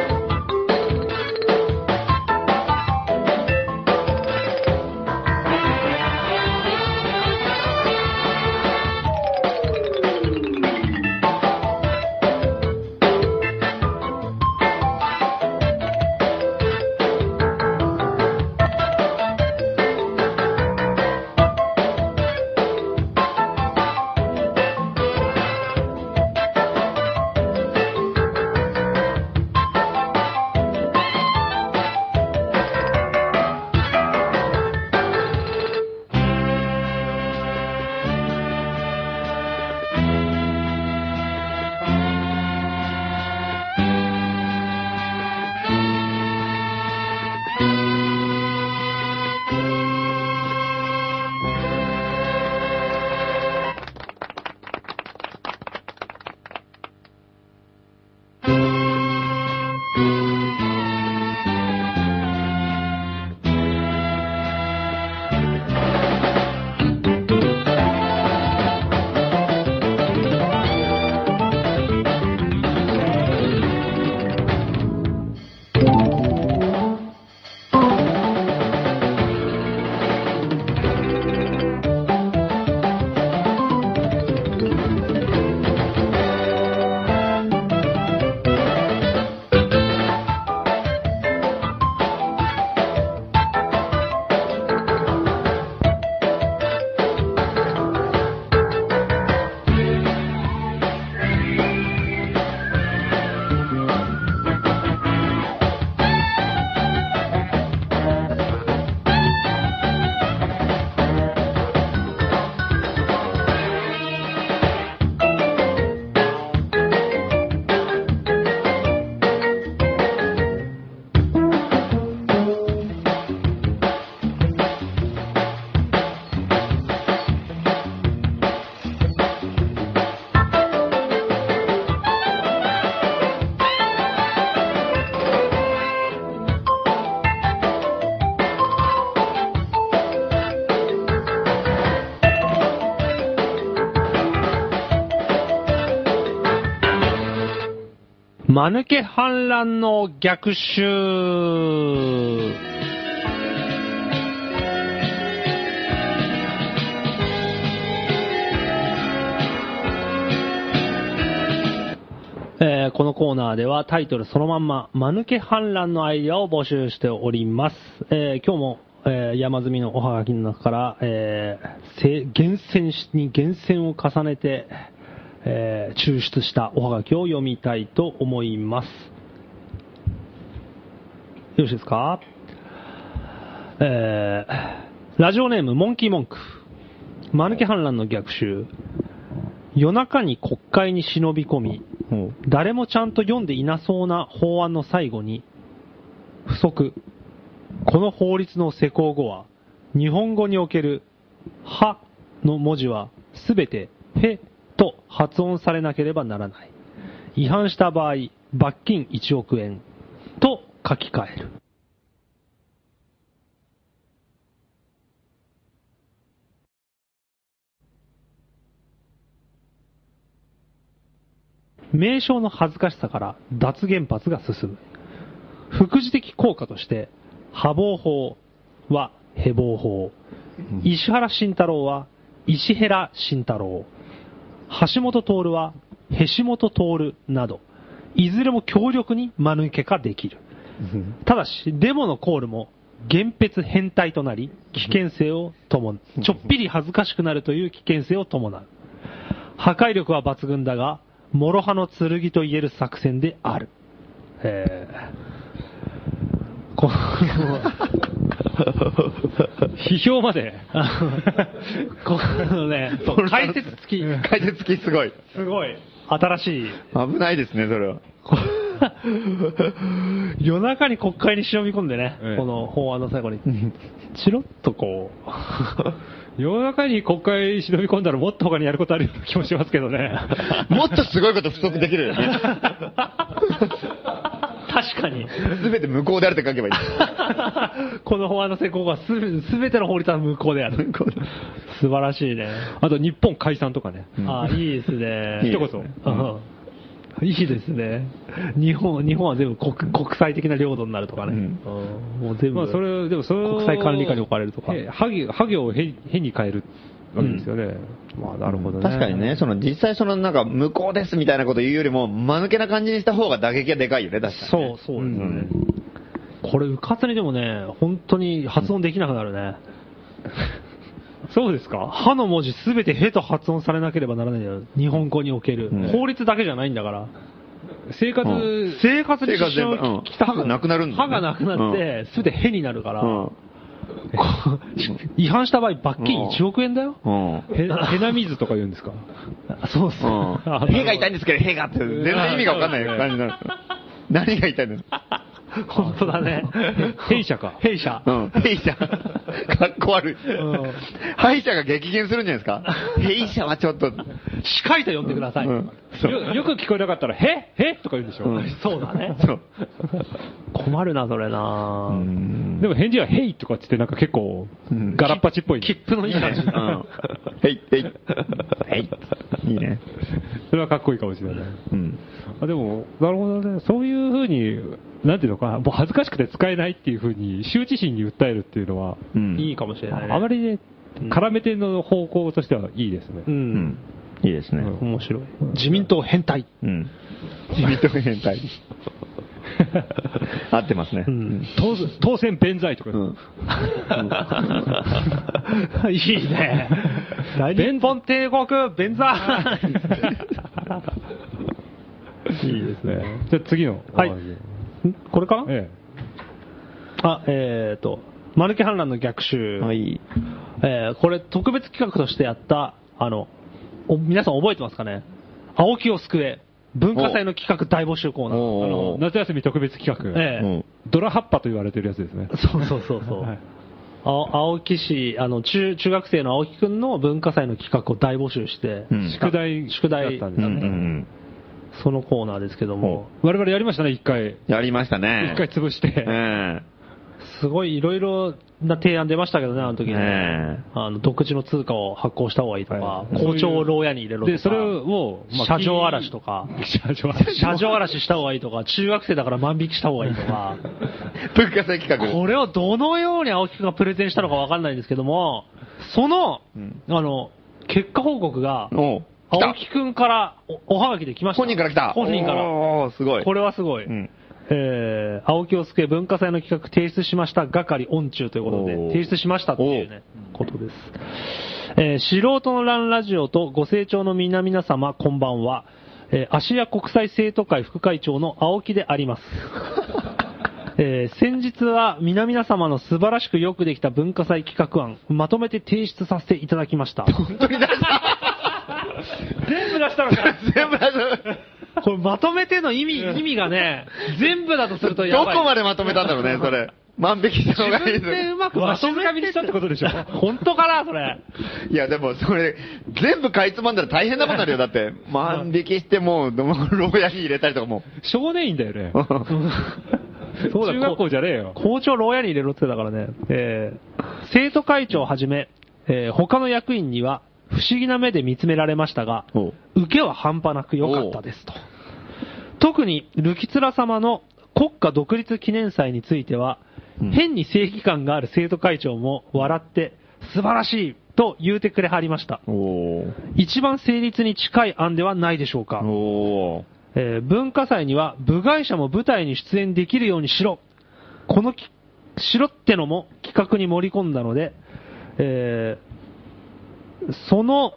Speaker 6: 「
Speaker 3: 間抜け反乱の逆襲。えーこのコーナーではタイトルそのまんま、間抜け反乱のアイデアを募集しております。えー今日も、えー山積みのおはがきの中から、えーせ厳選しに厳選を重ねて、えー抽出したおはがきを読みたいと思います。よろしいですかえーラジオネーム、モンキーモンク。間抜け反乱の逆襲。夜中に国会に忍び込み、誰もちゃんと読んでいなそうな法案の最後に、不足。この法律の施行後は、日本語における、はの文字は、すべて、へと発音されなければならない。違反した場合、罰金1億円と書き換える。名称の恥ずかしさから脱原発が進む。副次的効果として、破防法はヘ防法、石原慎太郎は石原慎太郎、橋本徹はへしもと徹など、いずれも強力に間抜け化できる。ただし、デモのコールも、原別変態となり、危険性を伴う。ちょっぴり恥ずかしくなるという危険性を伴う。破壊力は抜群だが、諸刃の剣と言える作戦である。えー、この、
Speaker 2: 批評まで。
Speaker 3: このね、解説付き。
Speaker 4: 解説付きすごい。
Speaker 3: すごい。新しい。
Speaker 4: 危ないですね、
Speaker 3: (laughs)
Speaker 4: それは。
Speaker 3: こ (laughs) 夜中に国会に忍び込んでね、
Speaker 2: ええ
Speaker 3: この法案の
Speaker 2: (laughs)
Speaker 3: 最後に、チロッとこ
Speaker 2: (laughs) 世の中に国会に忍び込んだらもっと他にやることあるような気もしますけど
Speaker 3: (laughs)
Speaker 2: ね。
Speaker 4: もっとすごいこと不足できるよね。
Speaker 3: う、確かに、 (laughs)
Speaker 4: すべて無効であるって書けばいい。
Speaker 3: この法案の成功がすべすべての法律は無効である。素晴らしいね。
Speaker 2: あと日本解散とかね。
Speaker 3: あいいですね。
Speaker 4: いい
Speaker 2: 一
Speaker 4: で
Speaker 2: 言
Speaker 4: すね。
Speaker 3: うんいいですね。日本、日本は全部国国際的な領土になるとかね。うんもう全部。
Speaker 2: まあそれ、でもそれを
Speaker 3: 国際管理下に置かれるとか
Speaker 2: へは行をへへに変えるわけですよね。まあなるほどね。
Speaker 4: 確かにね、その実際そのなんか無効ですみたいなこと言うよりも、間抜けな感じにした方が打撃がでかいよね、確かに。
Speaker 3: そう、そうですね。これ、うかつにでもね、本当に発音できなくなるね。 (laughs) そうですか歯の文字すべてへと発音されなければならないんだよ。日本語における。
Speaker 4: ん
Speaker 3: 法律だけじゃないんだから。
Speaker 2: 生活、
Speaker 4: うん
Speaker 3: 生活に
Speaker 4: 生活
Speaker 3: 支
Speaker 4: 全
Speaker 3: 障
Speaker 4: 般
Speaker 3: を
Speaker 4: うん
Speaker 3: きた
Speaker 4: 歯がなくなるんだよ
Speaker 3: 歯
Speaker 4: ね
Speaker 3: がなくなって、すべてへになるから、
Speaker 4: うん。
Speaker 3: こうし (laughs) 違反した場合罰金1億円だよ。
Speaker 4: うん。
Speaker 2: へへなみずとか言うんですか
Speaker 3: そうっす。
Speaker 4: (laughs) うん。屁が痛いんですけど、屁がって、全然意味がわかんない感じになる。何が痛いんですか (laughs)
Speaker 3: 本当だね。
Speaker 2: 弊社か
Speaker 3: (laughs) 弊社。 (laughs)
Speaker 4: うん。弊社。かっこ悪い。 (laughs)
Speaker 3: ん
Speaker 4: 歯医者が激減するんじゃないですか弊社はちょっと。
Speaker 3: 司会と呼んでください。
Speaker 4: うん。そう。
Speaker 2: よよく聞こえなかったら、へへとか言うんでしょ、
Speaker 4: うん
Speaker 3: そうだね。
Speaker 4: そう。
Speaker 3: 困るな、それな、
Speaker 2: でも返事は、へいとかって言って、なんか結構
Speaker 4: うん、
Speaker 2: ガラッパチっぽい、
Speaker 3: 切符のいい感じ。
Speaker 4: うん。へい、へい。へい。いいね。
Speaker 2: それはかっこいいかもしれない。
Speaker 4: うん。
Speaker 2: あでも、なるほどね、そういうふうに、なんていうのか、もう恥ずかしくて使えないっていうふうに、羞恥心に訴えるっていうのは、
Speaker 4: うん。
Speaker 3: いいかもしれない、ね。
Speaker 2: あまりね、絡めての方向としてはいいですね。
Speaker 3: う
Speaker 4: うんん。。いいですね。
Speaker 3: 面白い。自民党変態。
Speaker 4: うん。自民党変態。合ってますね。 (laughs)
Speaker 3: ん。
Speaker 2: 当当選弁罪とか、
Speaker 4: うん。
Speaker 3: いいね。弁本帝国、弁座。
Speaker 2: いいですね。じゃあ次の。
Speaker 3: はい
Speaker 2: あ
Speaker 3: (laughs) これかな
Speaker 2: え
Speaker 3: あ、えっ、ー、と、マルケ反乱の逆襲。
Speaker 4: はい。
Speaker 3: えーこれ特別企画としてやった、あの、お皆さん覚えてますかね青木を救え、文化祭の企画大募集コーナー。
Speaker 2: え、あの
Speaker 4: おー
Speaker 2: 夏休み特別企画、
Speaker 3: ええ
Speaker 4: うん
Speaker 2: ドラハッパと言われてるやつですね。
Speaker 3: そうそうそうそう。
Speaker 2: はい
Speaker 3: 青青木市、あの中、中学生の青木くんの文化祭の企画を大募集して、
Speaker 4: うん
Speaker 2: 宿題
Speaker 3: 宿題
Speaker 2: だったん
Speaker 4: う
Speaker 2: で
Speaker 4: ん
Speaker 2: す
Speaker 4: うんう
Speaker 2: ね。
Speaker 4: ん。
Speaker 3: そのコーナーですけども、
Speaker 2: 我々やりましたね、一回。
Speaker 4: やりましたね。
Speaker 2: 一回潰して。
Speaker 4: ええ
Speaker 3: すごいいろいろな提案出ましたけどね、あの時ね。
Speaker 6: ねえ
Speaker 3: あの独自の通貨を発行した方がいいとか、
Speaker 2: はい
Speaker 3: 校長を牢屋に入れろとか、
Speaker 2: で、それを、
Speaker 3: 車上荒らしとか、
Speaker 2: 車上荒らし。
Speaker 3: 車上荒らしした方がいいとか、中学生だから万引きした方がいい
Speaker 2: (laughs)
Speaker 3: とか、
Speaker 4: 文化祭企画。
Speaker 3: これをどのように青木くんがプレゼンしたのかわかんないんですけども、その、あの、結果報告が、
Speaker 4: おう来た
Speaker 3: 青木くんからおおはがきで来ました。
Speaker 4: 本人から来た。
Speaker 3: 本人から。
Speaker 4: おーすごい。
Speaker 3: これはすごい。
Speaker 4: ん
Speaker 3: えー、青木を救え文化祭の企画提出しました、係音中ということで、
Speaker 6: おー
Speaker 3: 提出しましたっていうね、ことです。えー、素人のランラジオとご清聴の皆々様、こんばんは。えー、芦屋国際生徒会副会長の青木であります。えー先日は皆々様の素晴らしくよくできた文化祭企画案、まとめて提出させていただきました。本当に出した全部出したのか
Speaker 4: 全部大丈夫
Speaker 3: これまとめての意味、意味がね、全部だとするとや
Speaker 4: (laughs) ど
Speaker 3: ばい。
Speaker 4: こまでまとめたんだろうね、
Speaker 6: (laughs)
Speaker 4: それ。万引きした方がいい
Speaker 3: 自分でう
Speaker 4: ぞ。
Speaker 3: まくまとめにしたってことでしょ。本当かな、それ。
Speaker 4: いや、でも、それ、全部かいつまんだら大変なことになるよ、だ
Speaker 6: (laughs)
Speaker 4: って。万引きしてもう、牢屋に入れたりとかも。
Speaker 2: 少年院だよね。
Speaker 3: そうだ
Speaker 2: 中学校じゃねえよ。
Speaker 3: 校長牢屋に入れろって言ってたからね。えー生徒会長をはじめ、えー他の役員には不思議な目で見つめられましたが、
Speaker 4: おう
Speaker 3: 受けは半端なく良かったですと。特に、ルキツラ様の国家独立記念祭については、変に正義感がある生徒会長も笑って、素晴らしいと言うてくれはりました。
Speaker 6: お
Speaker 3: 一番成立に近い案ではないでしょうか。
Speaker 6: お
Speaker 3: えー文化祭には部外者も舞台に出演できるようにしろ。このき、しろってのも企画に盛り込んだので、えーその、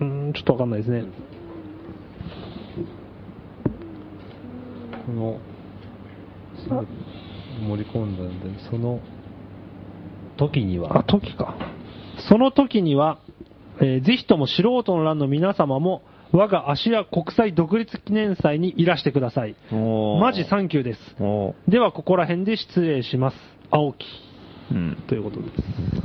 Speaker 3: うーん、ちょっとわかんないですね。
Speaker 2: この、盛り込んだんで、その、時には。
Speaker 3: あ、時か。その時には、えーぜひとも素人の欄の皆様も、我が芦屋国際独立記念祭にいらしてください。
Speaker 6: お
Speaker 3: マジサンキューです。
Speaker 6: お
Speaker 3: では、ここら辺で失礼します。青木。
Speaker 6: うん。
Speaker 3: ということで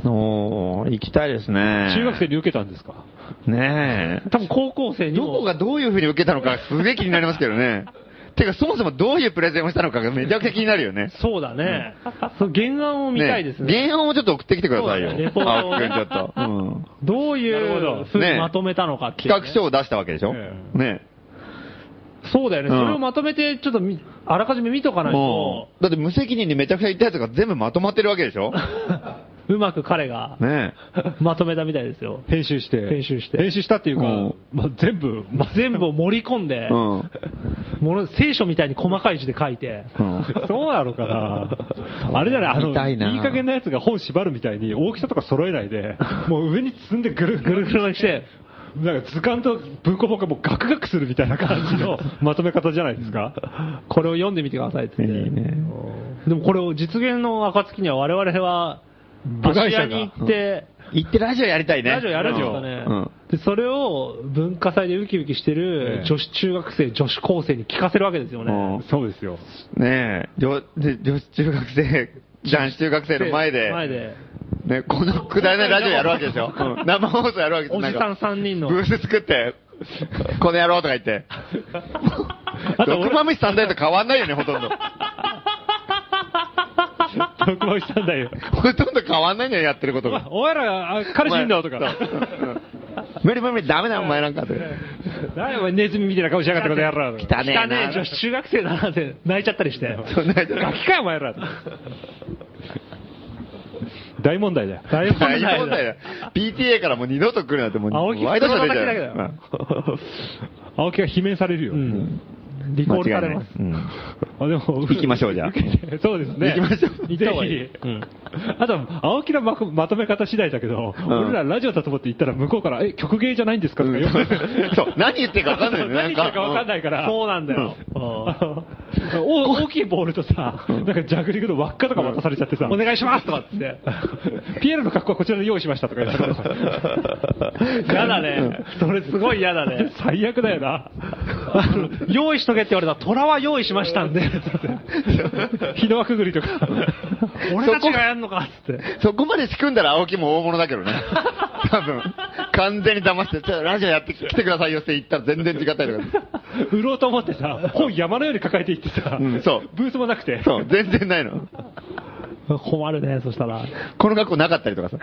Speaker 3: す。
Speaker 6: おー行きたいですね。
Speaker 2: 中学生に受けたんですか
Speaker 6: ねえ。
Speaker 3: 多分高校生に
Speaker 4: ど
Speaker 3: も
Speaker 4: こがどういう風に受けたのか、すげえ気になりますけ
Speaker 6: (laughs)
Speaker 4: どね。てか、そもそもどういうプレゼンをしたのかがめちゃくちゃ気になるよね。
Speaker 3: そうだね。そう原案を見たいですね。
Speaker 4: ね原案をちょっと送ってきてくださいよ。
Speaker 3: そうだねレポートを
Speaker 4: 青木くんちょっと。
Speaker 3: (laughs)
Speaker 4: うん
Speaker 3: どう
Speaker 2: なる
Speaker 3: い
Speaker 2: ほ
Speaker 3: う
Speaker 2: ど
Speaker 3: ふうに
Speaker 4: ね
Speaker 3: まとめたのかっていうね、
Speaker 4: 企画書を出したわけでしょ
Speaker 2: え
Speaker 4: ね
Speaker 3: そうだよね。
Speaker 4: う
Speaker 3: そ
Speaker 4: ん
Speaker 3: れをまとめて、ちょっとみあらかじめ見とかないと、
Speaker 4: だって無責任にめちゃくちゃ言ったやつが全部まとまってるわけで
Speaker 3: (laughs)
Speaker 4: しょ
Speaker 3: うまく彼が
Speaker 4: ね
Speaker 3: まとめたみたいですよ。
Speaker 2: 編集して。
Speaker 3: 編集して
Speaker 2: 編集したっていうか
Speaker 4: うん、
Speaker 2: まあ全部、まあ
Speaker 3: 全部を盛り込んで
Speaker 4: う、ん。
Speaker 3: もの聖書みたいに細かい字で書いて、
Speaker 2: そうなのかなあれじゃない、あの、
Speaker 4: 見たいない
Speaker 2: い加減なやつが本縛るみたいに大きさとか揃えない (laughs) で、もう上に積んでぐるぐるぐるして、なんか図鑑と文庫本がもうガクガクするみたいな感じ (laughs) のまとめ方じゃないですか
Speaker 3: これを読んでみてくださいって言って。でもこれを実現の暁には我々は、
Speaker 2: 部外者が
Speaker 3: 芦屋に行って、
Speaker 4: 行ってラジオやりたいね。
Speaker 3: ラジオやるんですか
Speaker 4: う
Speaker 3: ね
Speaker 4: ん。
Speaker 3: で、それを文化祭でウキウキしてる
Speaker 2: ええ
Speaker 3: 女子中学生、女子高生に聞かせるわけですよね。
Speaker 2: そうです (laughs) よ。
Speaker 4: ねえ、女で女子中学生、男子中学生の前で、
Speaker 3: 前で。
Speaker 4: ね、このくだらないラジオやるわけ
Speaker 3: (laughs)
Speaker 4: でしょ。生放送やるわけで
Speaker 3: おじさん3人の
Speaker 4: ブ。ース作って、この野郎とか
Speaker 3: (laughs)
Speaker 4: 言って。 (laughs) 毒まむしさんだよと変わんないよね、ほとんど。
Speaker 2: 徳丸さんだよ。
Speaker 4: ほとんど変わんないのよ、やってることが。
Speaker 2: お前ら、あ彼氏いんだよとか。
Speaker 4: 無理無理無理、ダメだ、お前なんかとか。
Speaker 2: 何お前ネズミみたいな顔しやがってこの野郎とか。
Speaker 4: 汚ねえ
Speaker 3: だね
Speaker 4: な。
Speaker 3: 女子中学生だなって泣いちゃったりして。
Speaker 4: そんなやつ
Speaker 2: ガキかよお前らとか。大問題だよ。大
Speaker 4: 大問題だよ。PTA からもう二度と来るなんて、もう、
Speaker 3: 青木
Speaker 4: ワイドショーでいいじ
Speaker 3: 黒
Speaker 4: ゃ
Speaker 3: 田だけだ
Speaker 4: ん
Speaker 3: よ
Speaker 2: 青木が罷免されるよ。
Speaker 3: うん。リコールされます。
Speaker 4: 間違いない
Speaker 2: あ、でも、
Speaker 4: 行きましょうじゃあ
Speaker 2: 受けてそうですね。
Speaker 4: 行きましょう
Speaker 2: ぜひ。うんあと、青木のままとめ方次第だけど、俺らラジオだと思って行ったら向こうから、え、曲芸じゃないんですかとか言われて
Speaker 4: うんそう、何言ってるか分かんないよね、な
Speaker 2: (laughs) 何
Speaker 4: ん
Speaker 2: 言ってるか分かん
Speaker 4: か。
Speaker 2: ないから。
Speaker 3: そうなんだよ。うん
Speaker 2: あのお大きいボールとさ、なんかジャグリングの輪っかとか渡されちゃってさ、
Speaker 3: お願いしますとかっつって。
Speaker 2: (laughs) ピエールの格好はこちらで用意しましたとか言ってさ
Speaker 3: (laughs) 嫌だね。それすごい嫌だね。
Speaker 2: 最悪だよな。
Speaker 3: あの用意しとけって言われたら、虎は用意しましたんで。
Speaker 2: 日の輪くぐりとか。
Speaker 3: 俺たちがやんのかっつって。
Speaker 4: そこまで仕組んだら青木も大物だけどね。多分。完全に騙して、ちょっとラジオやってきてくださいよって言ったら全然違ったりとか。
Speaker 2: 売ろうと思ってさ、本山のように抱えていってさ、
Speaker 4: うんそう
Speaker 2: ブースもなくて、
Speaker 4: そう、全然ないの。
Speaker 3: 困るね、そしたら。
Speaker 4: この学校なかったりと
Speaker 3: (laughs)
Speaker 4: かさ。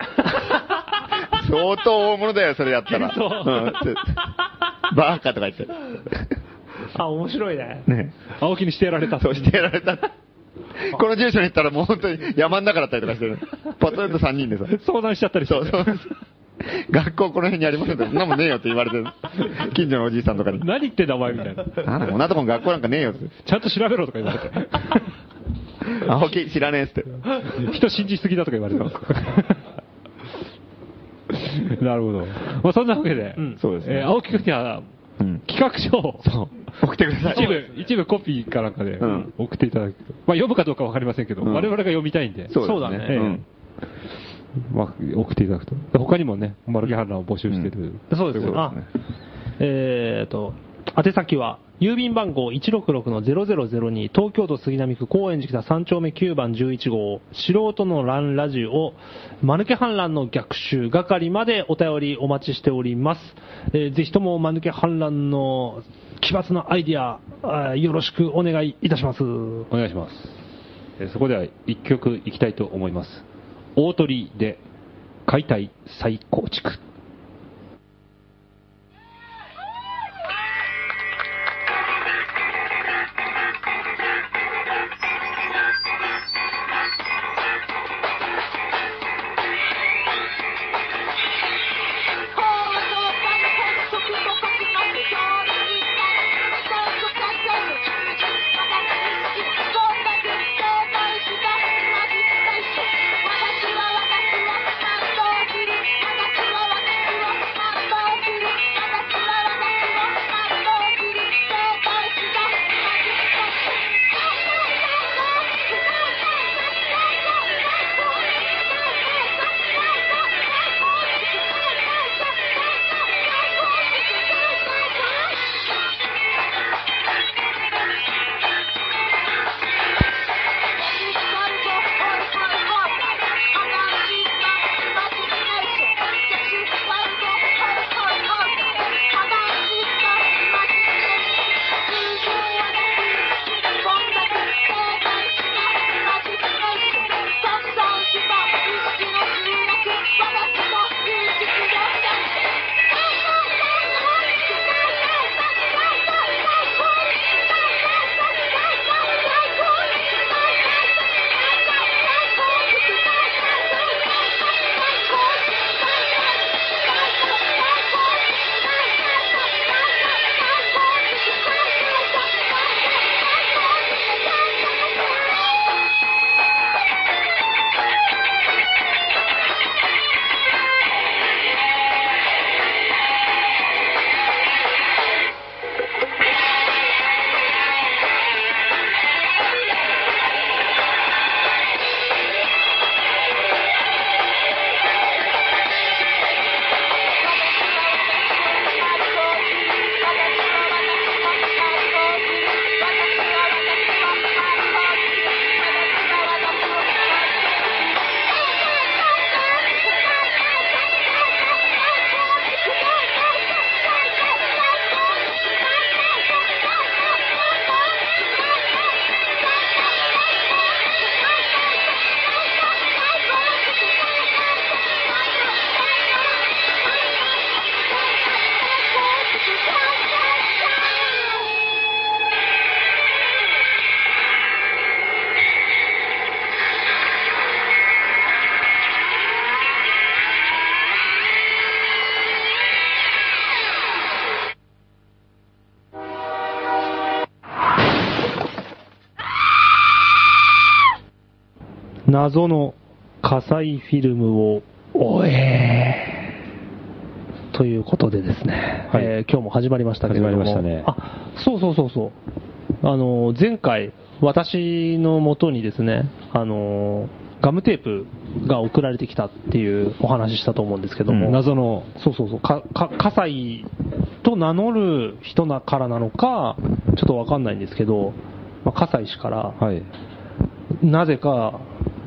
Speaker 4: 相当大物だよ、それやったら。
Speaker 3: (laughs) そう
Speaker 4: うんバーカとか言って。
Speaker 3: あ、面白いね。
Speaker 4: ね
Speaker 2: 青木にしてやられた。
Speaker 4: そうしてやられた。この住所に行ったらもう本当に山の中だったりとかしてる。ポツンと3人でさ。
Speaker 2: 相談しちゃったりして。
Speaker 4: そうそう。学校この辺にありますよって、そんなもんねえよって言われてる。近所のおじいさんとかに。
Speaker 2: 何言ってんだお前みたいな。
Speaker 4: あら、こんなとこに学校なんかねえよって。
Speaker 2: ちゃんと調べろとか言われて。
Speaker 4: 青木知らねえっつって。
Speaker 2: (laughs) 人信じすぎだとか言われ
Speaker 4: (laughs)
Speaker 2: た。なるほど。まあそんなわけで、
Speaker 3: ん
Speaker 4: そうですね
Speaker 2: えー青木くんには、
Speaker 4: うん
Speaker 2: 企画書を、
Speaker 4: 送ってください。
Speaker 2: 一部、一部コピーかなんかで
Speaker 4: ん
Speaker 2: 送っていただくと。まあ読むかどうかわかりませんけど、
Speaker 4: ん
Speaker 2: 我々が読みたいんで、
Speaker 3: そうだね
Speaker 2: ええ
Speaker 4: うん
Speaker 2: まあ送っていただくと。他にもね、マルゲ反乱を募集してる。
Speaker 3: そうですよ。あ、えーっと、宛先は、郵便番号166-0002、東京都杉並区高円寺北3丁目9番11号、素人の乱ラジオ、マヌケ反乱の逆襲係までお便りお待ちしております。えーぜひともマヌケ反乱の奇抜なアイディア、あーよろしくお願いいたします。
Speaker 2: お願いします。えーそこでは一曲いきたいと思います。大鳥居で解体再構築。
Speaker 3: 謎の火災フィルムを終えということでですね、
Speaker 2: はい
Speaker 3: えー今日も始まりましたけれども
Speaker 2: 始まりましたね
Speaker 3: あそうそうそうそうあの前回私のもとにですねあのガムテープが送られてきたっていうお話ししたと思うんですけども、
Speaker 6: うん
Speaker 3: 謎のそうそうそうかか葛西と名乗る人なからなのかちょっとわかんないんですけど、まあ、葛西氏から、
Speaker 2: はい。
Speaker 3: なぜか、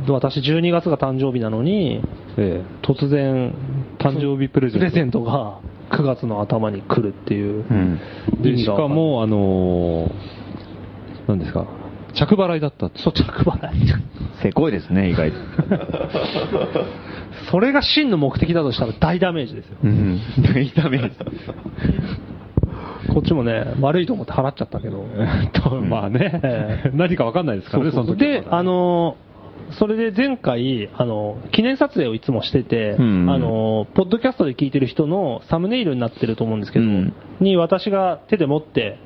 Speaker 3: 私12月が誕生日なのに、
Speaker 2: え
Speaker 3: 突然、誕生日プレゼントが9月の頭に来るっていう。
Speaker 6: うん
Speaker 2: え
Speaker 3: 意
Speaker 2: で、し
Speaker 3: 味がわ
Speaker 2: か
Speaker 3: んない、
Speaker 2: も、あのー、何ですか、着払いだったって。
Speaker 3: そう、着払い。
Speaker 6: せこいですね、意外と。
Speaker 3: それが真の目的だとしたら大ダメージですよ。
Speaker 6: うん。 (laughs) 痛み。
Speaker 3: こっちもね、悪いと思って払っちゃったけど。
Speaker 2: (laughs) とまあね
Speaker 3: (laughs) え、
Speaker 2: 何かわかんないですからね、その時は
Speaker 3: で、あのー、それで前回、あのー、記念撮影をいつもしてて、
Speaker 6: うん
Speaker 3: あのー、ポッドキャストで聞いてる人のサムネイルになってると思うんですけど、
Speaker 6: うん
Speaker 3: に私が手で持って、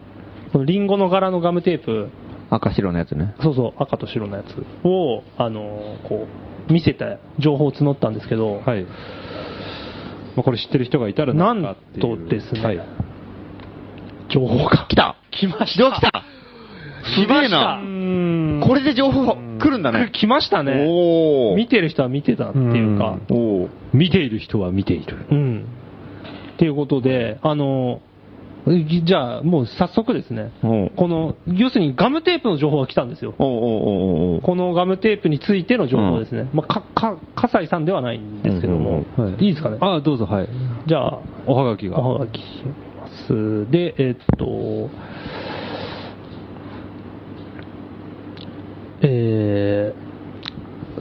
Speaker 3: このリンゴの柄のガムテープ、
Speaker 6: 赤白のやつね。
Speaker 3: そうそう、赤と白のやつを、あのー、こう、見せた情報を募ったんですけど、
Speaker 2: はい。まあ、これ知ってる人がいたら
Speaker 3: なん
Speaker 2: かっていう
Speaker 3: とですね、
Speaker 2: はい
Speaker 3: 情報が
Speaker 4: 来た
Speaker 3: 来ました。
Speaker 4: どう来たすげえ
Speaker 3: う
Speaker 4: な。
Speaker 3: ーん
Speaker 4: これで情報来るんだね。
Speaker 3: 来ましたね。
Speaker 4: おー
Speaker 3: 見てる人は見てたっていうか、
Speaker 4: おー
Speaker 2: 見ている人は見ている。
Speaker 3: うん。っていうことで、あの、えじゃあ、もう早速ですね。
Speaker 6: おう
Speaker 3: この、要するにガムテープの情報が来たんですよ。
Speaker 6: おうおうおうおう
Speaker 3: このガムテープについての情報ですね。まあ、か、か、笠井さんではないんですけども、
Speaker 2: うんうんうんはい
Speaker 3: い、いですかね。
Speaker 2: ああ、どうぞ、はい。
Speaker 3: じゃあ、
Speaker 2: おはがきが。
Speaker 3: おはがきします。で、えっと、えー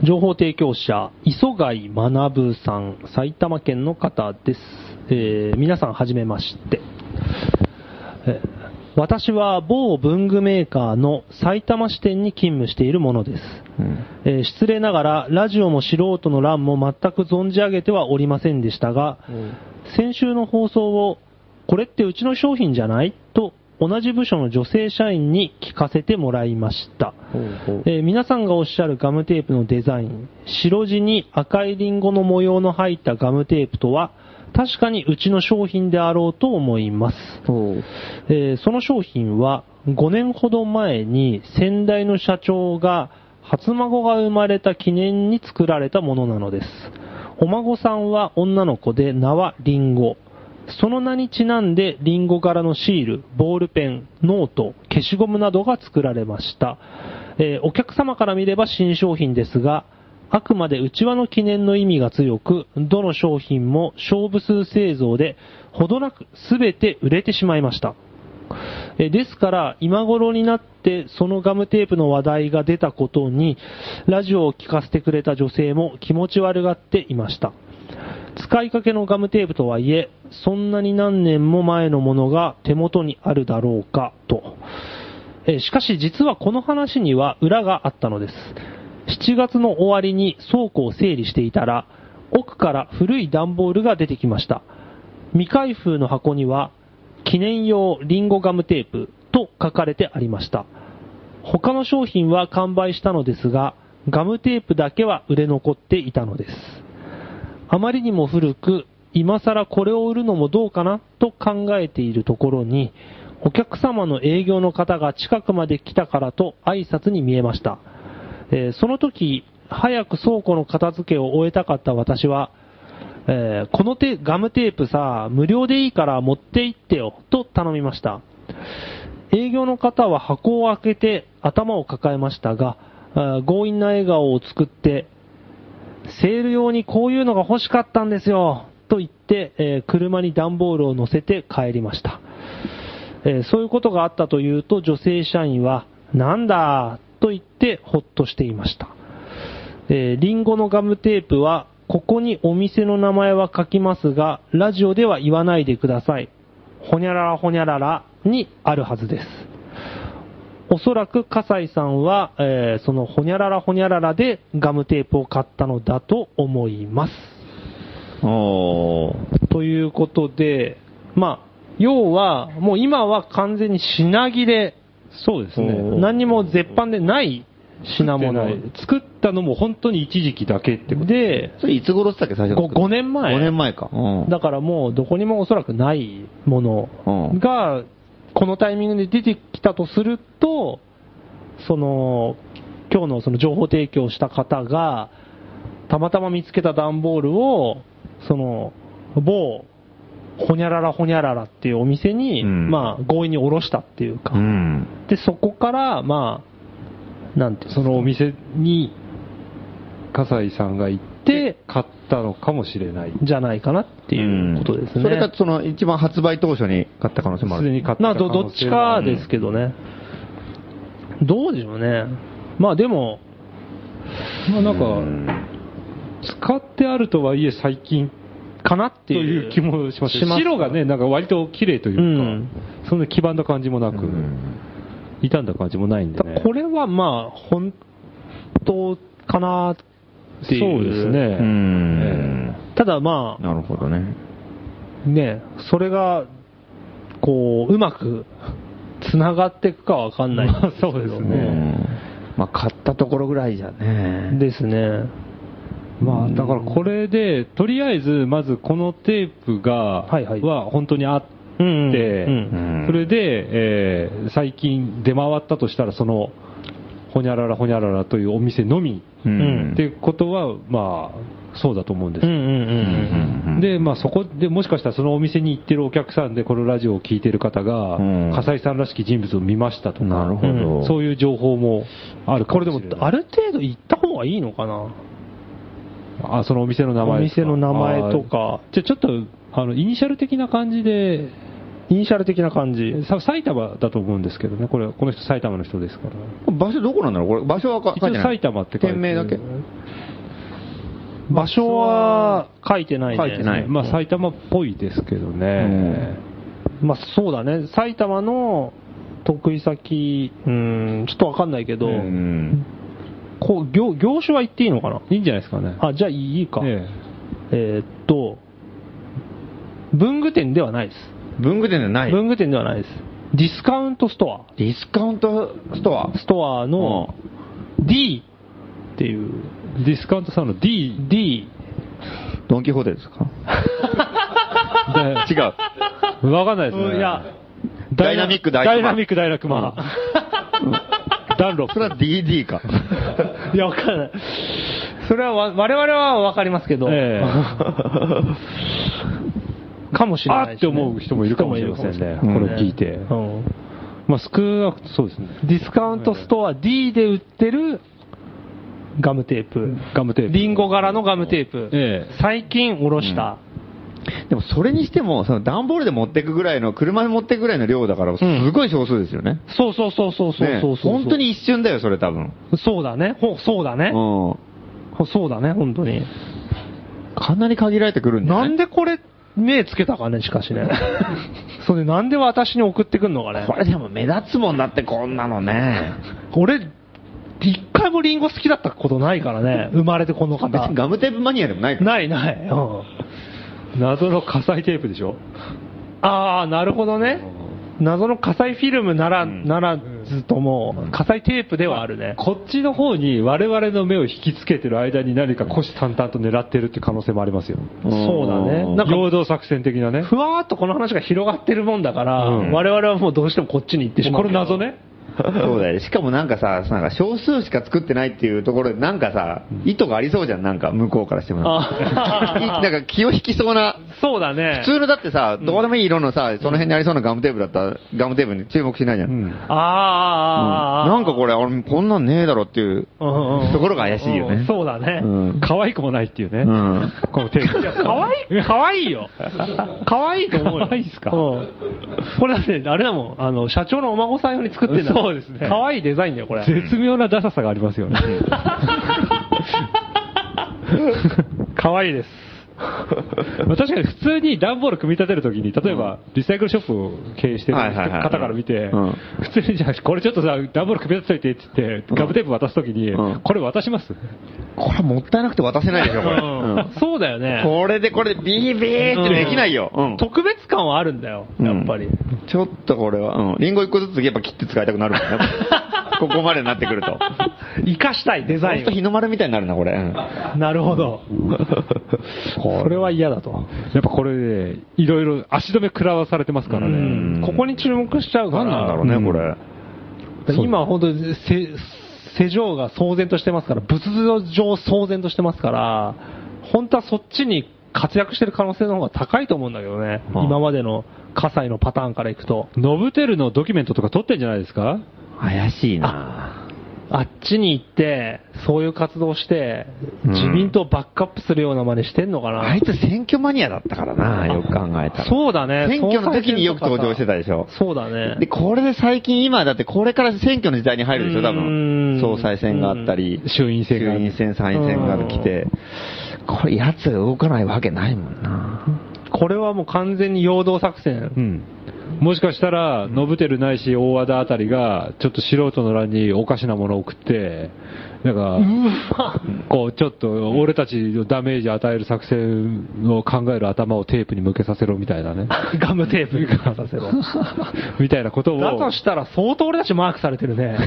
Speaker 3: 情報提供者、磯貝学さん、埼玉県の方です。えー皆さん、はじめまして。えー私は某文具メーカーの埼玉支店に勤務しているものです。
Speaker 6: うん
Speaker 3: えー失礼ながら、ラジオも素人の欄も全く存じ上げてはおりませんでしたが、先週の放送を、これってうちの商品じゃないと、同じ部署の女性社員に聞かせてもらいました。えー皆さんがおっしゃるガムテープのデザイン、白地に赤いリンゴの模様の入ったガムテープとは、確かにうちの商品であろうと思います。えーその商品は5年ほど前に先代の社長が初孫が生まれた記念に作られたものなのです。お孫さんは女の子で名はリンゴ。その名にちなんでリンゴ柄のシール、ボールペン、ノート、消しゴムなどが作られました。えーお客様から見れば新商品ですが、あくまで内輪の記念の意味が強く、どの商品も勝負数製造で、ほどなく全て売れてしまいました。えーですから、今頃になってそのガムテープの話題が出たことに、ラジオを聞かせてくれた女性も気持ち悪がっていました。使いかけのガムテープとはいえ、そんなに何年も前のものが手元にあるだろうか、と。えーしかし実はこの話には裏があったのです。7月の終わりに倉庫を整理していたら、奥から古い段ボールが出てきました。未開封の箱には、記念用リンゴガムテープと書かれてありました。他の商品は完売したのですが、ガムテープだけは売れ残っていたのです。あまりにも古く、今更これを売るのもどうかなと考えているところに、お客様の営業の方が近くまで来たからと挨拶に見えました。えーその時、早く倉庫の片付けを終えたかった私は、えーこの手ガムテープさ、無料でいいから持って行ってよ、と頼みました。営業の方は箱を開けて頭を抱えましたが、あー強引な笑顔を作って、セール用にこういうのが欲しかったんですよ、と言って、えー車に段ボールを乗せて帰りました。えーそういうことがあったというと女性社員は、なんだと言ってほっとしていました。えーリンゴのガムテープは、ここにお店の名前は書きますが、ラジオでは言わないでください。ほにゃららほにゃららにあるはずです。おそらく笠井さんは、えーそのほにゃららほにゃららでガムテープを買ったのだと思います。
Speaker 6: おう
Speaker 3: ということで、まあ、要は、もう今は完全に品切れ、
Speaker 2: そうですね。
Speaker 3: 何にも絶版でない品物
Speaker 2: 作ったのも本当に一時期だけってこと
Speaker 3: で、
Speaker 4: それいつ頃って言ったっけ、最初
Speaker 3: ご 5,
Speaker 4: 5
Speaker 3: 年前。
Speaker 4: 年前か。
Speaker 6: うん
Speaker 3: だからもうどこにもおそらくないものが、このタイミングで出てきたとすると、その、今日のその情報提供した方が、たまたま見つけた段ボールを、その、某、ほにゃららほにゃららっていうお店に、
Speaker 6: うん
Speaker 3: まあ、強引に下ろしたっていうか、
Speaker 6: うん。
Speaker 3: で、そこから、まあ、なんていうんです
Speaker 2: そ
Speaker 3: か
Speaker 2: のお店に、笠井さんが行って
Speaker 3: で、
Speaker 2: 買ったのかもしれない。
Speaker 3: じゃないかなっていうことですね。
Speaker 4: それがその一番発売当初に買った可能性もあ
Speaker 2: すで
Speaker 4: る。
Speaker 2: に買って
Speaker 3: まあ
Speaker 2: た可
Speaker 3: ど
Speaker 2: 能
Speaker 3: どっち
Speaker 2: 性もあ
Speaker 3: か
Speaker 2: る
Speaker 3: ですけどね。どうでしょうね。まあでも、
Speaker 2: まあなんか、使ってあるとはいえ最近
Speaker 3: かなって
Speaker 2: と
Speaker 3: いう。
Speaker 2: いう気もします。
Speaker 3: します
Speaker 2: 白がね、なんか割と綺麗というか、
Speaker 3: うん
Speaker 2: そんな黄ばんだ感じもなく、傷んだ感じもないんで
Speaker 3: だ
Speaker 2: ね。
Speaker 3: これはまあ、本当かなっていう。
Speaker 2: そうですね。。
Speaker 6: うん。
Speaker 3: ただま
Speaker 6: なるほどね。
Speaker 3: あ、ね、それが、こう、うまく、つながっていくかわかんないんけど。そうです
Speaker 6: う。ん。まあ、買ったところぐらいじゃね。
Speaker 3: ですね。
Speaker 2: まあ、だからこれで、とりあえず、まずこのテープが、
Speaker 3: はいはい
Speaker 2: 本当にあって、
Speaker 3: うんうん
Speaker 6: うん
Speaker 2: それで、えー最近出回ったとしたら、その、ほにゃららほにゃららというお店のみ、
Speaker 6: う
Speaker 3: うん
Speaker 6: ん。
Speaker 2: ってことは、まあ、そうだと思うんです。
Speaker 3: うんうんう
Speaker 6: うん
Speaker 3: ん。
Speaker 6: うん、
Speaker 2: で、まあそこでもしかしたらそのお店に行ってるお客さんでこのラジオを聞いてる方が、
Speaker 6: うん
Speaker 2: 笠井さんらしき人物を見ましたとか、
Speaker 6: なるほど
Speaker 2: うんそういう情報もあるか
Speaker 3: こ
Speaker 2: も
Speaker 3: れ
Speaker 2: し
Speaker 3: で
Speaker 2: れな
Speaker 3: も
Speaker 2: い。、
Speaker 3: ある程度行った方がいいのかな
Speaker 2: あ、そのお店の名前
Speaker 3: お
Speaker 2: ですか
Speaker 3: 店の名前と。
Speaker 2: あ
Speaker 3: か、
Speaker 2: ーじゃあちょっと、あの、イニシャル的な感じで、
Speaker 3: イニシャル的な感じ。
Speaker 2: さ埼玉だと思うんですけどね、これ、この人埼玉の人ですから。
Speaker 4: 場所どこなんだろうこれ、場所はか
Speaker 2: 一
Speaker 4: 書いて
Speaker 2: 応
Speaker 4: ない。
Speaker 2: 埼玉って書いて
Speaker 4: 店名だけ
Speaker 3: 場所は書いてないね。
Speaker 6: 書いてない
Speaker 2: まあ埼玉っぽいですけどね。
Speaker 3: まあそうだね、埼玉の得意先、うん、ちょっとわかんないけど、
Speaker 6: うん。
Speaker 3: こう業業種は言っていいのかない
Speaker 2: いんじゃないですかね。
Speaker 3: あ、じゃあいいか。
Speaker 2: え
Speaker 3: えーっと、文具店ではないです、
Speaker 4: 文具店じゃない。
Speaker 3: 文具店ではないです。ディスカウントスト
Speaker 4: ディスカウントストア
Speaker 3: ア。ストアの D っていう、
Speaker 2: えディスカウントさんの D、
Speaker 3: D。
Speaker 4: ドンキホーテですか
Speaker 3: (laughs)
Speaker 4: 違う。
Speaker 2: わかんないですね。
Speaker 3: いや、
Speaker 4: ダイナミック大
Speaker 2: ダ
Speaker 4: 熊
Speaker 2: イナミック大楽マン。ダンロッ
Speaker 4: それ
Speaker 2: プ。
Speaker 4: は DD か。
Speaker 3: いや、わかんない。それはわ、我々はわかりますけど、
Speaker 2: ええ
Speaker 3: (laughs) かもしれない
Speaker 2: あ
Speaker 3: です、ね。
Speaker 2: って思う人もいるかもしれませんね。こ
Speaker 4: もいる
Speaker 2: れ
Speaker 4: かもしれませんね
Speaker 2: 聞いて。
Speaker 3: うん
Speaker 2: まあ少なくとそうですね。
Speaker 3: ディスカウントストア D で売ってるガムテープ。
Speaker 2: ガムテープ。
Speaker 3: リンゴ柄のガムテープ。
Speaker 2: ええ
Speaker 3: 最近おろした。
Speaker 4: でもそれにしても、その段ボールで持ってくぐらいの、車で持ってくぐらいの量だから、すごい少数ですよね。
Speaker 3: そうそうそうそうそう
Speaker 4: ね
Speaker 3: そうそう。
Speaker 4: 本当に一瞬だよ、それ多分。
Speaker 3: そうだね。ほそうだね。
Speaker 4: うん。
Speaker 3: ほそうだね、本当に。
Speaker 4: かなり限られてくるんじゃな
Speaker 3: ないんでこれ、目つけたかね、し
Speaker 2: (laughs)
Speaker 3: かしね。それなんで私に送ってくんのかね
Speaker 4: こ。れでも目立つもんだって、こんなのね。
Speaker 3: 俺、一回もリンゴ好きだったことないから
Speaker 4: (laughs)
Speaker 3: ね。生まれてこの
Speaker 4: 別
Speaker 3: 方
Speaker 4: に。ガムテープマニアでもないから。
Speaker 3: ないない。うん
Speaker 2: 謎の火災テープでしょ
Speaker 3: ああ、なるほどね。謎の火災フィルムなら、ならずとも、火災テープではあるね。
Speaker 2: こっちの方に我々の目を引きつけてる間に何か虎視眈々と狙ってるって可能性もありますよ。
Speaker 3: そうだね。なんか、
Speaker 2: 陽動作戦的なね。
Speaker 3: ふわーっとこの話が広がってるもんだから、
Speaker 2: うん
Speaker 3: 我々はもうどうしてもこっちに行ってしまう。
Speaker 2: これ謎。ね。
Speaker 4: そうだよね。しかもなんかさ、なんか少数しか作ってないっていうところで、なんかさ、意図がありそうじゃん、なんか向こうからしても。
Speaker 3: あ
Speaker 4: なんか気を引きそうな。
Speaker 3: そうだね。
Speaker 4: 普通のだってさ、どうでもいい色のさ、その辺にありそうなガムテープだったら、ガムテープに注目しないじゃん。
Speaker 2: う
Speaker 4: うん
Speaker 2: ん。
Speaker 3: ああ、
Speaker 4: なんかこれ、俺こんなんねえだろっていう
Speaker 3: うんうん
Speaker 4: ところが怪しいよ
Speaker 3: うん
Speaker 4: ね。
Speaker 3: そうだね。
Speaker 4: うん。
Speaker 2: 可愛くもないっていうね。
Speaker 4: うん。
Speaker 2: このテープ。
Speaker 3: 可愛い可愛いよ。可愛いと思うよ。
Speaker 2: 可愛いっすか
Speaker 3: うんこれだって、あれだもん、あの、社長のお孫さん用に作ってんだそうですね。可愛いデザインだよ、これ。
Speaker 2: 絶妙なダサさがあります
Speaker 4: (laughs)
Speaker 2: よね。
Speaker 3: 可愛いです。
Speaker 2: まあ確かに普通に段ボール組み立てるときに、例えばリサイクルショップを経営してる
Speaker 4: はいはいはい
Speaker 2: 方から見て
Speaker 4: うん、
Speaker 2: 普通にじゃあ、これちょっとさ、段ボール組み立てといてって言って、ガムテープ渡すときに
Speaker 4: うん、
Speaker 2: これ渡します
Speaker 4: これもったいなくて渡せないでしょ、これ。うん
Speaker 3: そうだよね。
Speaker 4: これでこれでビービーってできないよ。うん
Speaker 3: 特別感はあるんだよ、やっぱり。
Speaker 4: ちょっとこれは、うん。リンゴ一個ずつやっぱ切って使いたくなるもんね。ここまでになってくると。
Speaker 3: 生かしたいデザ
Speaker 4: ほ
Speaker 3: イ
Speaker 4: んと日の丸みたいになるな、これ。うん
Speaker 3: ン。なるほ (laughs) ど。それは嫌だと。
Speaker 2: やっぱこれね、いろいろ足止め食らわされてますからね。
Speaker 3: ここに注目しちゃうから。
Speaker 4: 何なんだろうね、
Speaker 2: うん
Speaker 4: これ。
Speaker 3: 今本当にせ、世情が騒然としてますから、仏像上騒然としてますから、本当はそっちに活躍してる可能性の方が高いと思うんだけどね。
Speaker 4: ああ
Speaker 3: 今までの火災のパターンからいくと。
Speaker 2: ノブテルのドキュメントとか撮ってんじゃないですか
Speaker 6: 怪しいな
Speaker 3: あっちに行って、そういう活動して、
Speaker 6: うん
Speaker 3: 自民党をバックアップするような真似してんのかな。
Speaker 6: あいつ選挙マニアだったからな、よく考えたら。
Speaker 3: そうだね。
Speaker 4: 選挙の時によく登場してたでしょ。
Speaker 3: そうだね
Speaker 4: で、。これで最近今だってこれから選挙の時代に入るでしょ、多
Speaker 3: う
Speaker 4: 分
Speaker 3: ん。
Speaker 4: 総裁選があったり、
Speaker 2: 衆院選が
Speaker 4: 衆院選、参院選が来て、
Speaker 6: これ奴が動かないわけないもんな。
Speaker 3: これはもう完全に陽動作
Speaker 4: (laughs)
Speaker 3: 戦。
Speaker 2: うん。もしかしたら、ノブテルないし大和田あたりが、ちょっと素人の欄におかしなものを送って、なんか、こう、ちょっと、俺たちのダメージ与える作戦を考える頭をテープに向けさせろみたいな (laughs) ね。
Speaker 3: ガムテープにかさせろ。
Speaker 2: みたいなことを。
Speaker 3: だとしたら相当俺たちマークされてる
Speaker 4: (laughs)
Speaker 3: ね。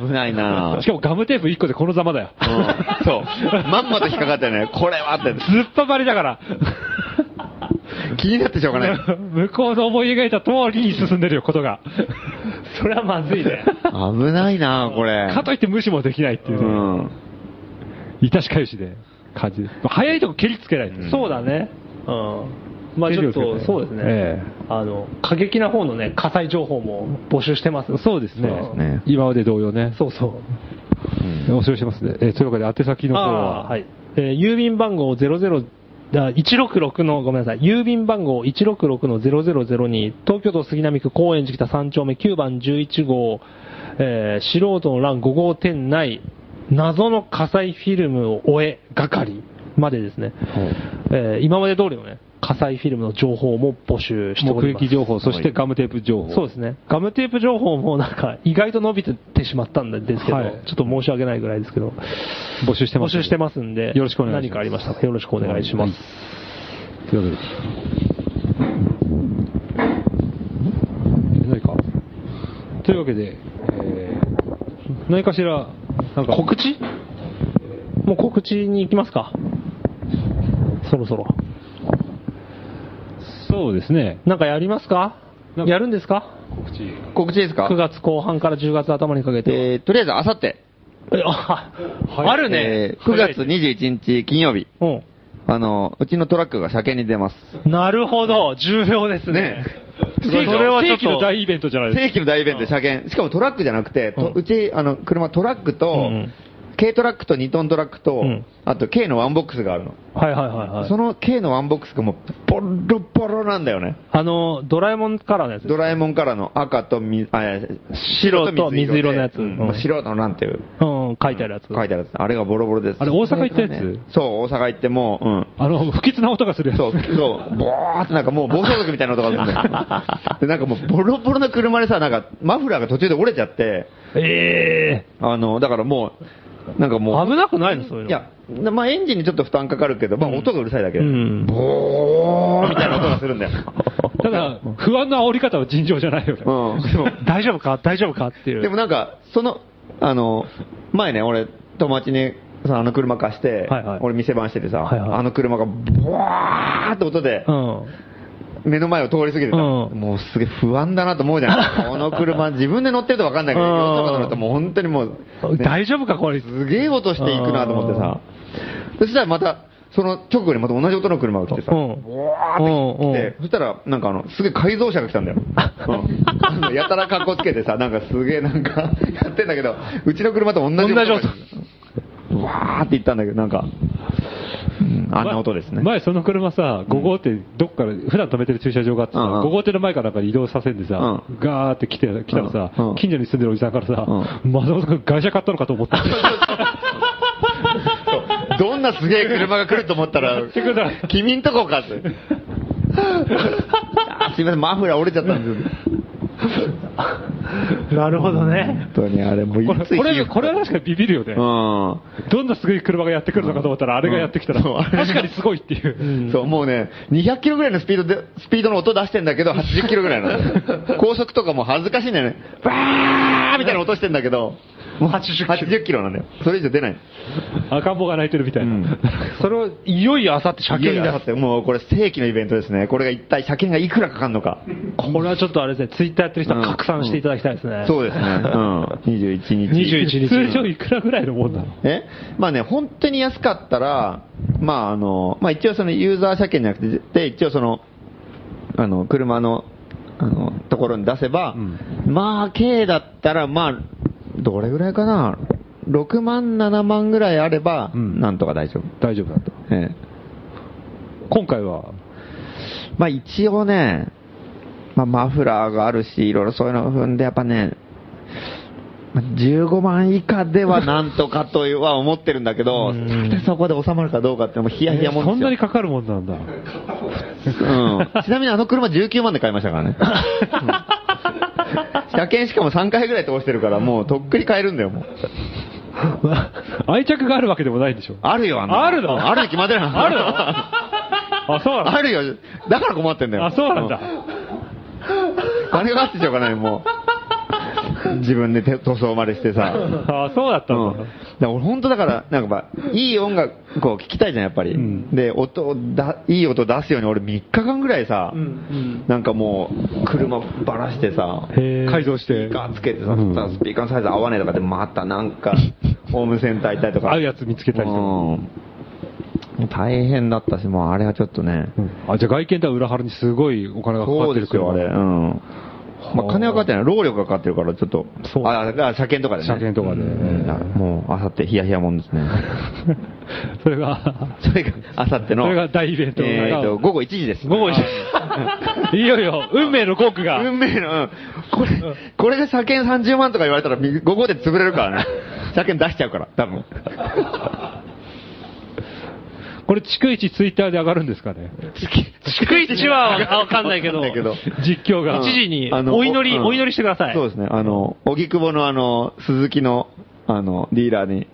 Speaker 4: 危ないなぁ
Speaker 2: しかもガムテープ1個でこのざま (laughs) だよ。
Speaker 4: うんそう。まんまと引っかかってね、これはって、
Speaker 2: ずっぱばりだから。
Speaker 4: 気になってしょう
Speaker 2: (laughs)
Speaker 4: がない。
Speaker 2: 向こうの思い描いた通りに進んでるよ、ことが。
Speaker 3: それはまずいね。
Speaker 4: 危ないなぁこれ。
Speaker 2: かといって無視もできないっていううね、
Speaker 4: ん。
Speaker 2: いたしかゆしで、感じ。 (laughs) 早いとこ蹴りつけないと。
Speaker 3: そうだね。うん。まあちょっと、そうですね。
Speaker 2: ええ
Speaker 3: あの、過激な方のね、火災情報も募集してます。
Speaker 2: そうですね。
Speaker 3: そう
Speaker 6: ね
Speaker 2: 今まで同様ね。
Speaker 3: そうそう。
Speaker 2: 募集してますね。えーというわけで、宛先の方
Speaker 3: あ
Speaker 2: は、
Speaker 3: あはい。えー郵便番号00、あ166の、ごめんなさい。郵便番号166の0002、東京都杉並区高円寺北3丁目9番11号、えー素人の欄5号店内、謎の火災フィルムを終え、係までですね。えー今まで通りのね、火災フィルムの情報も募集してお
Speaker 2: 目
Speaker 3: ります。
Speaker 2: 撃情報、そしてガムテープ情報。
Speaker 3: そうですね。ガムテープ情報もなんか意外と伸びてってしまったんですけど、
Speaker 2: はい
Speaker 3: ちょっと申し訳ないぐらいですけど、
Speaker 2: 募集して
Speaker 3: 募
Speaker 2: ます。
Speaker 3: 集してますんで、
Speaker 2: よろしくお願いします
Speaker 3: 何かありましたらよろしくお願いします。
Speaker 2: というわけで。何かというわけで、えー何かしら、なんか、
Speaker 3: 告知もう告知に行きますか。そろそろ。
Speaker 2: そうですね。
Speaker 3: なんかやりますか
Speaker 2: なんか
Speaker 3: やるんですか
Speaker 2: 告知。
Speaker 4: 告知ですか
Speaker 3: ?9 月後半から10月頭にかけて。
Speaker 4: えー、とりあえず、あさって。
Speaker 3: え (laughs) あ、あるね
Speaker 4: え。ー9月21日金曜日。
Speaker 3: うん。
Speaker 4: あの、うちのトラックが車検に出ます。
Speaker 3: なるほど、重要ですね
Speaker 4: ね。
Speaker 3: それはちょっ
Speaker 2: 正規の
Speaker 3: と、
Speaker 2: 大イベントじゃないですか。
Speaker 4: 正規の大イベントで車検。しかもトラックじゃなくて、と
Speaker 3: うん
Speaker 4: うち、あの、車トラックと、
Speaker 3: うんうん
Speaker 4: 軽トラックと2トントラックと、
Speaker 3: うん
Speaker 4: あと軽のワンボックスがあるの。
Speaker 3: はいはいはいはい
Speaker 4: そ。の軽のワンボックスがもう、ボロボロなんだよね。
Speaker 3: あの、ドラえもんカラーのやつです
Speaker 4: ドラえもんからの赤とみあいや白
Speaker 3: 白と
Speaker 4: と
Speaker 3: 水
Speaker 4: 水
Speaker 3: 色
Speaker 4: 色で
Speaker 3: のやつ
Speaker 4: うん
Speaker 3: うん
Speaker 4: 白のなんていう、
Speaker 3: うん、書いてあるやつ。
Speaker 4: 書いてあるやつ。あれがボロボロです。
Speaker 2: あれ、大阪行ったやつ、
Speaker 4: そう、大阪行ってもう、うん。
Speaker 2: あの、不吉な音がするやつ。 (laughs)
Speaker 4: そう、そう、ボーってなんかもう暴走族みたいな音がするん
Speaker 3: (laughs)
Speaker 4: だよ。で、なんかもうボロボロの車でさ、なんかマフラーが途中で折れちゃって、
Speaker 3: え
Speaker 4: あの、だからもう、なんか
Speaker 3: え
Speaker 4: もう、
Speaker 3: 危なくないのそういうの。
Speaker 4: いや、なまあエンジンにちょっと負担かかるけど、まあ音がうるさいだけ
Speaker 3: う
Speaker 4: で、
Speaker 3: ん。
Speaker 4: ボーみたいな音がするんだよ。
Speaker 3: (laughs)
Speaker 2: ただ、不安な煽り方は尋常じゃないよね。
Speaker 4: うん。でも、
Speaker 3: 大丈夫か大丈夫かっていう。
Speaker 4: でもなんか、その、あの、前ね、俺、友達に、そのあの車貸して、
Speaker 3: はいはい
Speaker 4: 俺店番しててさ、
Speaker 3: はいはい
Speaker 4: あの車が、ブワーって音で
Speaker 3: う、ん。
Speaker 4: 目の前を通り過ぎてた、
Speaker 3: うん
Speaker 4: もうすげえ不安だなと思うじゃん。
Speaker 3: (laughs)
Speaker 4: この車、自分で乗ってると分かんないけど、
Speaker 3: うん
Speaker 4: よそから乗るともう本当にもう、ね
Speaker 3: 大丈夫かこれ。
Speaker 4: すげえ音していくなと思ってさ、そしたらまた、その直後にまた同じ音の車が来てさ、
Speaker 3: う
Speaker 4: ブ
Speaker 3: ん
Speaker 4: ワーって来
Speaker 3: うんう
Speaker 4: て
Speaker 3: ん、
Speaker 4: そしたらなんかあの、すげえ改造車が来たんだよ。うんあのやたら格好つけてさ、なんかすげえなんか、 (laughs) やってんだけど、うちの車と同じ
Speaker 3: 同じ音
Speaker 4: ブワーって行ったんだけど、なんか、うんあんな音ですね。
Speaker 2: 前、その車さ、5号店、どっから、普段止めてる駐車場があってさ、
Speaker 4: うんうん
Speaker 2: 5号店の前からなんか移動させんでさ、
Speaker 4: う
Speaker 2: ガーって来て、来たらさ、
Speaker 4: うんうん
Speaker 2: 近所に住んでるおじさんからさ、まさか外車買ったのかと思った。
Speaker 4: どんなすげえ車が来ると思ったら、
Speaker 2: てください
Speaker 4: 君んとこかって。あすいません、マフラー折れちゃったんですよ。
Speaker 3: なるほどね。
Speaker 4: 本当にあれ、もうい
Speaker 2: これ、
Speaker 4: つ
Speaker 2: これ、これは確かにビビるよね。
Speaker 4: うん。
Speaker 2: どんなすごい車がやってくるのかと思ったら、あれがやってきたら、
Speaker 4: そう
Speaker 2: 確かにすごいっていう。
Speaker 4: そう、もうね、200キロぐらいのスピードで、スピードの音出してんだけど、80キロぐらいの。高速とかもう恥ずかしいんだよね。バーみたいな音してんだけど、もう80キロ。なんだよ。それ以上出ない。
Speaker 2: 赤ん坊が泣いてるみたいな。
Speaker 3: それをいよいよあさって車検
Speaker 4: い
Speaker 3: に
Speaker 4: やだ
Speaker 3: 出
Speaker 4: っ
Speaker 3: す。
Speaker 4: てもうこれ正規のイベントですね。これが一体車検がいくらかかるのか。
Speaker 3: これはちょっとあれですね、ツイッターやってる人は
Speaker 4: うん
Speaker 3: 拡散していただきたいですね。
Speaker 4: そうですね。うん。21日。
Speaker 3: 21日。
Speaker 2: 通常いくらぐらいのもんなの
Speaker 4: えまあね、本当に安かったら、まああの、まあ一応そのユーザー車検じゃなくて、で、一応その、あの、車の、あの、ところに出せば、
Speaker 2: ん
Speaker 4: まあ、軽だったら、まあ、どれぐらいかな6万、7万ぐらいあれば、
Speaker 2: うん
Speaker 4: なんとか大丈夫。
Speaker 2: 大丈夫だと。
Speaker 4: ええ
Speaker 2: 今回は、
Speaker 4: まあ一応ね、まあマフラーがあるし、いろいろそういうのを踏んで、やっぱね、まあ15万以下ではなんとかとは思ってるんだけど、そこで収まるかどうかってもうヒヤヒヤも
Speaker 2: そ
Speaker 4: ん
Speaker 2: ん
Speaker 4: で
Speaker 2: な
Speaker 4: す
Speaker 2: に
Speaker 4: よ。
Speaker 2: かかるもんなんだ。 (laughs)
Speaker 4: うんちなみにあの車19万で買いましたから (laughs) ね。うん車検しかも3回ぐらい通してるから、もうとっくに買えるんだよ、もう。
Speaker 2: 愛着があるわけでもないんでしょ。
Speaker 4: あるよ、あんなの
Speaker 2: あるの
Speaker 4: あるに決まってるある
Speaker 2: あ、そうなん
Speaker 4: (laughs) あ
Speaker 2: だ。
Speaker 4: るよ。だから困ってんだよ。
Speaker 2: あ、そうなんだ。
Speaker 4: うん。金があってしょうがない、もう。自分で手塗装までしてさ。
Speaker 2: あ、そうだった
Speaker 4: う
Speaker 2: ん
Speaker 4: ん
Speaker 2: だ。
Speaker 4: だから俺本当だから、なんかまあ、いい音楽を聴きたいじゃん、やっぱり。
Speaker 2: ん
Speaker 4: で、音をだ、いい音出すように俺3日間ぐらいさ、なんかもう、車ばらしてさ、
Speaker 2: へー改造して
Speaker 4: スピーカーつけてさ、そしたらスピーカーのサイズ合わねえとかで、またなんか、ホームセンター行ったりとか。
Speaker 2: 合うやつ見つけたりとか
Speaker 4: うんもう大変だったし、もうあれはちょっとね、
Speaker 2: あ、じゃあ外見では裏腹にすごいお金がかか
Speaker 4: そ
Speaker 2: っ
Speaker 4: う
Speaker 2: て
Speaker 4: で
Speaker 2: る
Speaker 4: すよ、あれ。うん。まあ、金はかかってない。労力がかかってるから、ちょっと。
Speaker 2: そう
Speaker 4: あ、だから車検とかでね。
Speaker 2: 車検とかで
Speaker 4: うんだからもう、あさって、ヒヤヒヤも
Speaker 2: (laughs)
Speaker 4: んですね。
Speaker 2: それが、
Speaker 4: それが、あさっての。
Speaker 2: それが大イベント
Speaker 4: えーと、午後1時です。
Speaker 2: 午後一時。いよいよ、運命のコークが。
Speaker 4: 運命の、うんこれ、これで車検30万とか言われたら、み午後で潰れるからね。車検出しちゃうから、多分。
Speaker 2: これ、逐一ツイッターで上がるんですかね。
Speaker 3: 逐一はわかんないけ
Speaker 4: (laughs)
Speaker 3: ど、
Speaker 4: だけど。
Speaker 2: 実況が。
Speaker 4: うん
Speaker 3: 一時に
Speaker 4: あの
Speaker 3: お祈り
Speaker 4: うん
Speaker 3: お祈りしてください
Speaker 4: そうですね。あの、荻窪のあの、鈴木の、あの、ディーラーに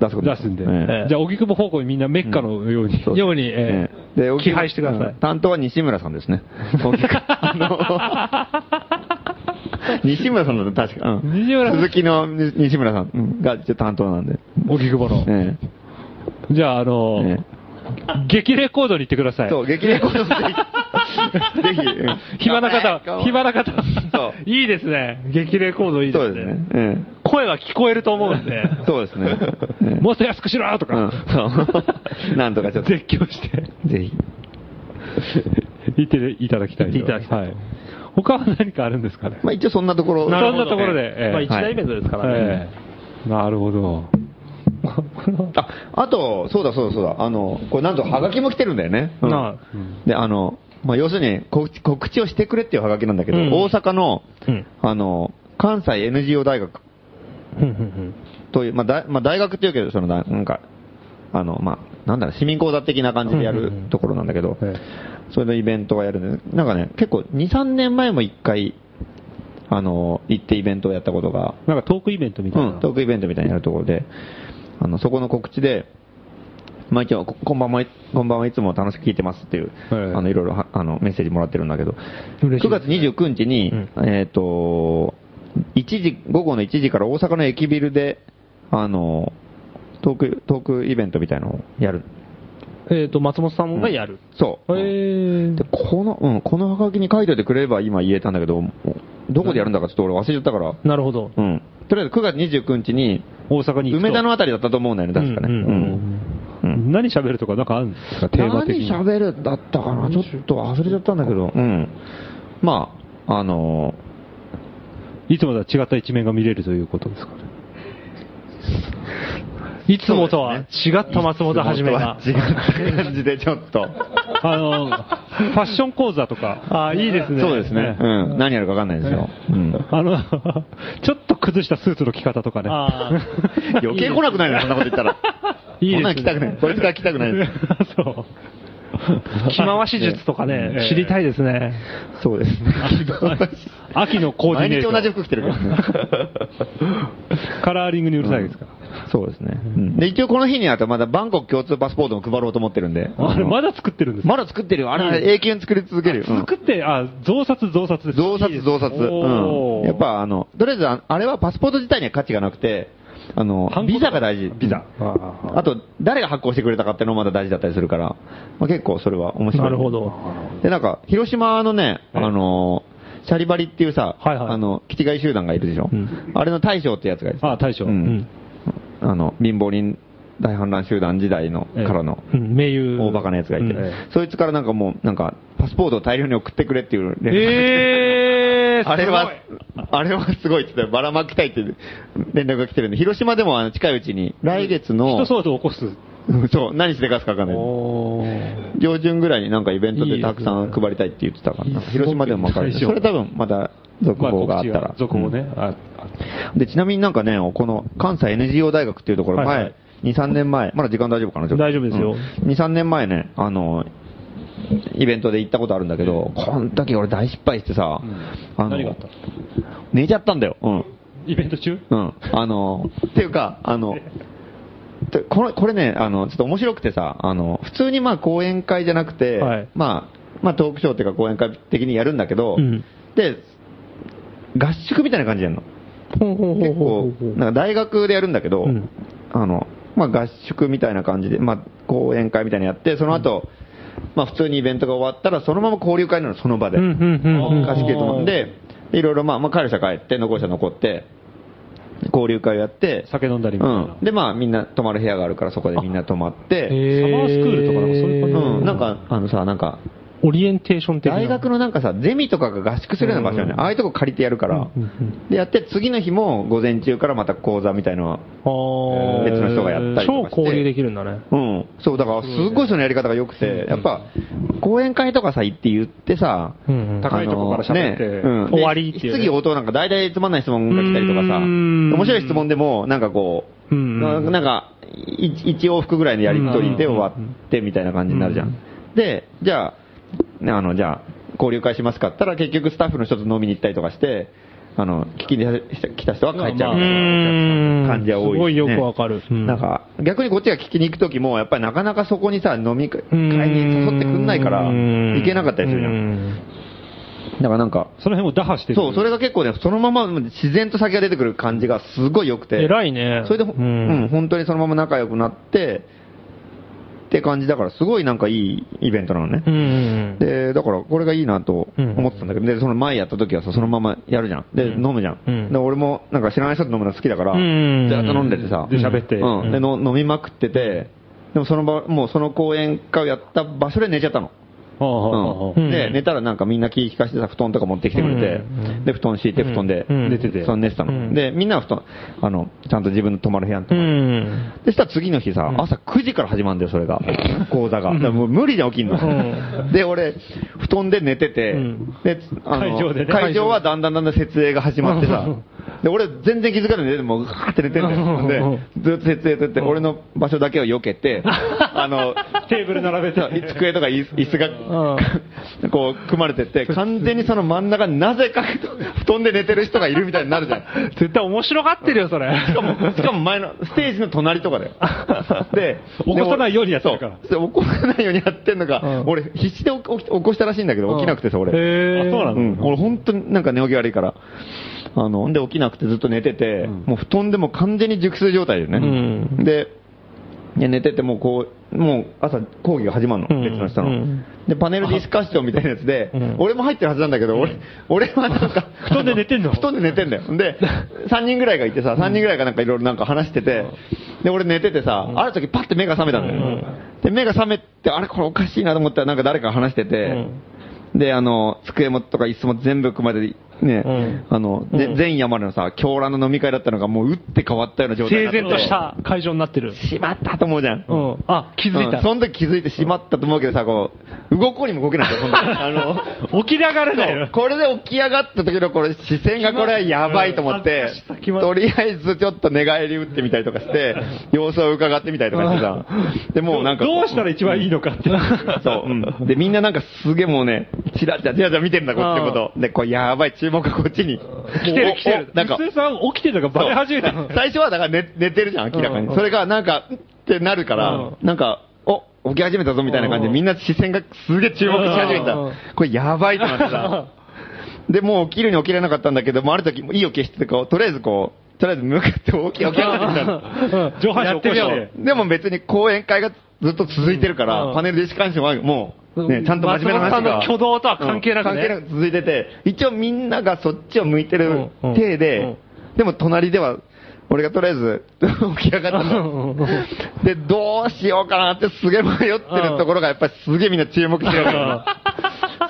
Speaker 4: 出すこと
Speaker 2: 出すんで。
Speaker 4: ええ
Speaker 2: じゃあ、荻窪方向にみんなメッカのように。
Speaker 4: そう
Speaker 3: ように、
Speaker 4: え
Speaker 3: えー
Speaker 4: えで荻
Speaker 3: 気配してください
Speaker 4: うん担当は西村さんです
Speaker 3: (laughs)
Speaker 4: ね。荻窪あの西村さんだった確か。うん
Speaker 2: 西村さん
Speaker 4: 鈴木の西村さんうんが一応担当なんで。
Speaker 2: 荻窪の。
Speaker 4: え
Speaker 2: じゃあ、あのー
Speaker 4: え
Speaker 2: 激レコードに行ってくださ
Speaker 4: え
Speaker 2: い。
Speaker 4: そう、激励コードぜ
Speaker 3: (laughs)
Speaker 4: ひ。ぜひうん。
Speaker 2: 暇な
Speaker 4: 頑張
Speaker 2: 方、
Speaker 4: れ
Speaker 2: 暇な方。
Speaker 4: そう。
Speaker 3: いいですね。激励コードいいで
Speaker 4: そう
Speaker 3: す
Speaker 4: です
Speaker 3: ね。
Speaker 4: ね。え
Speaker 3: 声が聞こえると思うんで。
Speaker 4: え (laughs) そうですね。ええ
Speaker 2: もっと安くしろと
Speaker 4: う
Speaker 2: か、
Speaker 4: ん、
Speaker 2: (laughs)
Speaker 4: そう。なんとかちょっと。
Speaker 2: 絶叫して、
Speaker 4: ぜひ。
Speaker 2: 言っていただきたいと。
Speaker 3: いただきたい
Speaker 2: はい。他は何かあるんですかね。
Speaker 4: まあ一応そんなとこ
Speaker 2: そん
Speaker 4: ろ。
Speaker 2: なところで。え
Speaker 4: ええ
Speaker 2: え
Speaker 3: まあ一大イベントですからね。
Speaker 2: ええなるほ
Speaker 4: (laughs)
Speaker 2: ど。
Speaker 4: あ、あと、そうだそうだそうだ、あの、これなんとハガキも来てるんだよね。うん
Speaker 3: なあ
Speaker 4: で、あの、まあ、要するに告知、告知をしてくれっていうハガキなんだけど、
Speaker 3: うん
Speaker 4: 大阪の、
Speaker 3: うん
Speaker 4: あの、関西 NGO 大学
Speaker 3: ふんふんふん
Speaker 4: という、まあ、大まあ、大学っていうけど、その、ななんか、あの、まあ、なんだろう、市民講座的な感じでやるところなんだけど、それのイベントがやるんで、なんかね、結構2、3年前も1回、あの、行ってイベントをやったことが
Speaker 3: なんかトークイベントみたいな。
Speaker 4: うん、トークイベントみたいにやるところで、あの、そこの告知で、まあ、今日こ、こんばんは、こんばんはいつも楽しく聞いてますっていう、
Speaker 2: はい
Speaker 4: あの、いろいろは、あの、メッセージもらってるんだけど、
Speaker 3: 嬉しい
Speaker 4: 9月29日に、えっ、と、1時、午後の1時から大阪の駅ビルで、あの、トーク、トークイベントみたいのをやる。
Speaker 3: えっと、松本さんがやる。
Speaker 4: そう。
Speaker 3: へー
Speaker 4: でこの、うん、このハガキに書いといてくれれば今言えたんだけど、どこでやるんだかちょっと俺忘れちゃったから、
Speaker 3: なるほど。
Speaker 4: うん。とりあえず9月29日に、
Speaker 3: 大阪に行くと。
Speaker 4: 梅田のあたりだったと思うんだよね、確かね。
Speaker 3: うん
Speaker 4: うんうん
Speaker 2: 何喋るとかなんかあるんですかテーマ的に。
Speaker 4: 何喋るだったかなちょっと忘れちゃったんだけど。うん。まあ、あの
Speaker 2: いつもとは違った一面が見れるということですかね。い
Speaker 3: いつもとは違った松本はじめが。
Speaker 4: 違った (laughs) 感じでちょっと。
Speaker 2: あ
Speaker 4: (laughs)
Speaker 2: の、ファッション講座とか、
Speaker 3: ああ、いいですね。
Speaker 4: そうですね。うん。何やるかわかんないですよ。うん。
Speaker 2: あの、ちょっと崩したスーツの着方とかね。
Speaker 3: ああ。
Speaker 4: 余計来なくないのそんなこと言ったら。
Speaker 2: いいですね
Speaker 4: こんなの来たくない。こいつが来たくないです。
Speaker 2: (laughs) そう。
Speaker 3: 着回し術とかね、知りたいですね。
Speaker 4: そうですね。
Speaker 2: 秋のコーディ
Speaker 4: 毎
Speaker 2: ネー
Speaker 4: 日
Speaker 2: ト。
Speaker 4: 同じ服着てるからね。
Speaker 2: カラーリングにうるさいですか。
Speaker 4: そうですね。うんで、一応この日にあとまだバンコク共通パスポートも配ろうと思ってるんで。
Speaker 2: あれ、まだ作ってるんですか
Speaker 4: まだ作ってるよ。あれ、永久に作り続けるよ。うん
Speaker 2: 作って、あ、増刷増刷です。
Speaker 4: (laughs) 増刷増刷。
Speaker 2: おー
Speaker 4: うん。やっ、ぱあの、とりあえずああれはパスポート自体には価値がなくて、あの
Speaker 2: ハ、ンコとか
Speaker 4: ビザが大事。
Speaker 2: ビザああああ
Speaker 4: あと、誰が発行してくれたかっていうのもまだ大事だったりするから、まあ、結構それは面白い。
Speaker 3: なるほど。
Speaker 4: で、なんか、広島のね、あの、シャリバリっていうさ、
Speaker 3: はいはい
Speaker 4: あの、キティガイ集団がいるでしょ。
Speaker 3: うん
Speaker 4: あれの大将ってやつがいる。
Speaker 2: あ、大将。
Speaker 4: うん。あの、貧乏人大反乱集団時代の、
Speaker 2: ええ
Speaker 4: からの、
Speaker 3: うん、名優。
Speaker 4: 大バカなやつがいて、
Speaker 3: うん
Speaker 4: そいつからなんかもう、なんか、パスポートを大量に送ってくれっていう連絡が来て
Speaker 2: れ
Speaker 3: ええ
Speaker 2: すごい
Speaker 4: あれは、あれはすごいって言ってたよばらまきたいって連絡が来てるんで、広島でもあの近いうちに、来月の、
Speaker 2: 人騒動起こす。
Speaker 4: そう、何してかすかわかんない。
Speaker 2: お
Speaker 4: 上旬ぐらいになんかイベントでたくさん配りたいって言ってたからな、広島でも分かる。
Speaker 2: いい
Speaker 4: そ
Speaker 2: ですね
Speaker 4: れ多分まだ続報があったら。
Speaker 2: 続報ね。ああ
Speaker 4: うんで、ちなみになんかね、この関西 NGO 大学っていうところ前、
Speaker 2: はいはい
Speaker 4: 2、3年前、まだ時間大丈夫かな
Speaker 3: 大丈夫ですよ。
Speaker 4: うん2、3年前ね、あの、イベントで行ったことあるんだけど、この時俺大失敗してさ、あの
Speaker 2: 何があった
Speaker 4: 寝ちゃったんだよ。うん。
Speaker 2: イベント中
Speaker 4: うん。あの、っていうか、あの、てこれ、これね、あの、ちょっと面白くてさ、あの、普通にまあ講演会じゃなくて、
Speaker 3: はい
Speaker 4: まあ、まあトークショーっていうか講演会的にやるんだけど、
Speaker 3: うん
Speaker 4: で、合宿みたいな感じでやるの。
Speaker 3: ほうほうほう
Speaker 4: 結
Speaker 3: ほ
Speaker 4: 構
Speaker 3: うほ、う。
Speaker 4: なんか大学でやるんだけど、
Speaker 3: うん
Speaker 4: あの、まあ合宿みたいな感じで、まあ講演会みたいなのやって、その後、まあ普通にイベントが終わったら、そのまま交流会なの、その場で。
Speaker 3: うんうんうんうん
Speaker 4: 貸し切りと思って、でいろいろまあ、まあ、帰る人は帰って、残る人は残って、交流会をやって、
Speaker 2: 酒飲んだりみ
Speaker 4: う
Speaker 2: たいな。
Speaker 4: ん。で、まあみんな泊まる部屋があるから、そこでみんな泊まって、
Speaker 3: へ
Speaker 2: サマースクールとかなんかそういう
Speaker 4: う
Speaker 2: 感じ
Speaker 4: ん。なんか、あのさ、なんか、
Speaker 3: オリエンテーション的な。
Speaker 4: 大学のなんかさ、ゼミとかが合宿するような場所よね。ああいうとこ借りてやるから
Speaker 3: うんうん。
Speaker 4: で、やって、次の日も午前中からまた講座みたいのを
Speaker 3: あー
Speaker 4: 別の人がやったりとかして
Speaker 3: 超交流できるんだね。
Speaker 4: うん。そう、だから、すっごいそのやり方が良くて、やっぱ、講演会とかさ、行って言ってさ、
Speaker 3: うんうん
Speaker 2: 高いとこから喋って
Speaker 4: あのねうん、
Speaker 3: 終わりっていうね
Speaker 4: で質疑応答なんか大体つまんない質問が来たりとかさ、
Speaker 3: うん
Speaker 4: 面白い質問でも、なんかこう、
Speaker 3: うん
Speaker 4: ななんか、一一往復ぐらいのやりとりで終わってみたいな感じになるじゃ
Speaker 3: うん
Speaker 4: ん。で、じゃあ、ねあの、じゃあ、交流会しますかって言ったら、結局スタッフの人と飲みに行ったりとかして、あの、聞きに来た人は帰っちゃうみたいな感じは多い、ね。
Speaker 3: すごいよくわかる。うん
Speaker 4: なんか、逆にこっちが聞きに行くときも、やっぱりなかなかそこにさ、飲み会会に誘ってくんないから、
Speaker 3: うん
Speaker 4: 行けなかったりするじゃ。
Speaker 3: うんん
Speaker 4: だからなんか、
Speaker 2: その辺を打破してる
Speaker 4: そう、それが結構ね、そのまま自然と先が出てくる感じがすごい良くて。
Speaker 3: 偉いね。
Speaker 4: それで、ほうん、本当にそのまま仲良くなって、って感じだから、すごいなんかいいイベントなのね。
Speaker 3: うん。
Speaker 4: で、だから、これがいいなと思ってたんだけど、で、その前やった時はさ、そのままやるじゃん。で、
Speaker 3: うん
Speaker 4: 飲むじゃん。
Speaker 3: うん
Speaker 4: で、俺も、なんか知らない人と飲むの好きだから、
Speaker 3: うん
Speaker 4: ずっと飲んでてさ。
Speaker 2: で喋って
Speaker 4: うん。で、の飲みまくってて、でもその場、もうその講演会をやった場所で寝ちゃったの。
Speaker 2: ああああああ
Speaker 4: うんで、
Speaker 3: うん
Speaker 4: 寝たらなんかみんな気ぃ利かしてさ、布団とか持ってきてくれて、
Speaker 3: うん
Speaker 4: で、布団敷いて布団で
Speaker 3: うん
Speaker 4: 寝てて、その寝てたの、
Speaker 3: うん
Speaker 4: で、みんなは布団、あの、ちゃんと自分の泊まる部屋に泊
Speaker 3: う
Speaker 4: まって
Speaker 3: ん。
Speaker 4: でしたら次の日さ、朝9時から始まるんだよ、それが。講座が。だからもう無理じゃん、起きんの。
Speaker 3: ん
Speaker 4: で、俺、布団で寝てて、
Speaker 3: うん
Speaker 4: で、あの
Speaker 2: 会場でね
Speaker 4: 会場はだんだんだんだん設営が始まってさ、で、俺全然気づかないで寝てて、もうガーって寝てんだよ。で、ずっと設営とって、俺の場所だけを避けて、あの、
Speaker 2: テーブル並べて。
Speaker 4: 机とか椅子椅子が、こう、組まれてて、完全にその真ん中になぜか布団で寝てる人がいるみたいになるじゃん。
Speaker 3: 絶対面白がってるよ、それ。
Speaker 4: しかも、しかも前の、ステージの隣とか
Speaker 2: (laughs)
Speaker 4: だよ。で、
Speaker 2: 起こさないようにやってるから
Speaker 4: そうそう起こさないようにやってんの
Speaker 3: う
Speaker 4: が
Speaker 3: ん、
Speaker 4: 俺、必死で起き起こしたらしいんだけど、起きなくてさ、俺。
Speaker 3: へー
Speaker 2: あそうな
Speaker 4: う
Speaker 2: の
Speaker 4: ん、俺本当になんか寝起き悪いから。あの、んで起きなくてずっと寝てて、もう布団でもう完全に熟睡状態でね。
Speaker 3: うん
Speaker 4: で、で寝ててもうこう、もう朝講義が始まる
Speaker 3: う
Speaker 4: の、
Speaker 3: ん
Speaker 4: 別の人の、
Speaker 3: うん
Speaker 4: で、パネルディスカッションみたいなやつで、
Speaker 3: うん
Speaker 4: 俺も入ってるはずなんだけど、俺、俺はなんか、
Speaker 3: (laughs) 布団で寝てんの
Speaker 4: 布団で寝てんだよ。
Speaker 3: (laughs)
Speaker 4: で、3人ぐらいがいてさ、3人ぐらいがなんかいろいろなんか話してて、で、俺寝ててさ、ある時パッて目が覚めたんだよ。で、目が覚めて、あれこれおかしいなと思ったらなんか誰かが話してて、で、あの、机もとか椅子も全部組まれて、ね、
Speaker 3: うん
Speaker 4: あの、で
Speaker 3: うん
Speaker 4: 前夜までのさ、狂乱の飲み会だったのがもう打って変わったような状態に
Speaker 3: 整
Speaker 4: なって
Speaker 3: 然とした会場になってる。
Speaker 4: しまったと思うじゃん。
Speaker 3: うん。あ、気づいた
Speaker 4: うん。その時気づいてしまったと思うけどさ、こう、動こうにも動けないんだよ、
Speaker 3: (laughs)
Speaker 4: そんなあの、
Speaker 3: 起き上がれない
Speaker 4: そう
Speaker 3: よ。
Speaker 4: これで起き上がった時のこれ、視線がこれはやばいと思って
Speaker 3: うん、先まで
Speaker 4: とりあえずちょっと寝返り打ってみたりとかして、様子を伺ってみたりとかして
Speaker 3: (laughs)
Speaker 4: さ、で、もうなんかこ。
Speaker 2: どうしたら一番いいのかって。
Speaker 4: (laughs) そう、うん。で、みんななんかすげえもうね、チラチラチラチラ見てんだ、こっちのこと。で、こう、やばい、注目がこっちに。来
Speaker 2: 来てる来てる。
Speaker 4: なんか、
Speaker 2: 普通さん起きてるのがバレ始めたの。
Speaker 4: (laughs) 最初はだから寝寝てるじゃん、明ら
Speaker 3: う
Speaker 4: か
Speaker 3: んう
Speaker 4: に。
Speaker 3: ん
Speaker 4: それがなんか、うんってなるから、なんか、お起き始めたぞみたいな感じ
Speaker 3: うんう
Speaker 4: で、
Speaker 3: ん
Speaker 4: みんな視線がすげえ注目し始めた
Speaker 3: うんうん。
Speaker 4: これやばいとなってさ。
Speaker 3: (laughs)
Speaker 4: で、もう起きるに起きれなかったんだけど、もうある時、いい起きしてて、こう、とりあえずこう、とりあえず向かって起き、起き上がってきたの。
Speaker 2: うん上半身
Speaker 4: や
Speaker 2: 起
Speaker 4: って
Speaker 2: こ
Speaker 4: みよ
Speaker 2: して。
Speaker 4: う。でも別に講演会がずっと続いてるか
Speaker 3: うん
Speaker 4: ら、パネルディスカッションはもう、ね、ちゃんと真面目な
Speaker 3: 松本
Speaker 4: 話
Speaker 3: さん
Speaker 4: が。
Speaker 3: の挙動とは関係なくね
Speaker 4: うん関係なく続いてて、一応みんながそっちを向いてる
Speaker 3: うんうん
Speaker 4: 体で、
Speaker 3: うん
Speaker 4: でも隣では、俺がとりあえず (laughs) 起き上がったの
Speaker 3: うんうんうん。
Speaker 4: で、 (laughs) どうしようかなってすげえ迷ってるところがやっぱりすげえみんな注目してるわ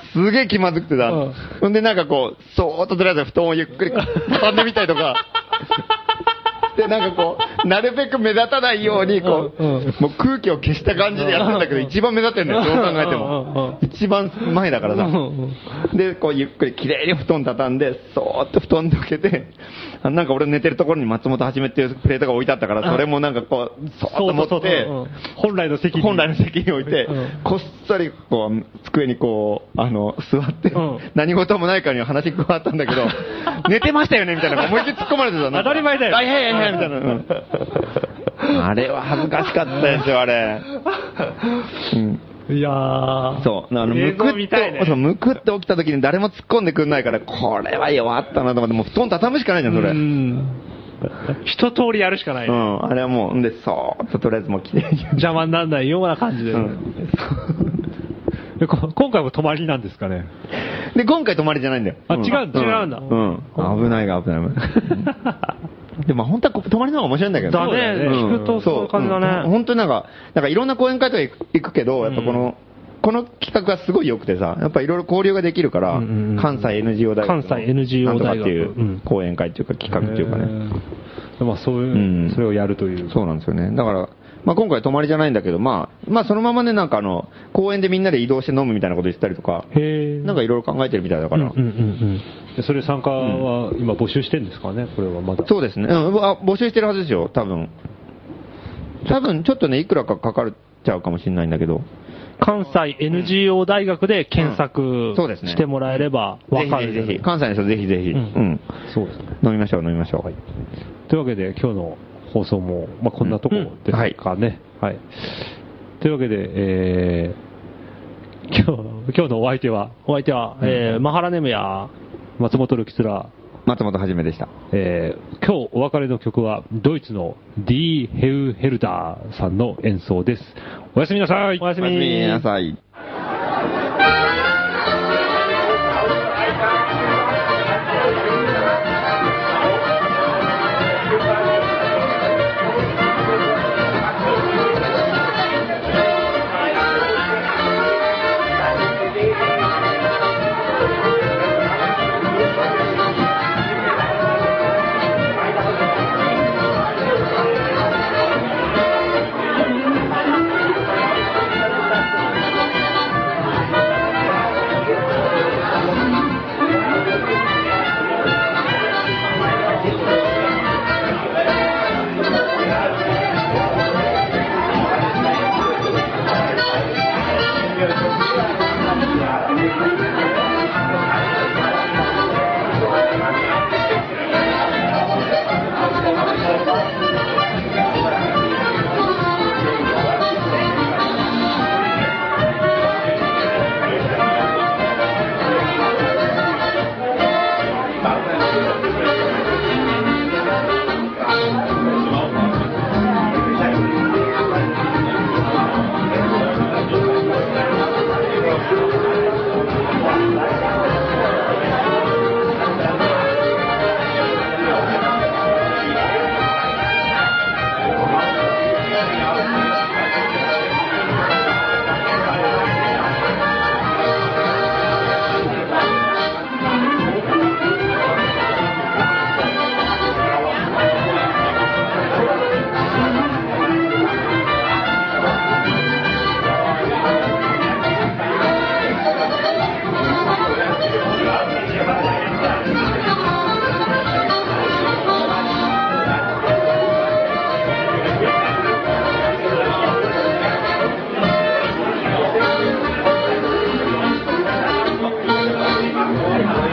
Speaker 4: け。すげえ気まずくてさ
Speaker 3: うん。
Speaker 4: ほんでなんかこう、そーっとずらして布団をゆっ (laughs) くり畳んでみたりとか。で、なんかこう、なるべく目立たないように、こ
Speaker 3: う
Speaker 4: う、
Speaker 3: んうん
Speaker 4: もう空気を消した感じでやってんだけど、一番目立ってんだよ、どう考えても。一番前だからさ。で、こう、ゆっくり綺麗に布団畳んで、そーっと布団どけて、あなんか俺寝てるところに松本はじめっていうプレートが置いてあったから、それもなんかこう、そーっと持
Speaker 3: そうそう
Speaker 4: っ
Speaker 3: そう
Speaker 4: て
Speaker 3: うん、本来の席に
Speaker 4: 本来の席に置いて
Speaker 3: うん、
Speaker 4: こっそりこう、机にこう、あの、座って、
Speaker 3: うん
Speaker 4: 何事もないかには話加わったんだ
Speaker 3: (laughs)
Speaker 4: けど、寝てましたよねみたいな、思いっきり突っ込まれてた
Speaker 3: 当たり前だよ
Speaker 4: はいはいはいはい、みたいなうん。
Speaker 5: あれは恥ずかしかったですよ、あれ。うん
Speaker 3: いやー。
Speaker 4: そう。あの、
Speaker 3: 映
Speaker 4: む
Speaker 3: 像
Speaker 4: く
Speaker 3: 見
Speaker 4: った
Speaker 3: いね
Speaker 4: て、そう、むくって起きた時に誰も突っ込んでくんないから、これは弱ったなと思って、もう布団畳むしかないじゃん、それ。
Speaker 3: う
Speaker 4: うん。
Speaker 3: ん。一通りやるしかない。
Speaker 4: あれはもう、んで、そーっととりあえずもう綺麗に。
Speaker 3: 邪魔にならないような感じで。
Speaker 4: うん
Speaker 2: でこ今回も泊まりなんですかね。
Speaker 4: で、今回泊まりじゃないんだよ。
Speaker 3: あ違う違うんだ
Speaker 4: うん。危ないが
Speaker 3: (laughs)
Speaker 4: 危ない。でも本当はこ泊まりの方が面白いんだけど
Speaker 3: だね
Speaker 4: ん
Speaker 3: 聞くとそういう感じだね
Speaker 4: うん本当になんか、なんかいろんな講演会とか行く行くけど、やっぱこの、この企画がすごい良くてさ、やっぱいろいろ交流ができるから、
Speaker 3: うんうんうん
Speaker 4: 関西 NGO 大学の。
Speaker 3: 関西 NGO
Speaker 4: なんとかってい
Speaker 3: 大学うん
Speaker 4: う講演会っていうか企画っていうかね。
Speaker 2: えー。まあそういう、
Speaker 4: うん
Speaker 2: それをやるという。
Speaker 4: そうなんですよね。だから、まあ、今回泊まりじゃないんだけど、まあ、まあ、そのままね、なんかあの、公園でみんなで移動して飲むみたいなこと言ってたりとか、
Speaker 3: へー
Speaker 4: なんかいろいろ考えてるみたいだから、
Speaker 3: うんうん
Speaker 2: でそれ参加は今募集してるんですかね、これはまだ。
Speaker 4: そうですね。うん、あ募集してるはずですよ、多分。多分、ちょっとね、いくらかかかるちゃうかもしれないんだけど。
Speaker 3: 関西 NGO 大学で検索
Speaker 4: んそうですね
Speaker 3: してもらえればわ
Speaker 4: ぜ
Speaker 3: か
Speaker 4: ひ
Speaker 3: る。
Speaker 4: ぜひぜひ。関西の人ぜひぜひ。
Speaker 3: う
Speaker 4: うんん。
Speaker 2: そうですね。
Speaker 4: 飲みましょう、飲みましょう。
Speaker 2: というわけで、今日の放送も、まあ、こんなとこですかね。はい、というわけで、えー今日、今日のお相手は、
Speaker 3: お相手は、えー、マハラネムヤ。
Speaker 2: 松本るきつら、
Speaker 4: 松本はじめでした。
Speaker 2: えー今日お別れの曲は、ドイツの D ・ヘウヘルダーさんの演奏です。おやすみなさい。
Speaker 3: おやす
Speaker 4: お
Speaker 3: み
Speaker 4: やすみなさい。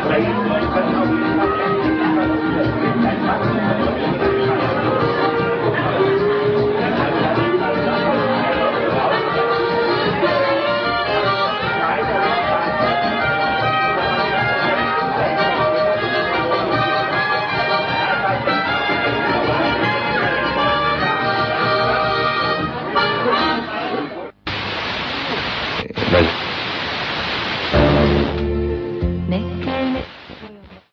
Speaker 7: Thank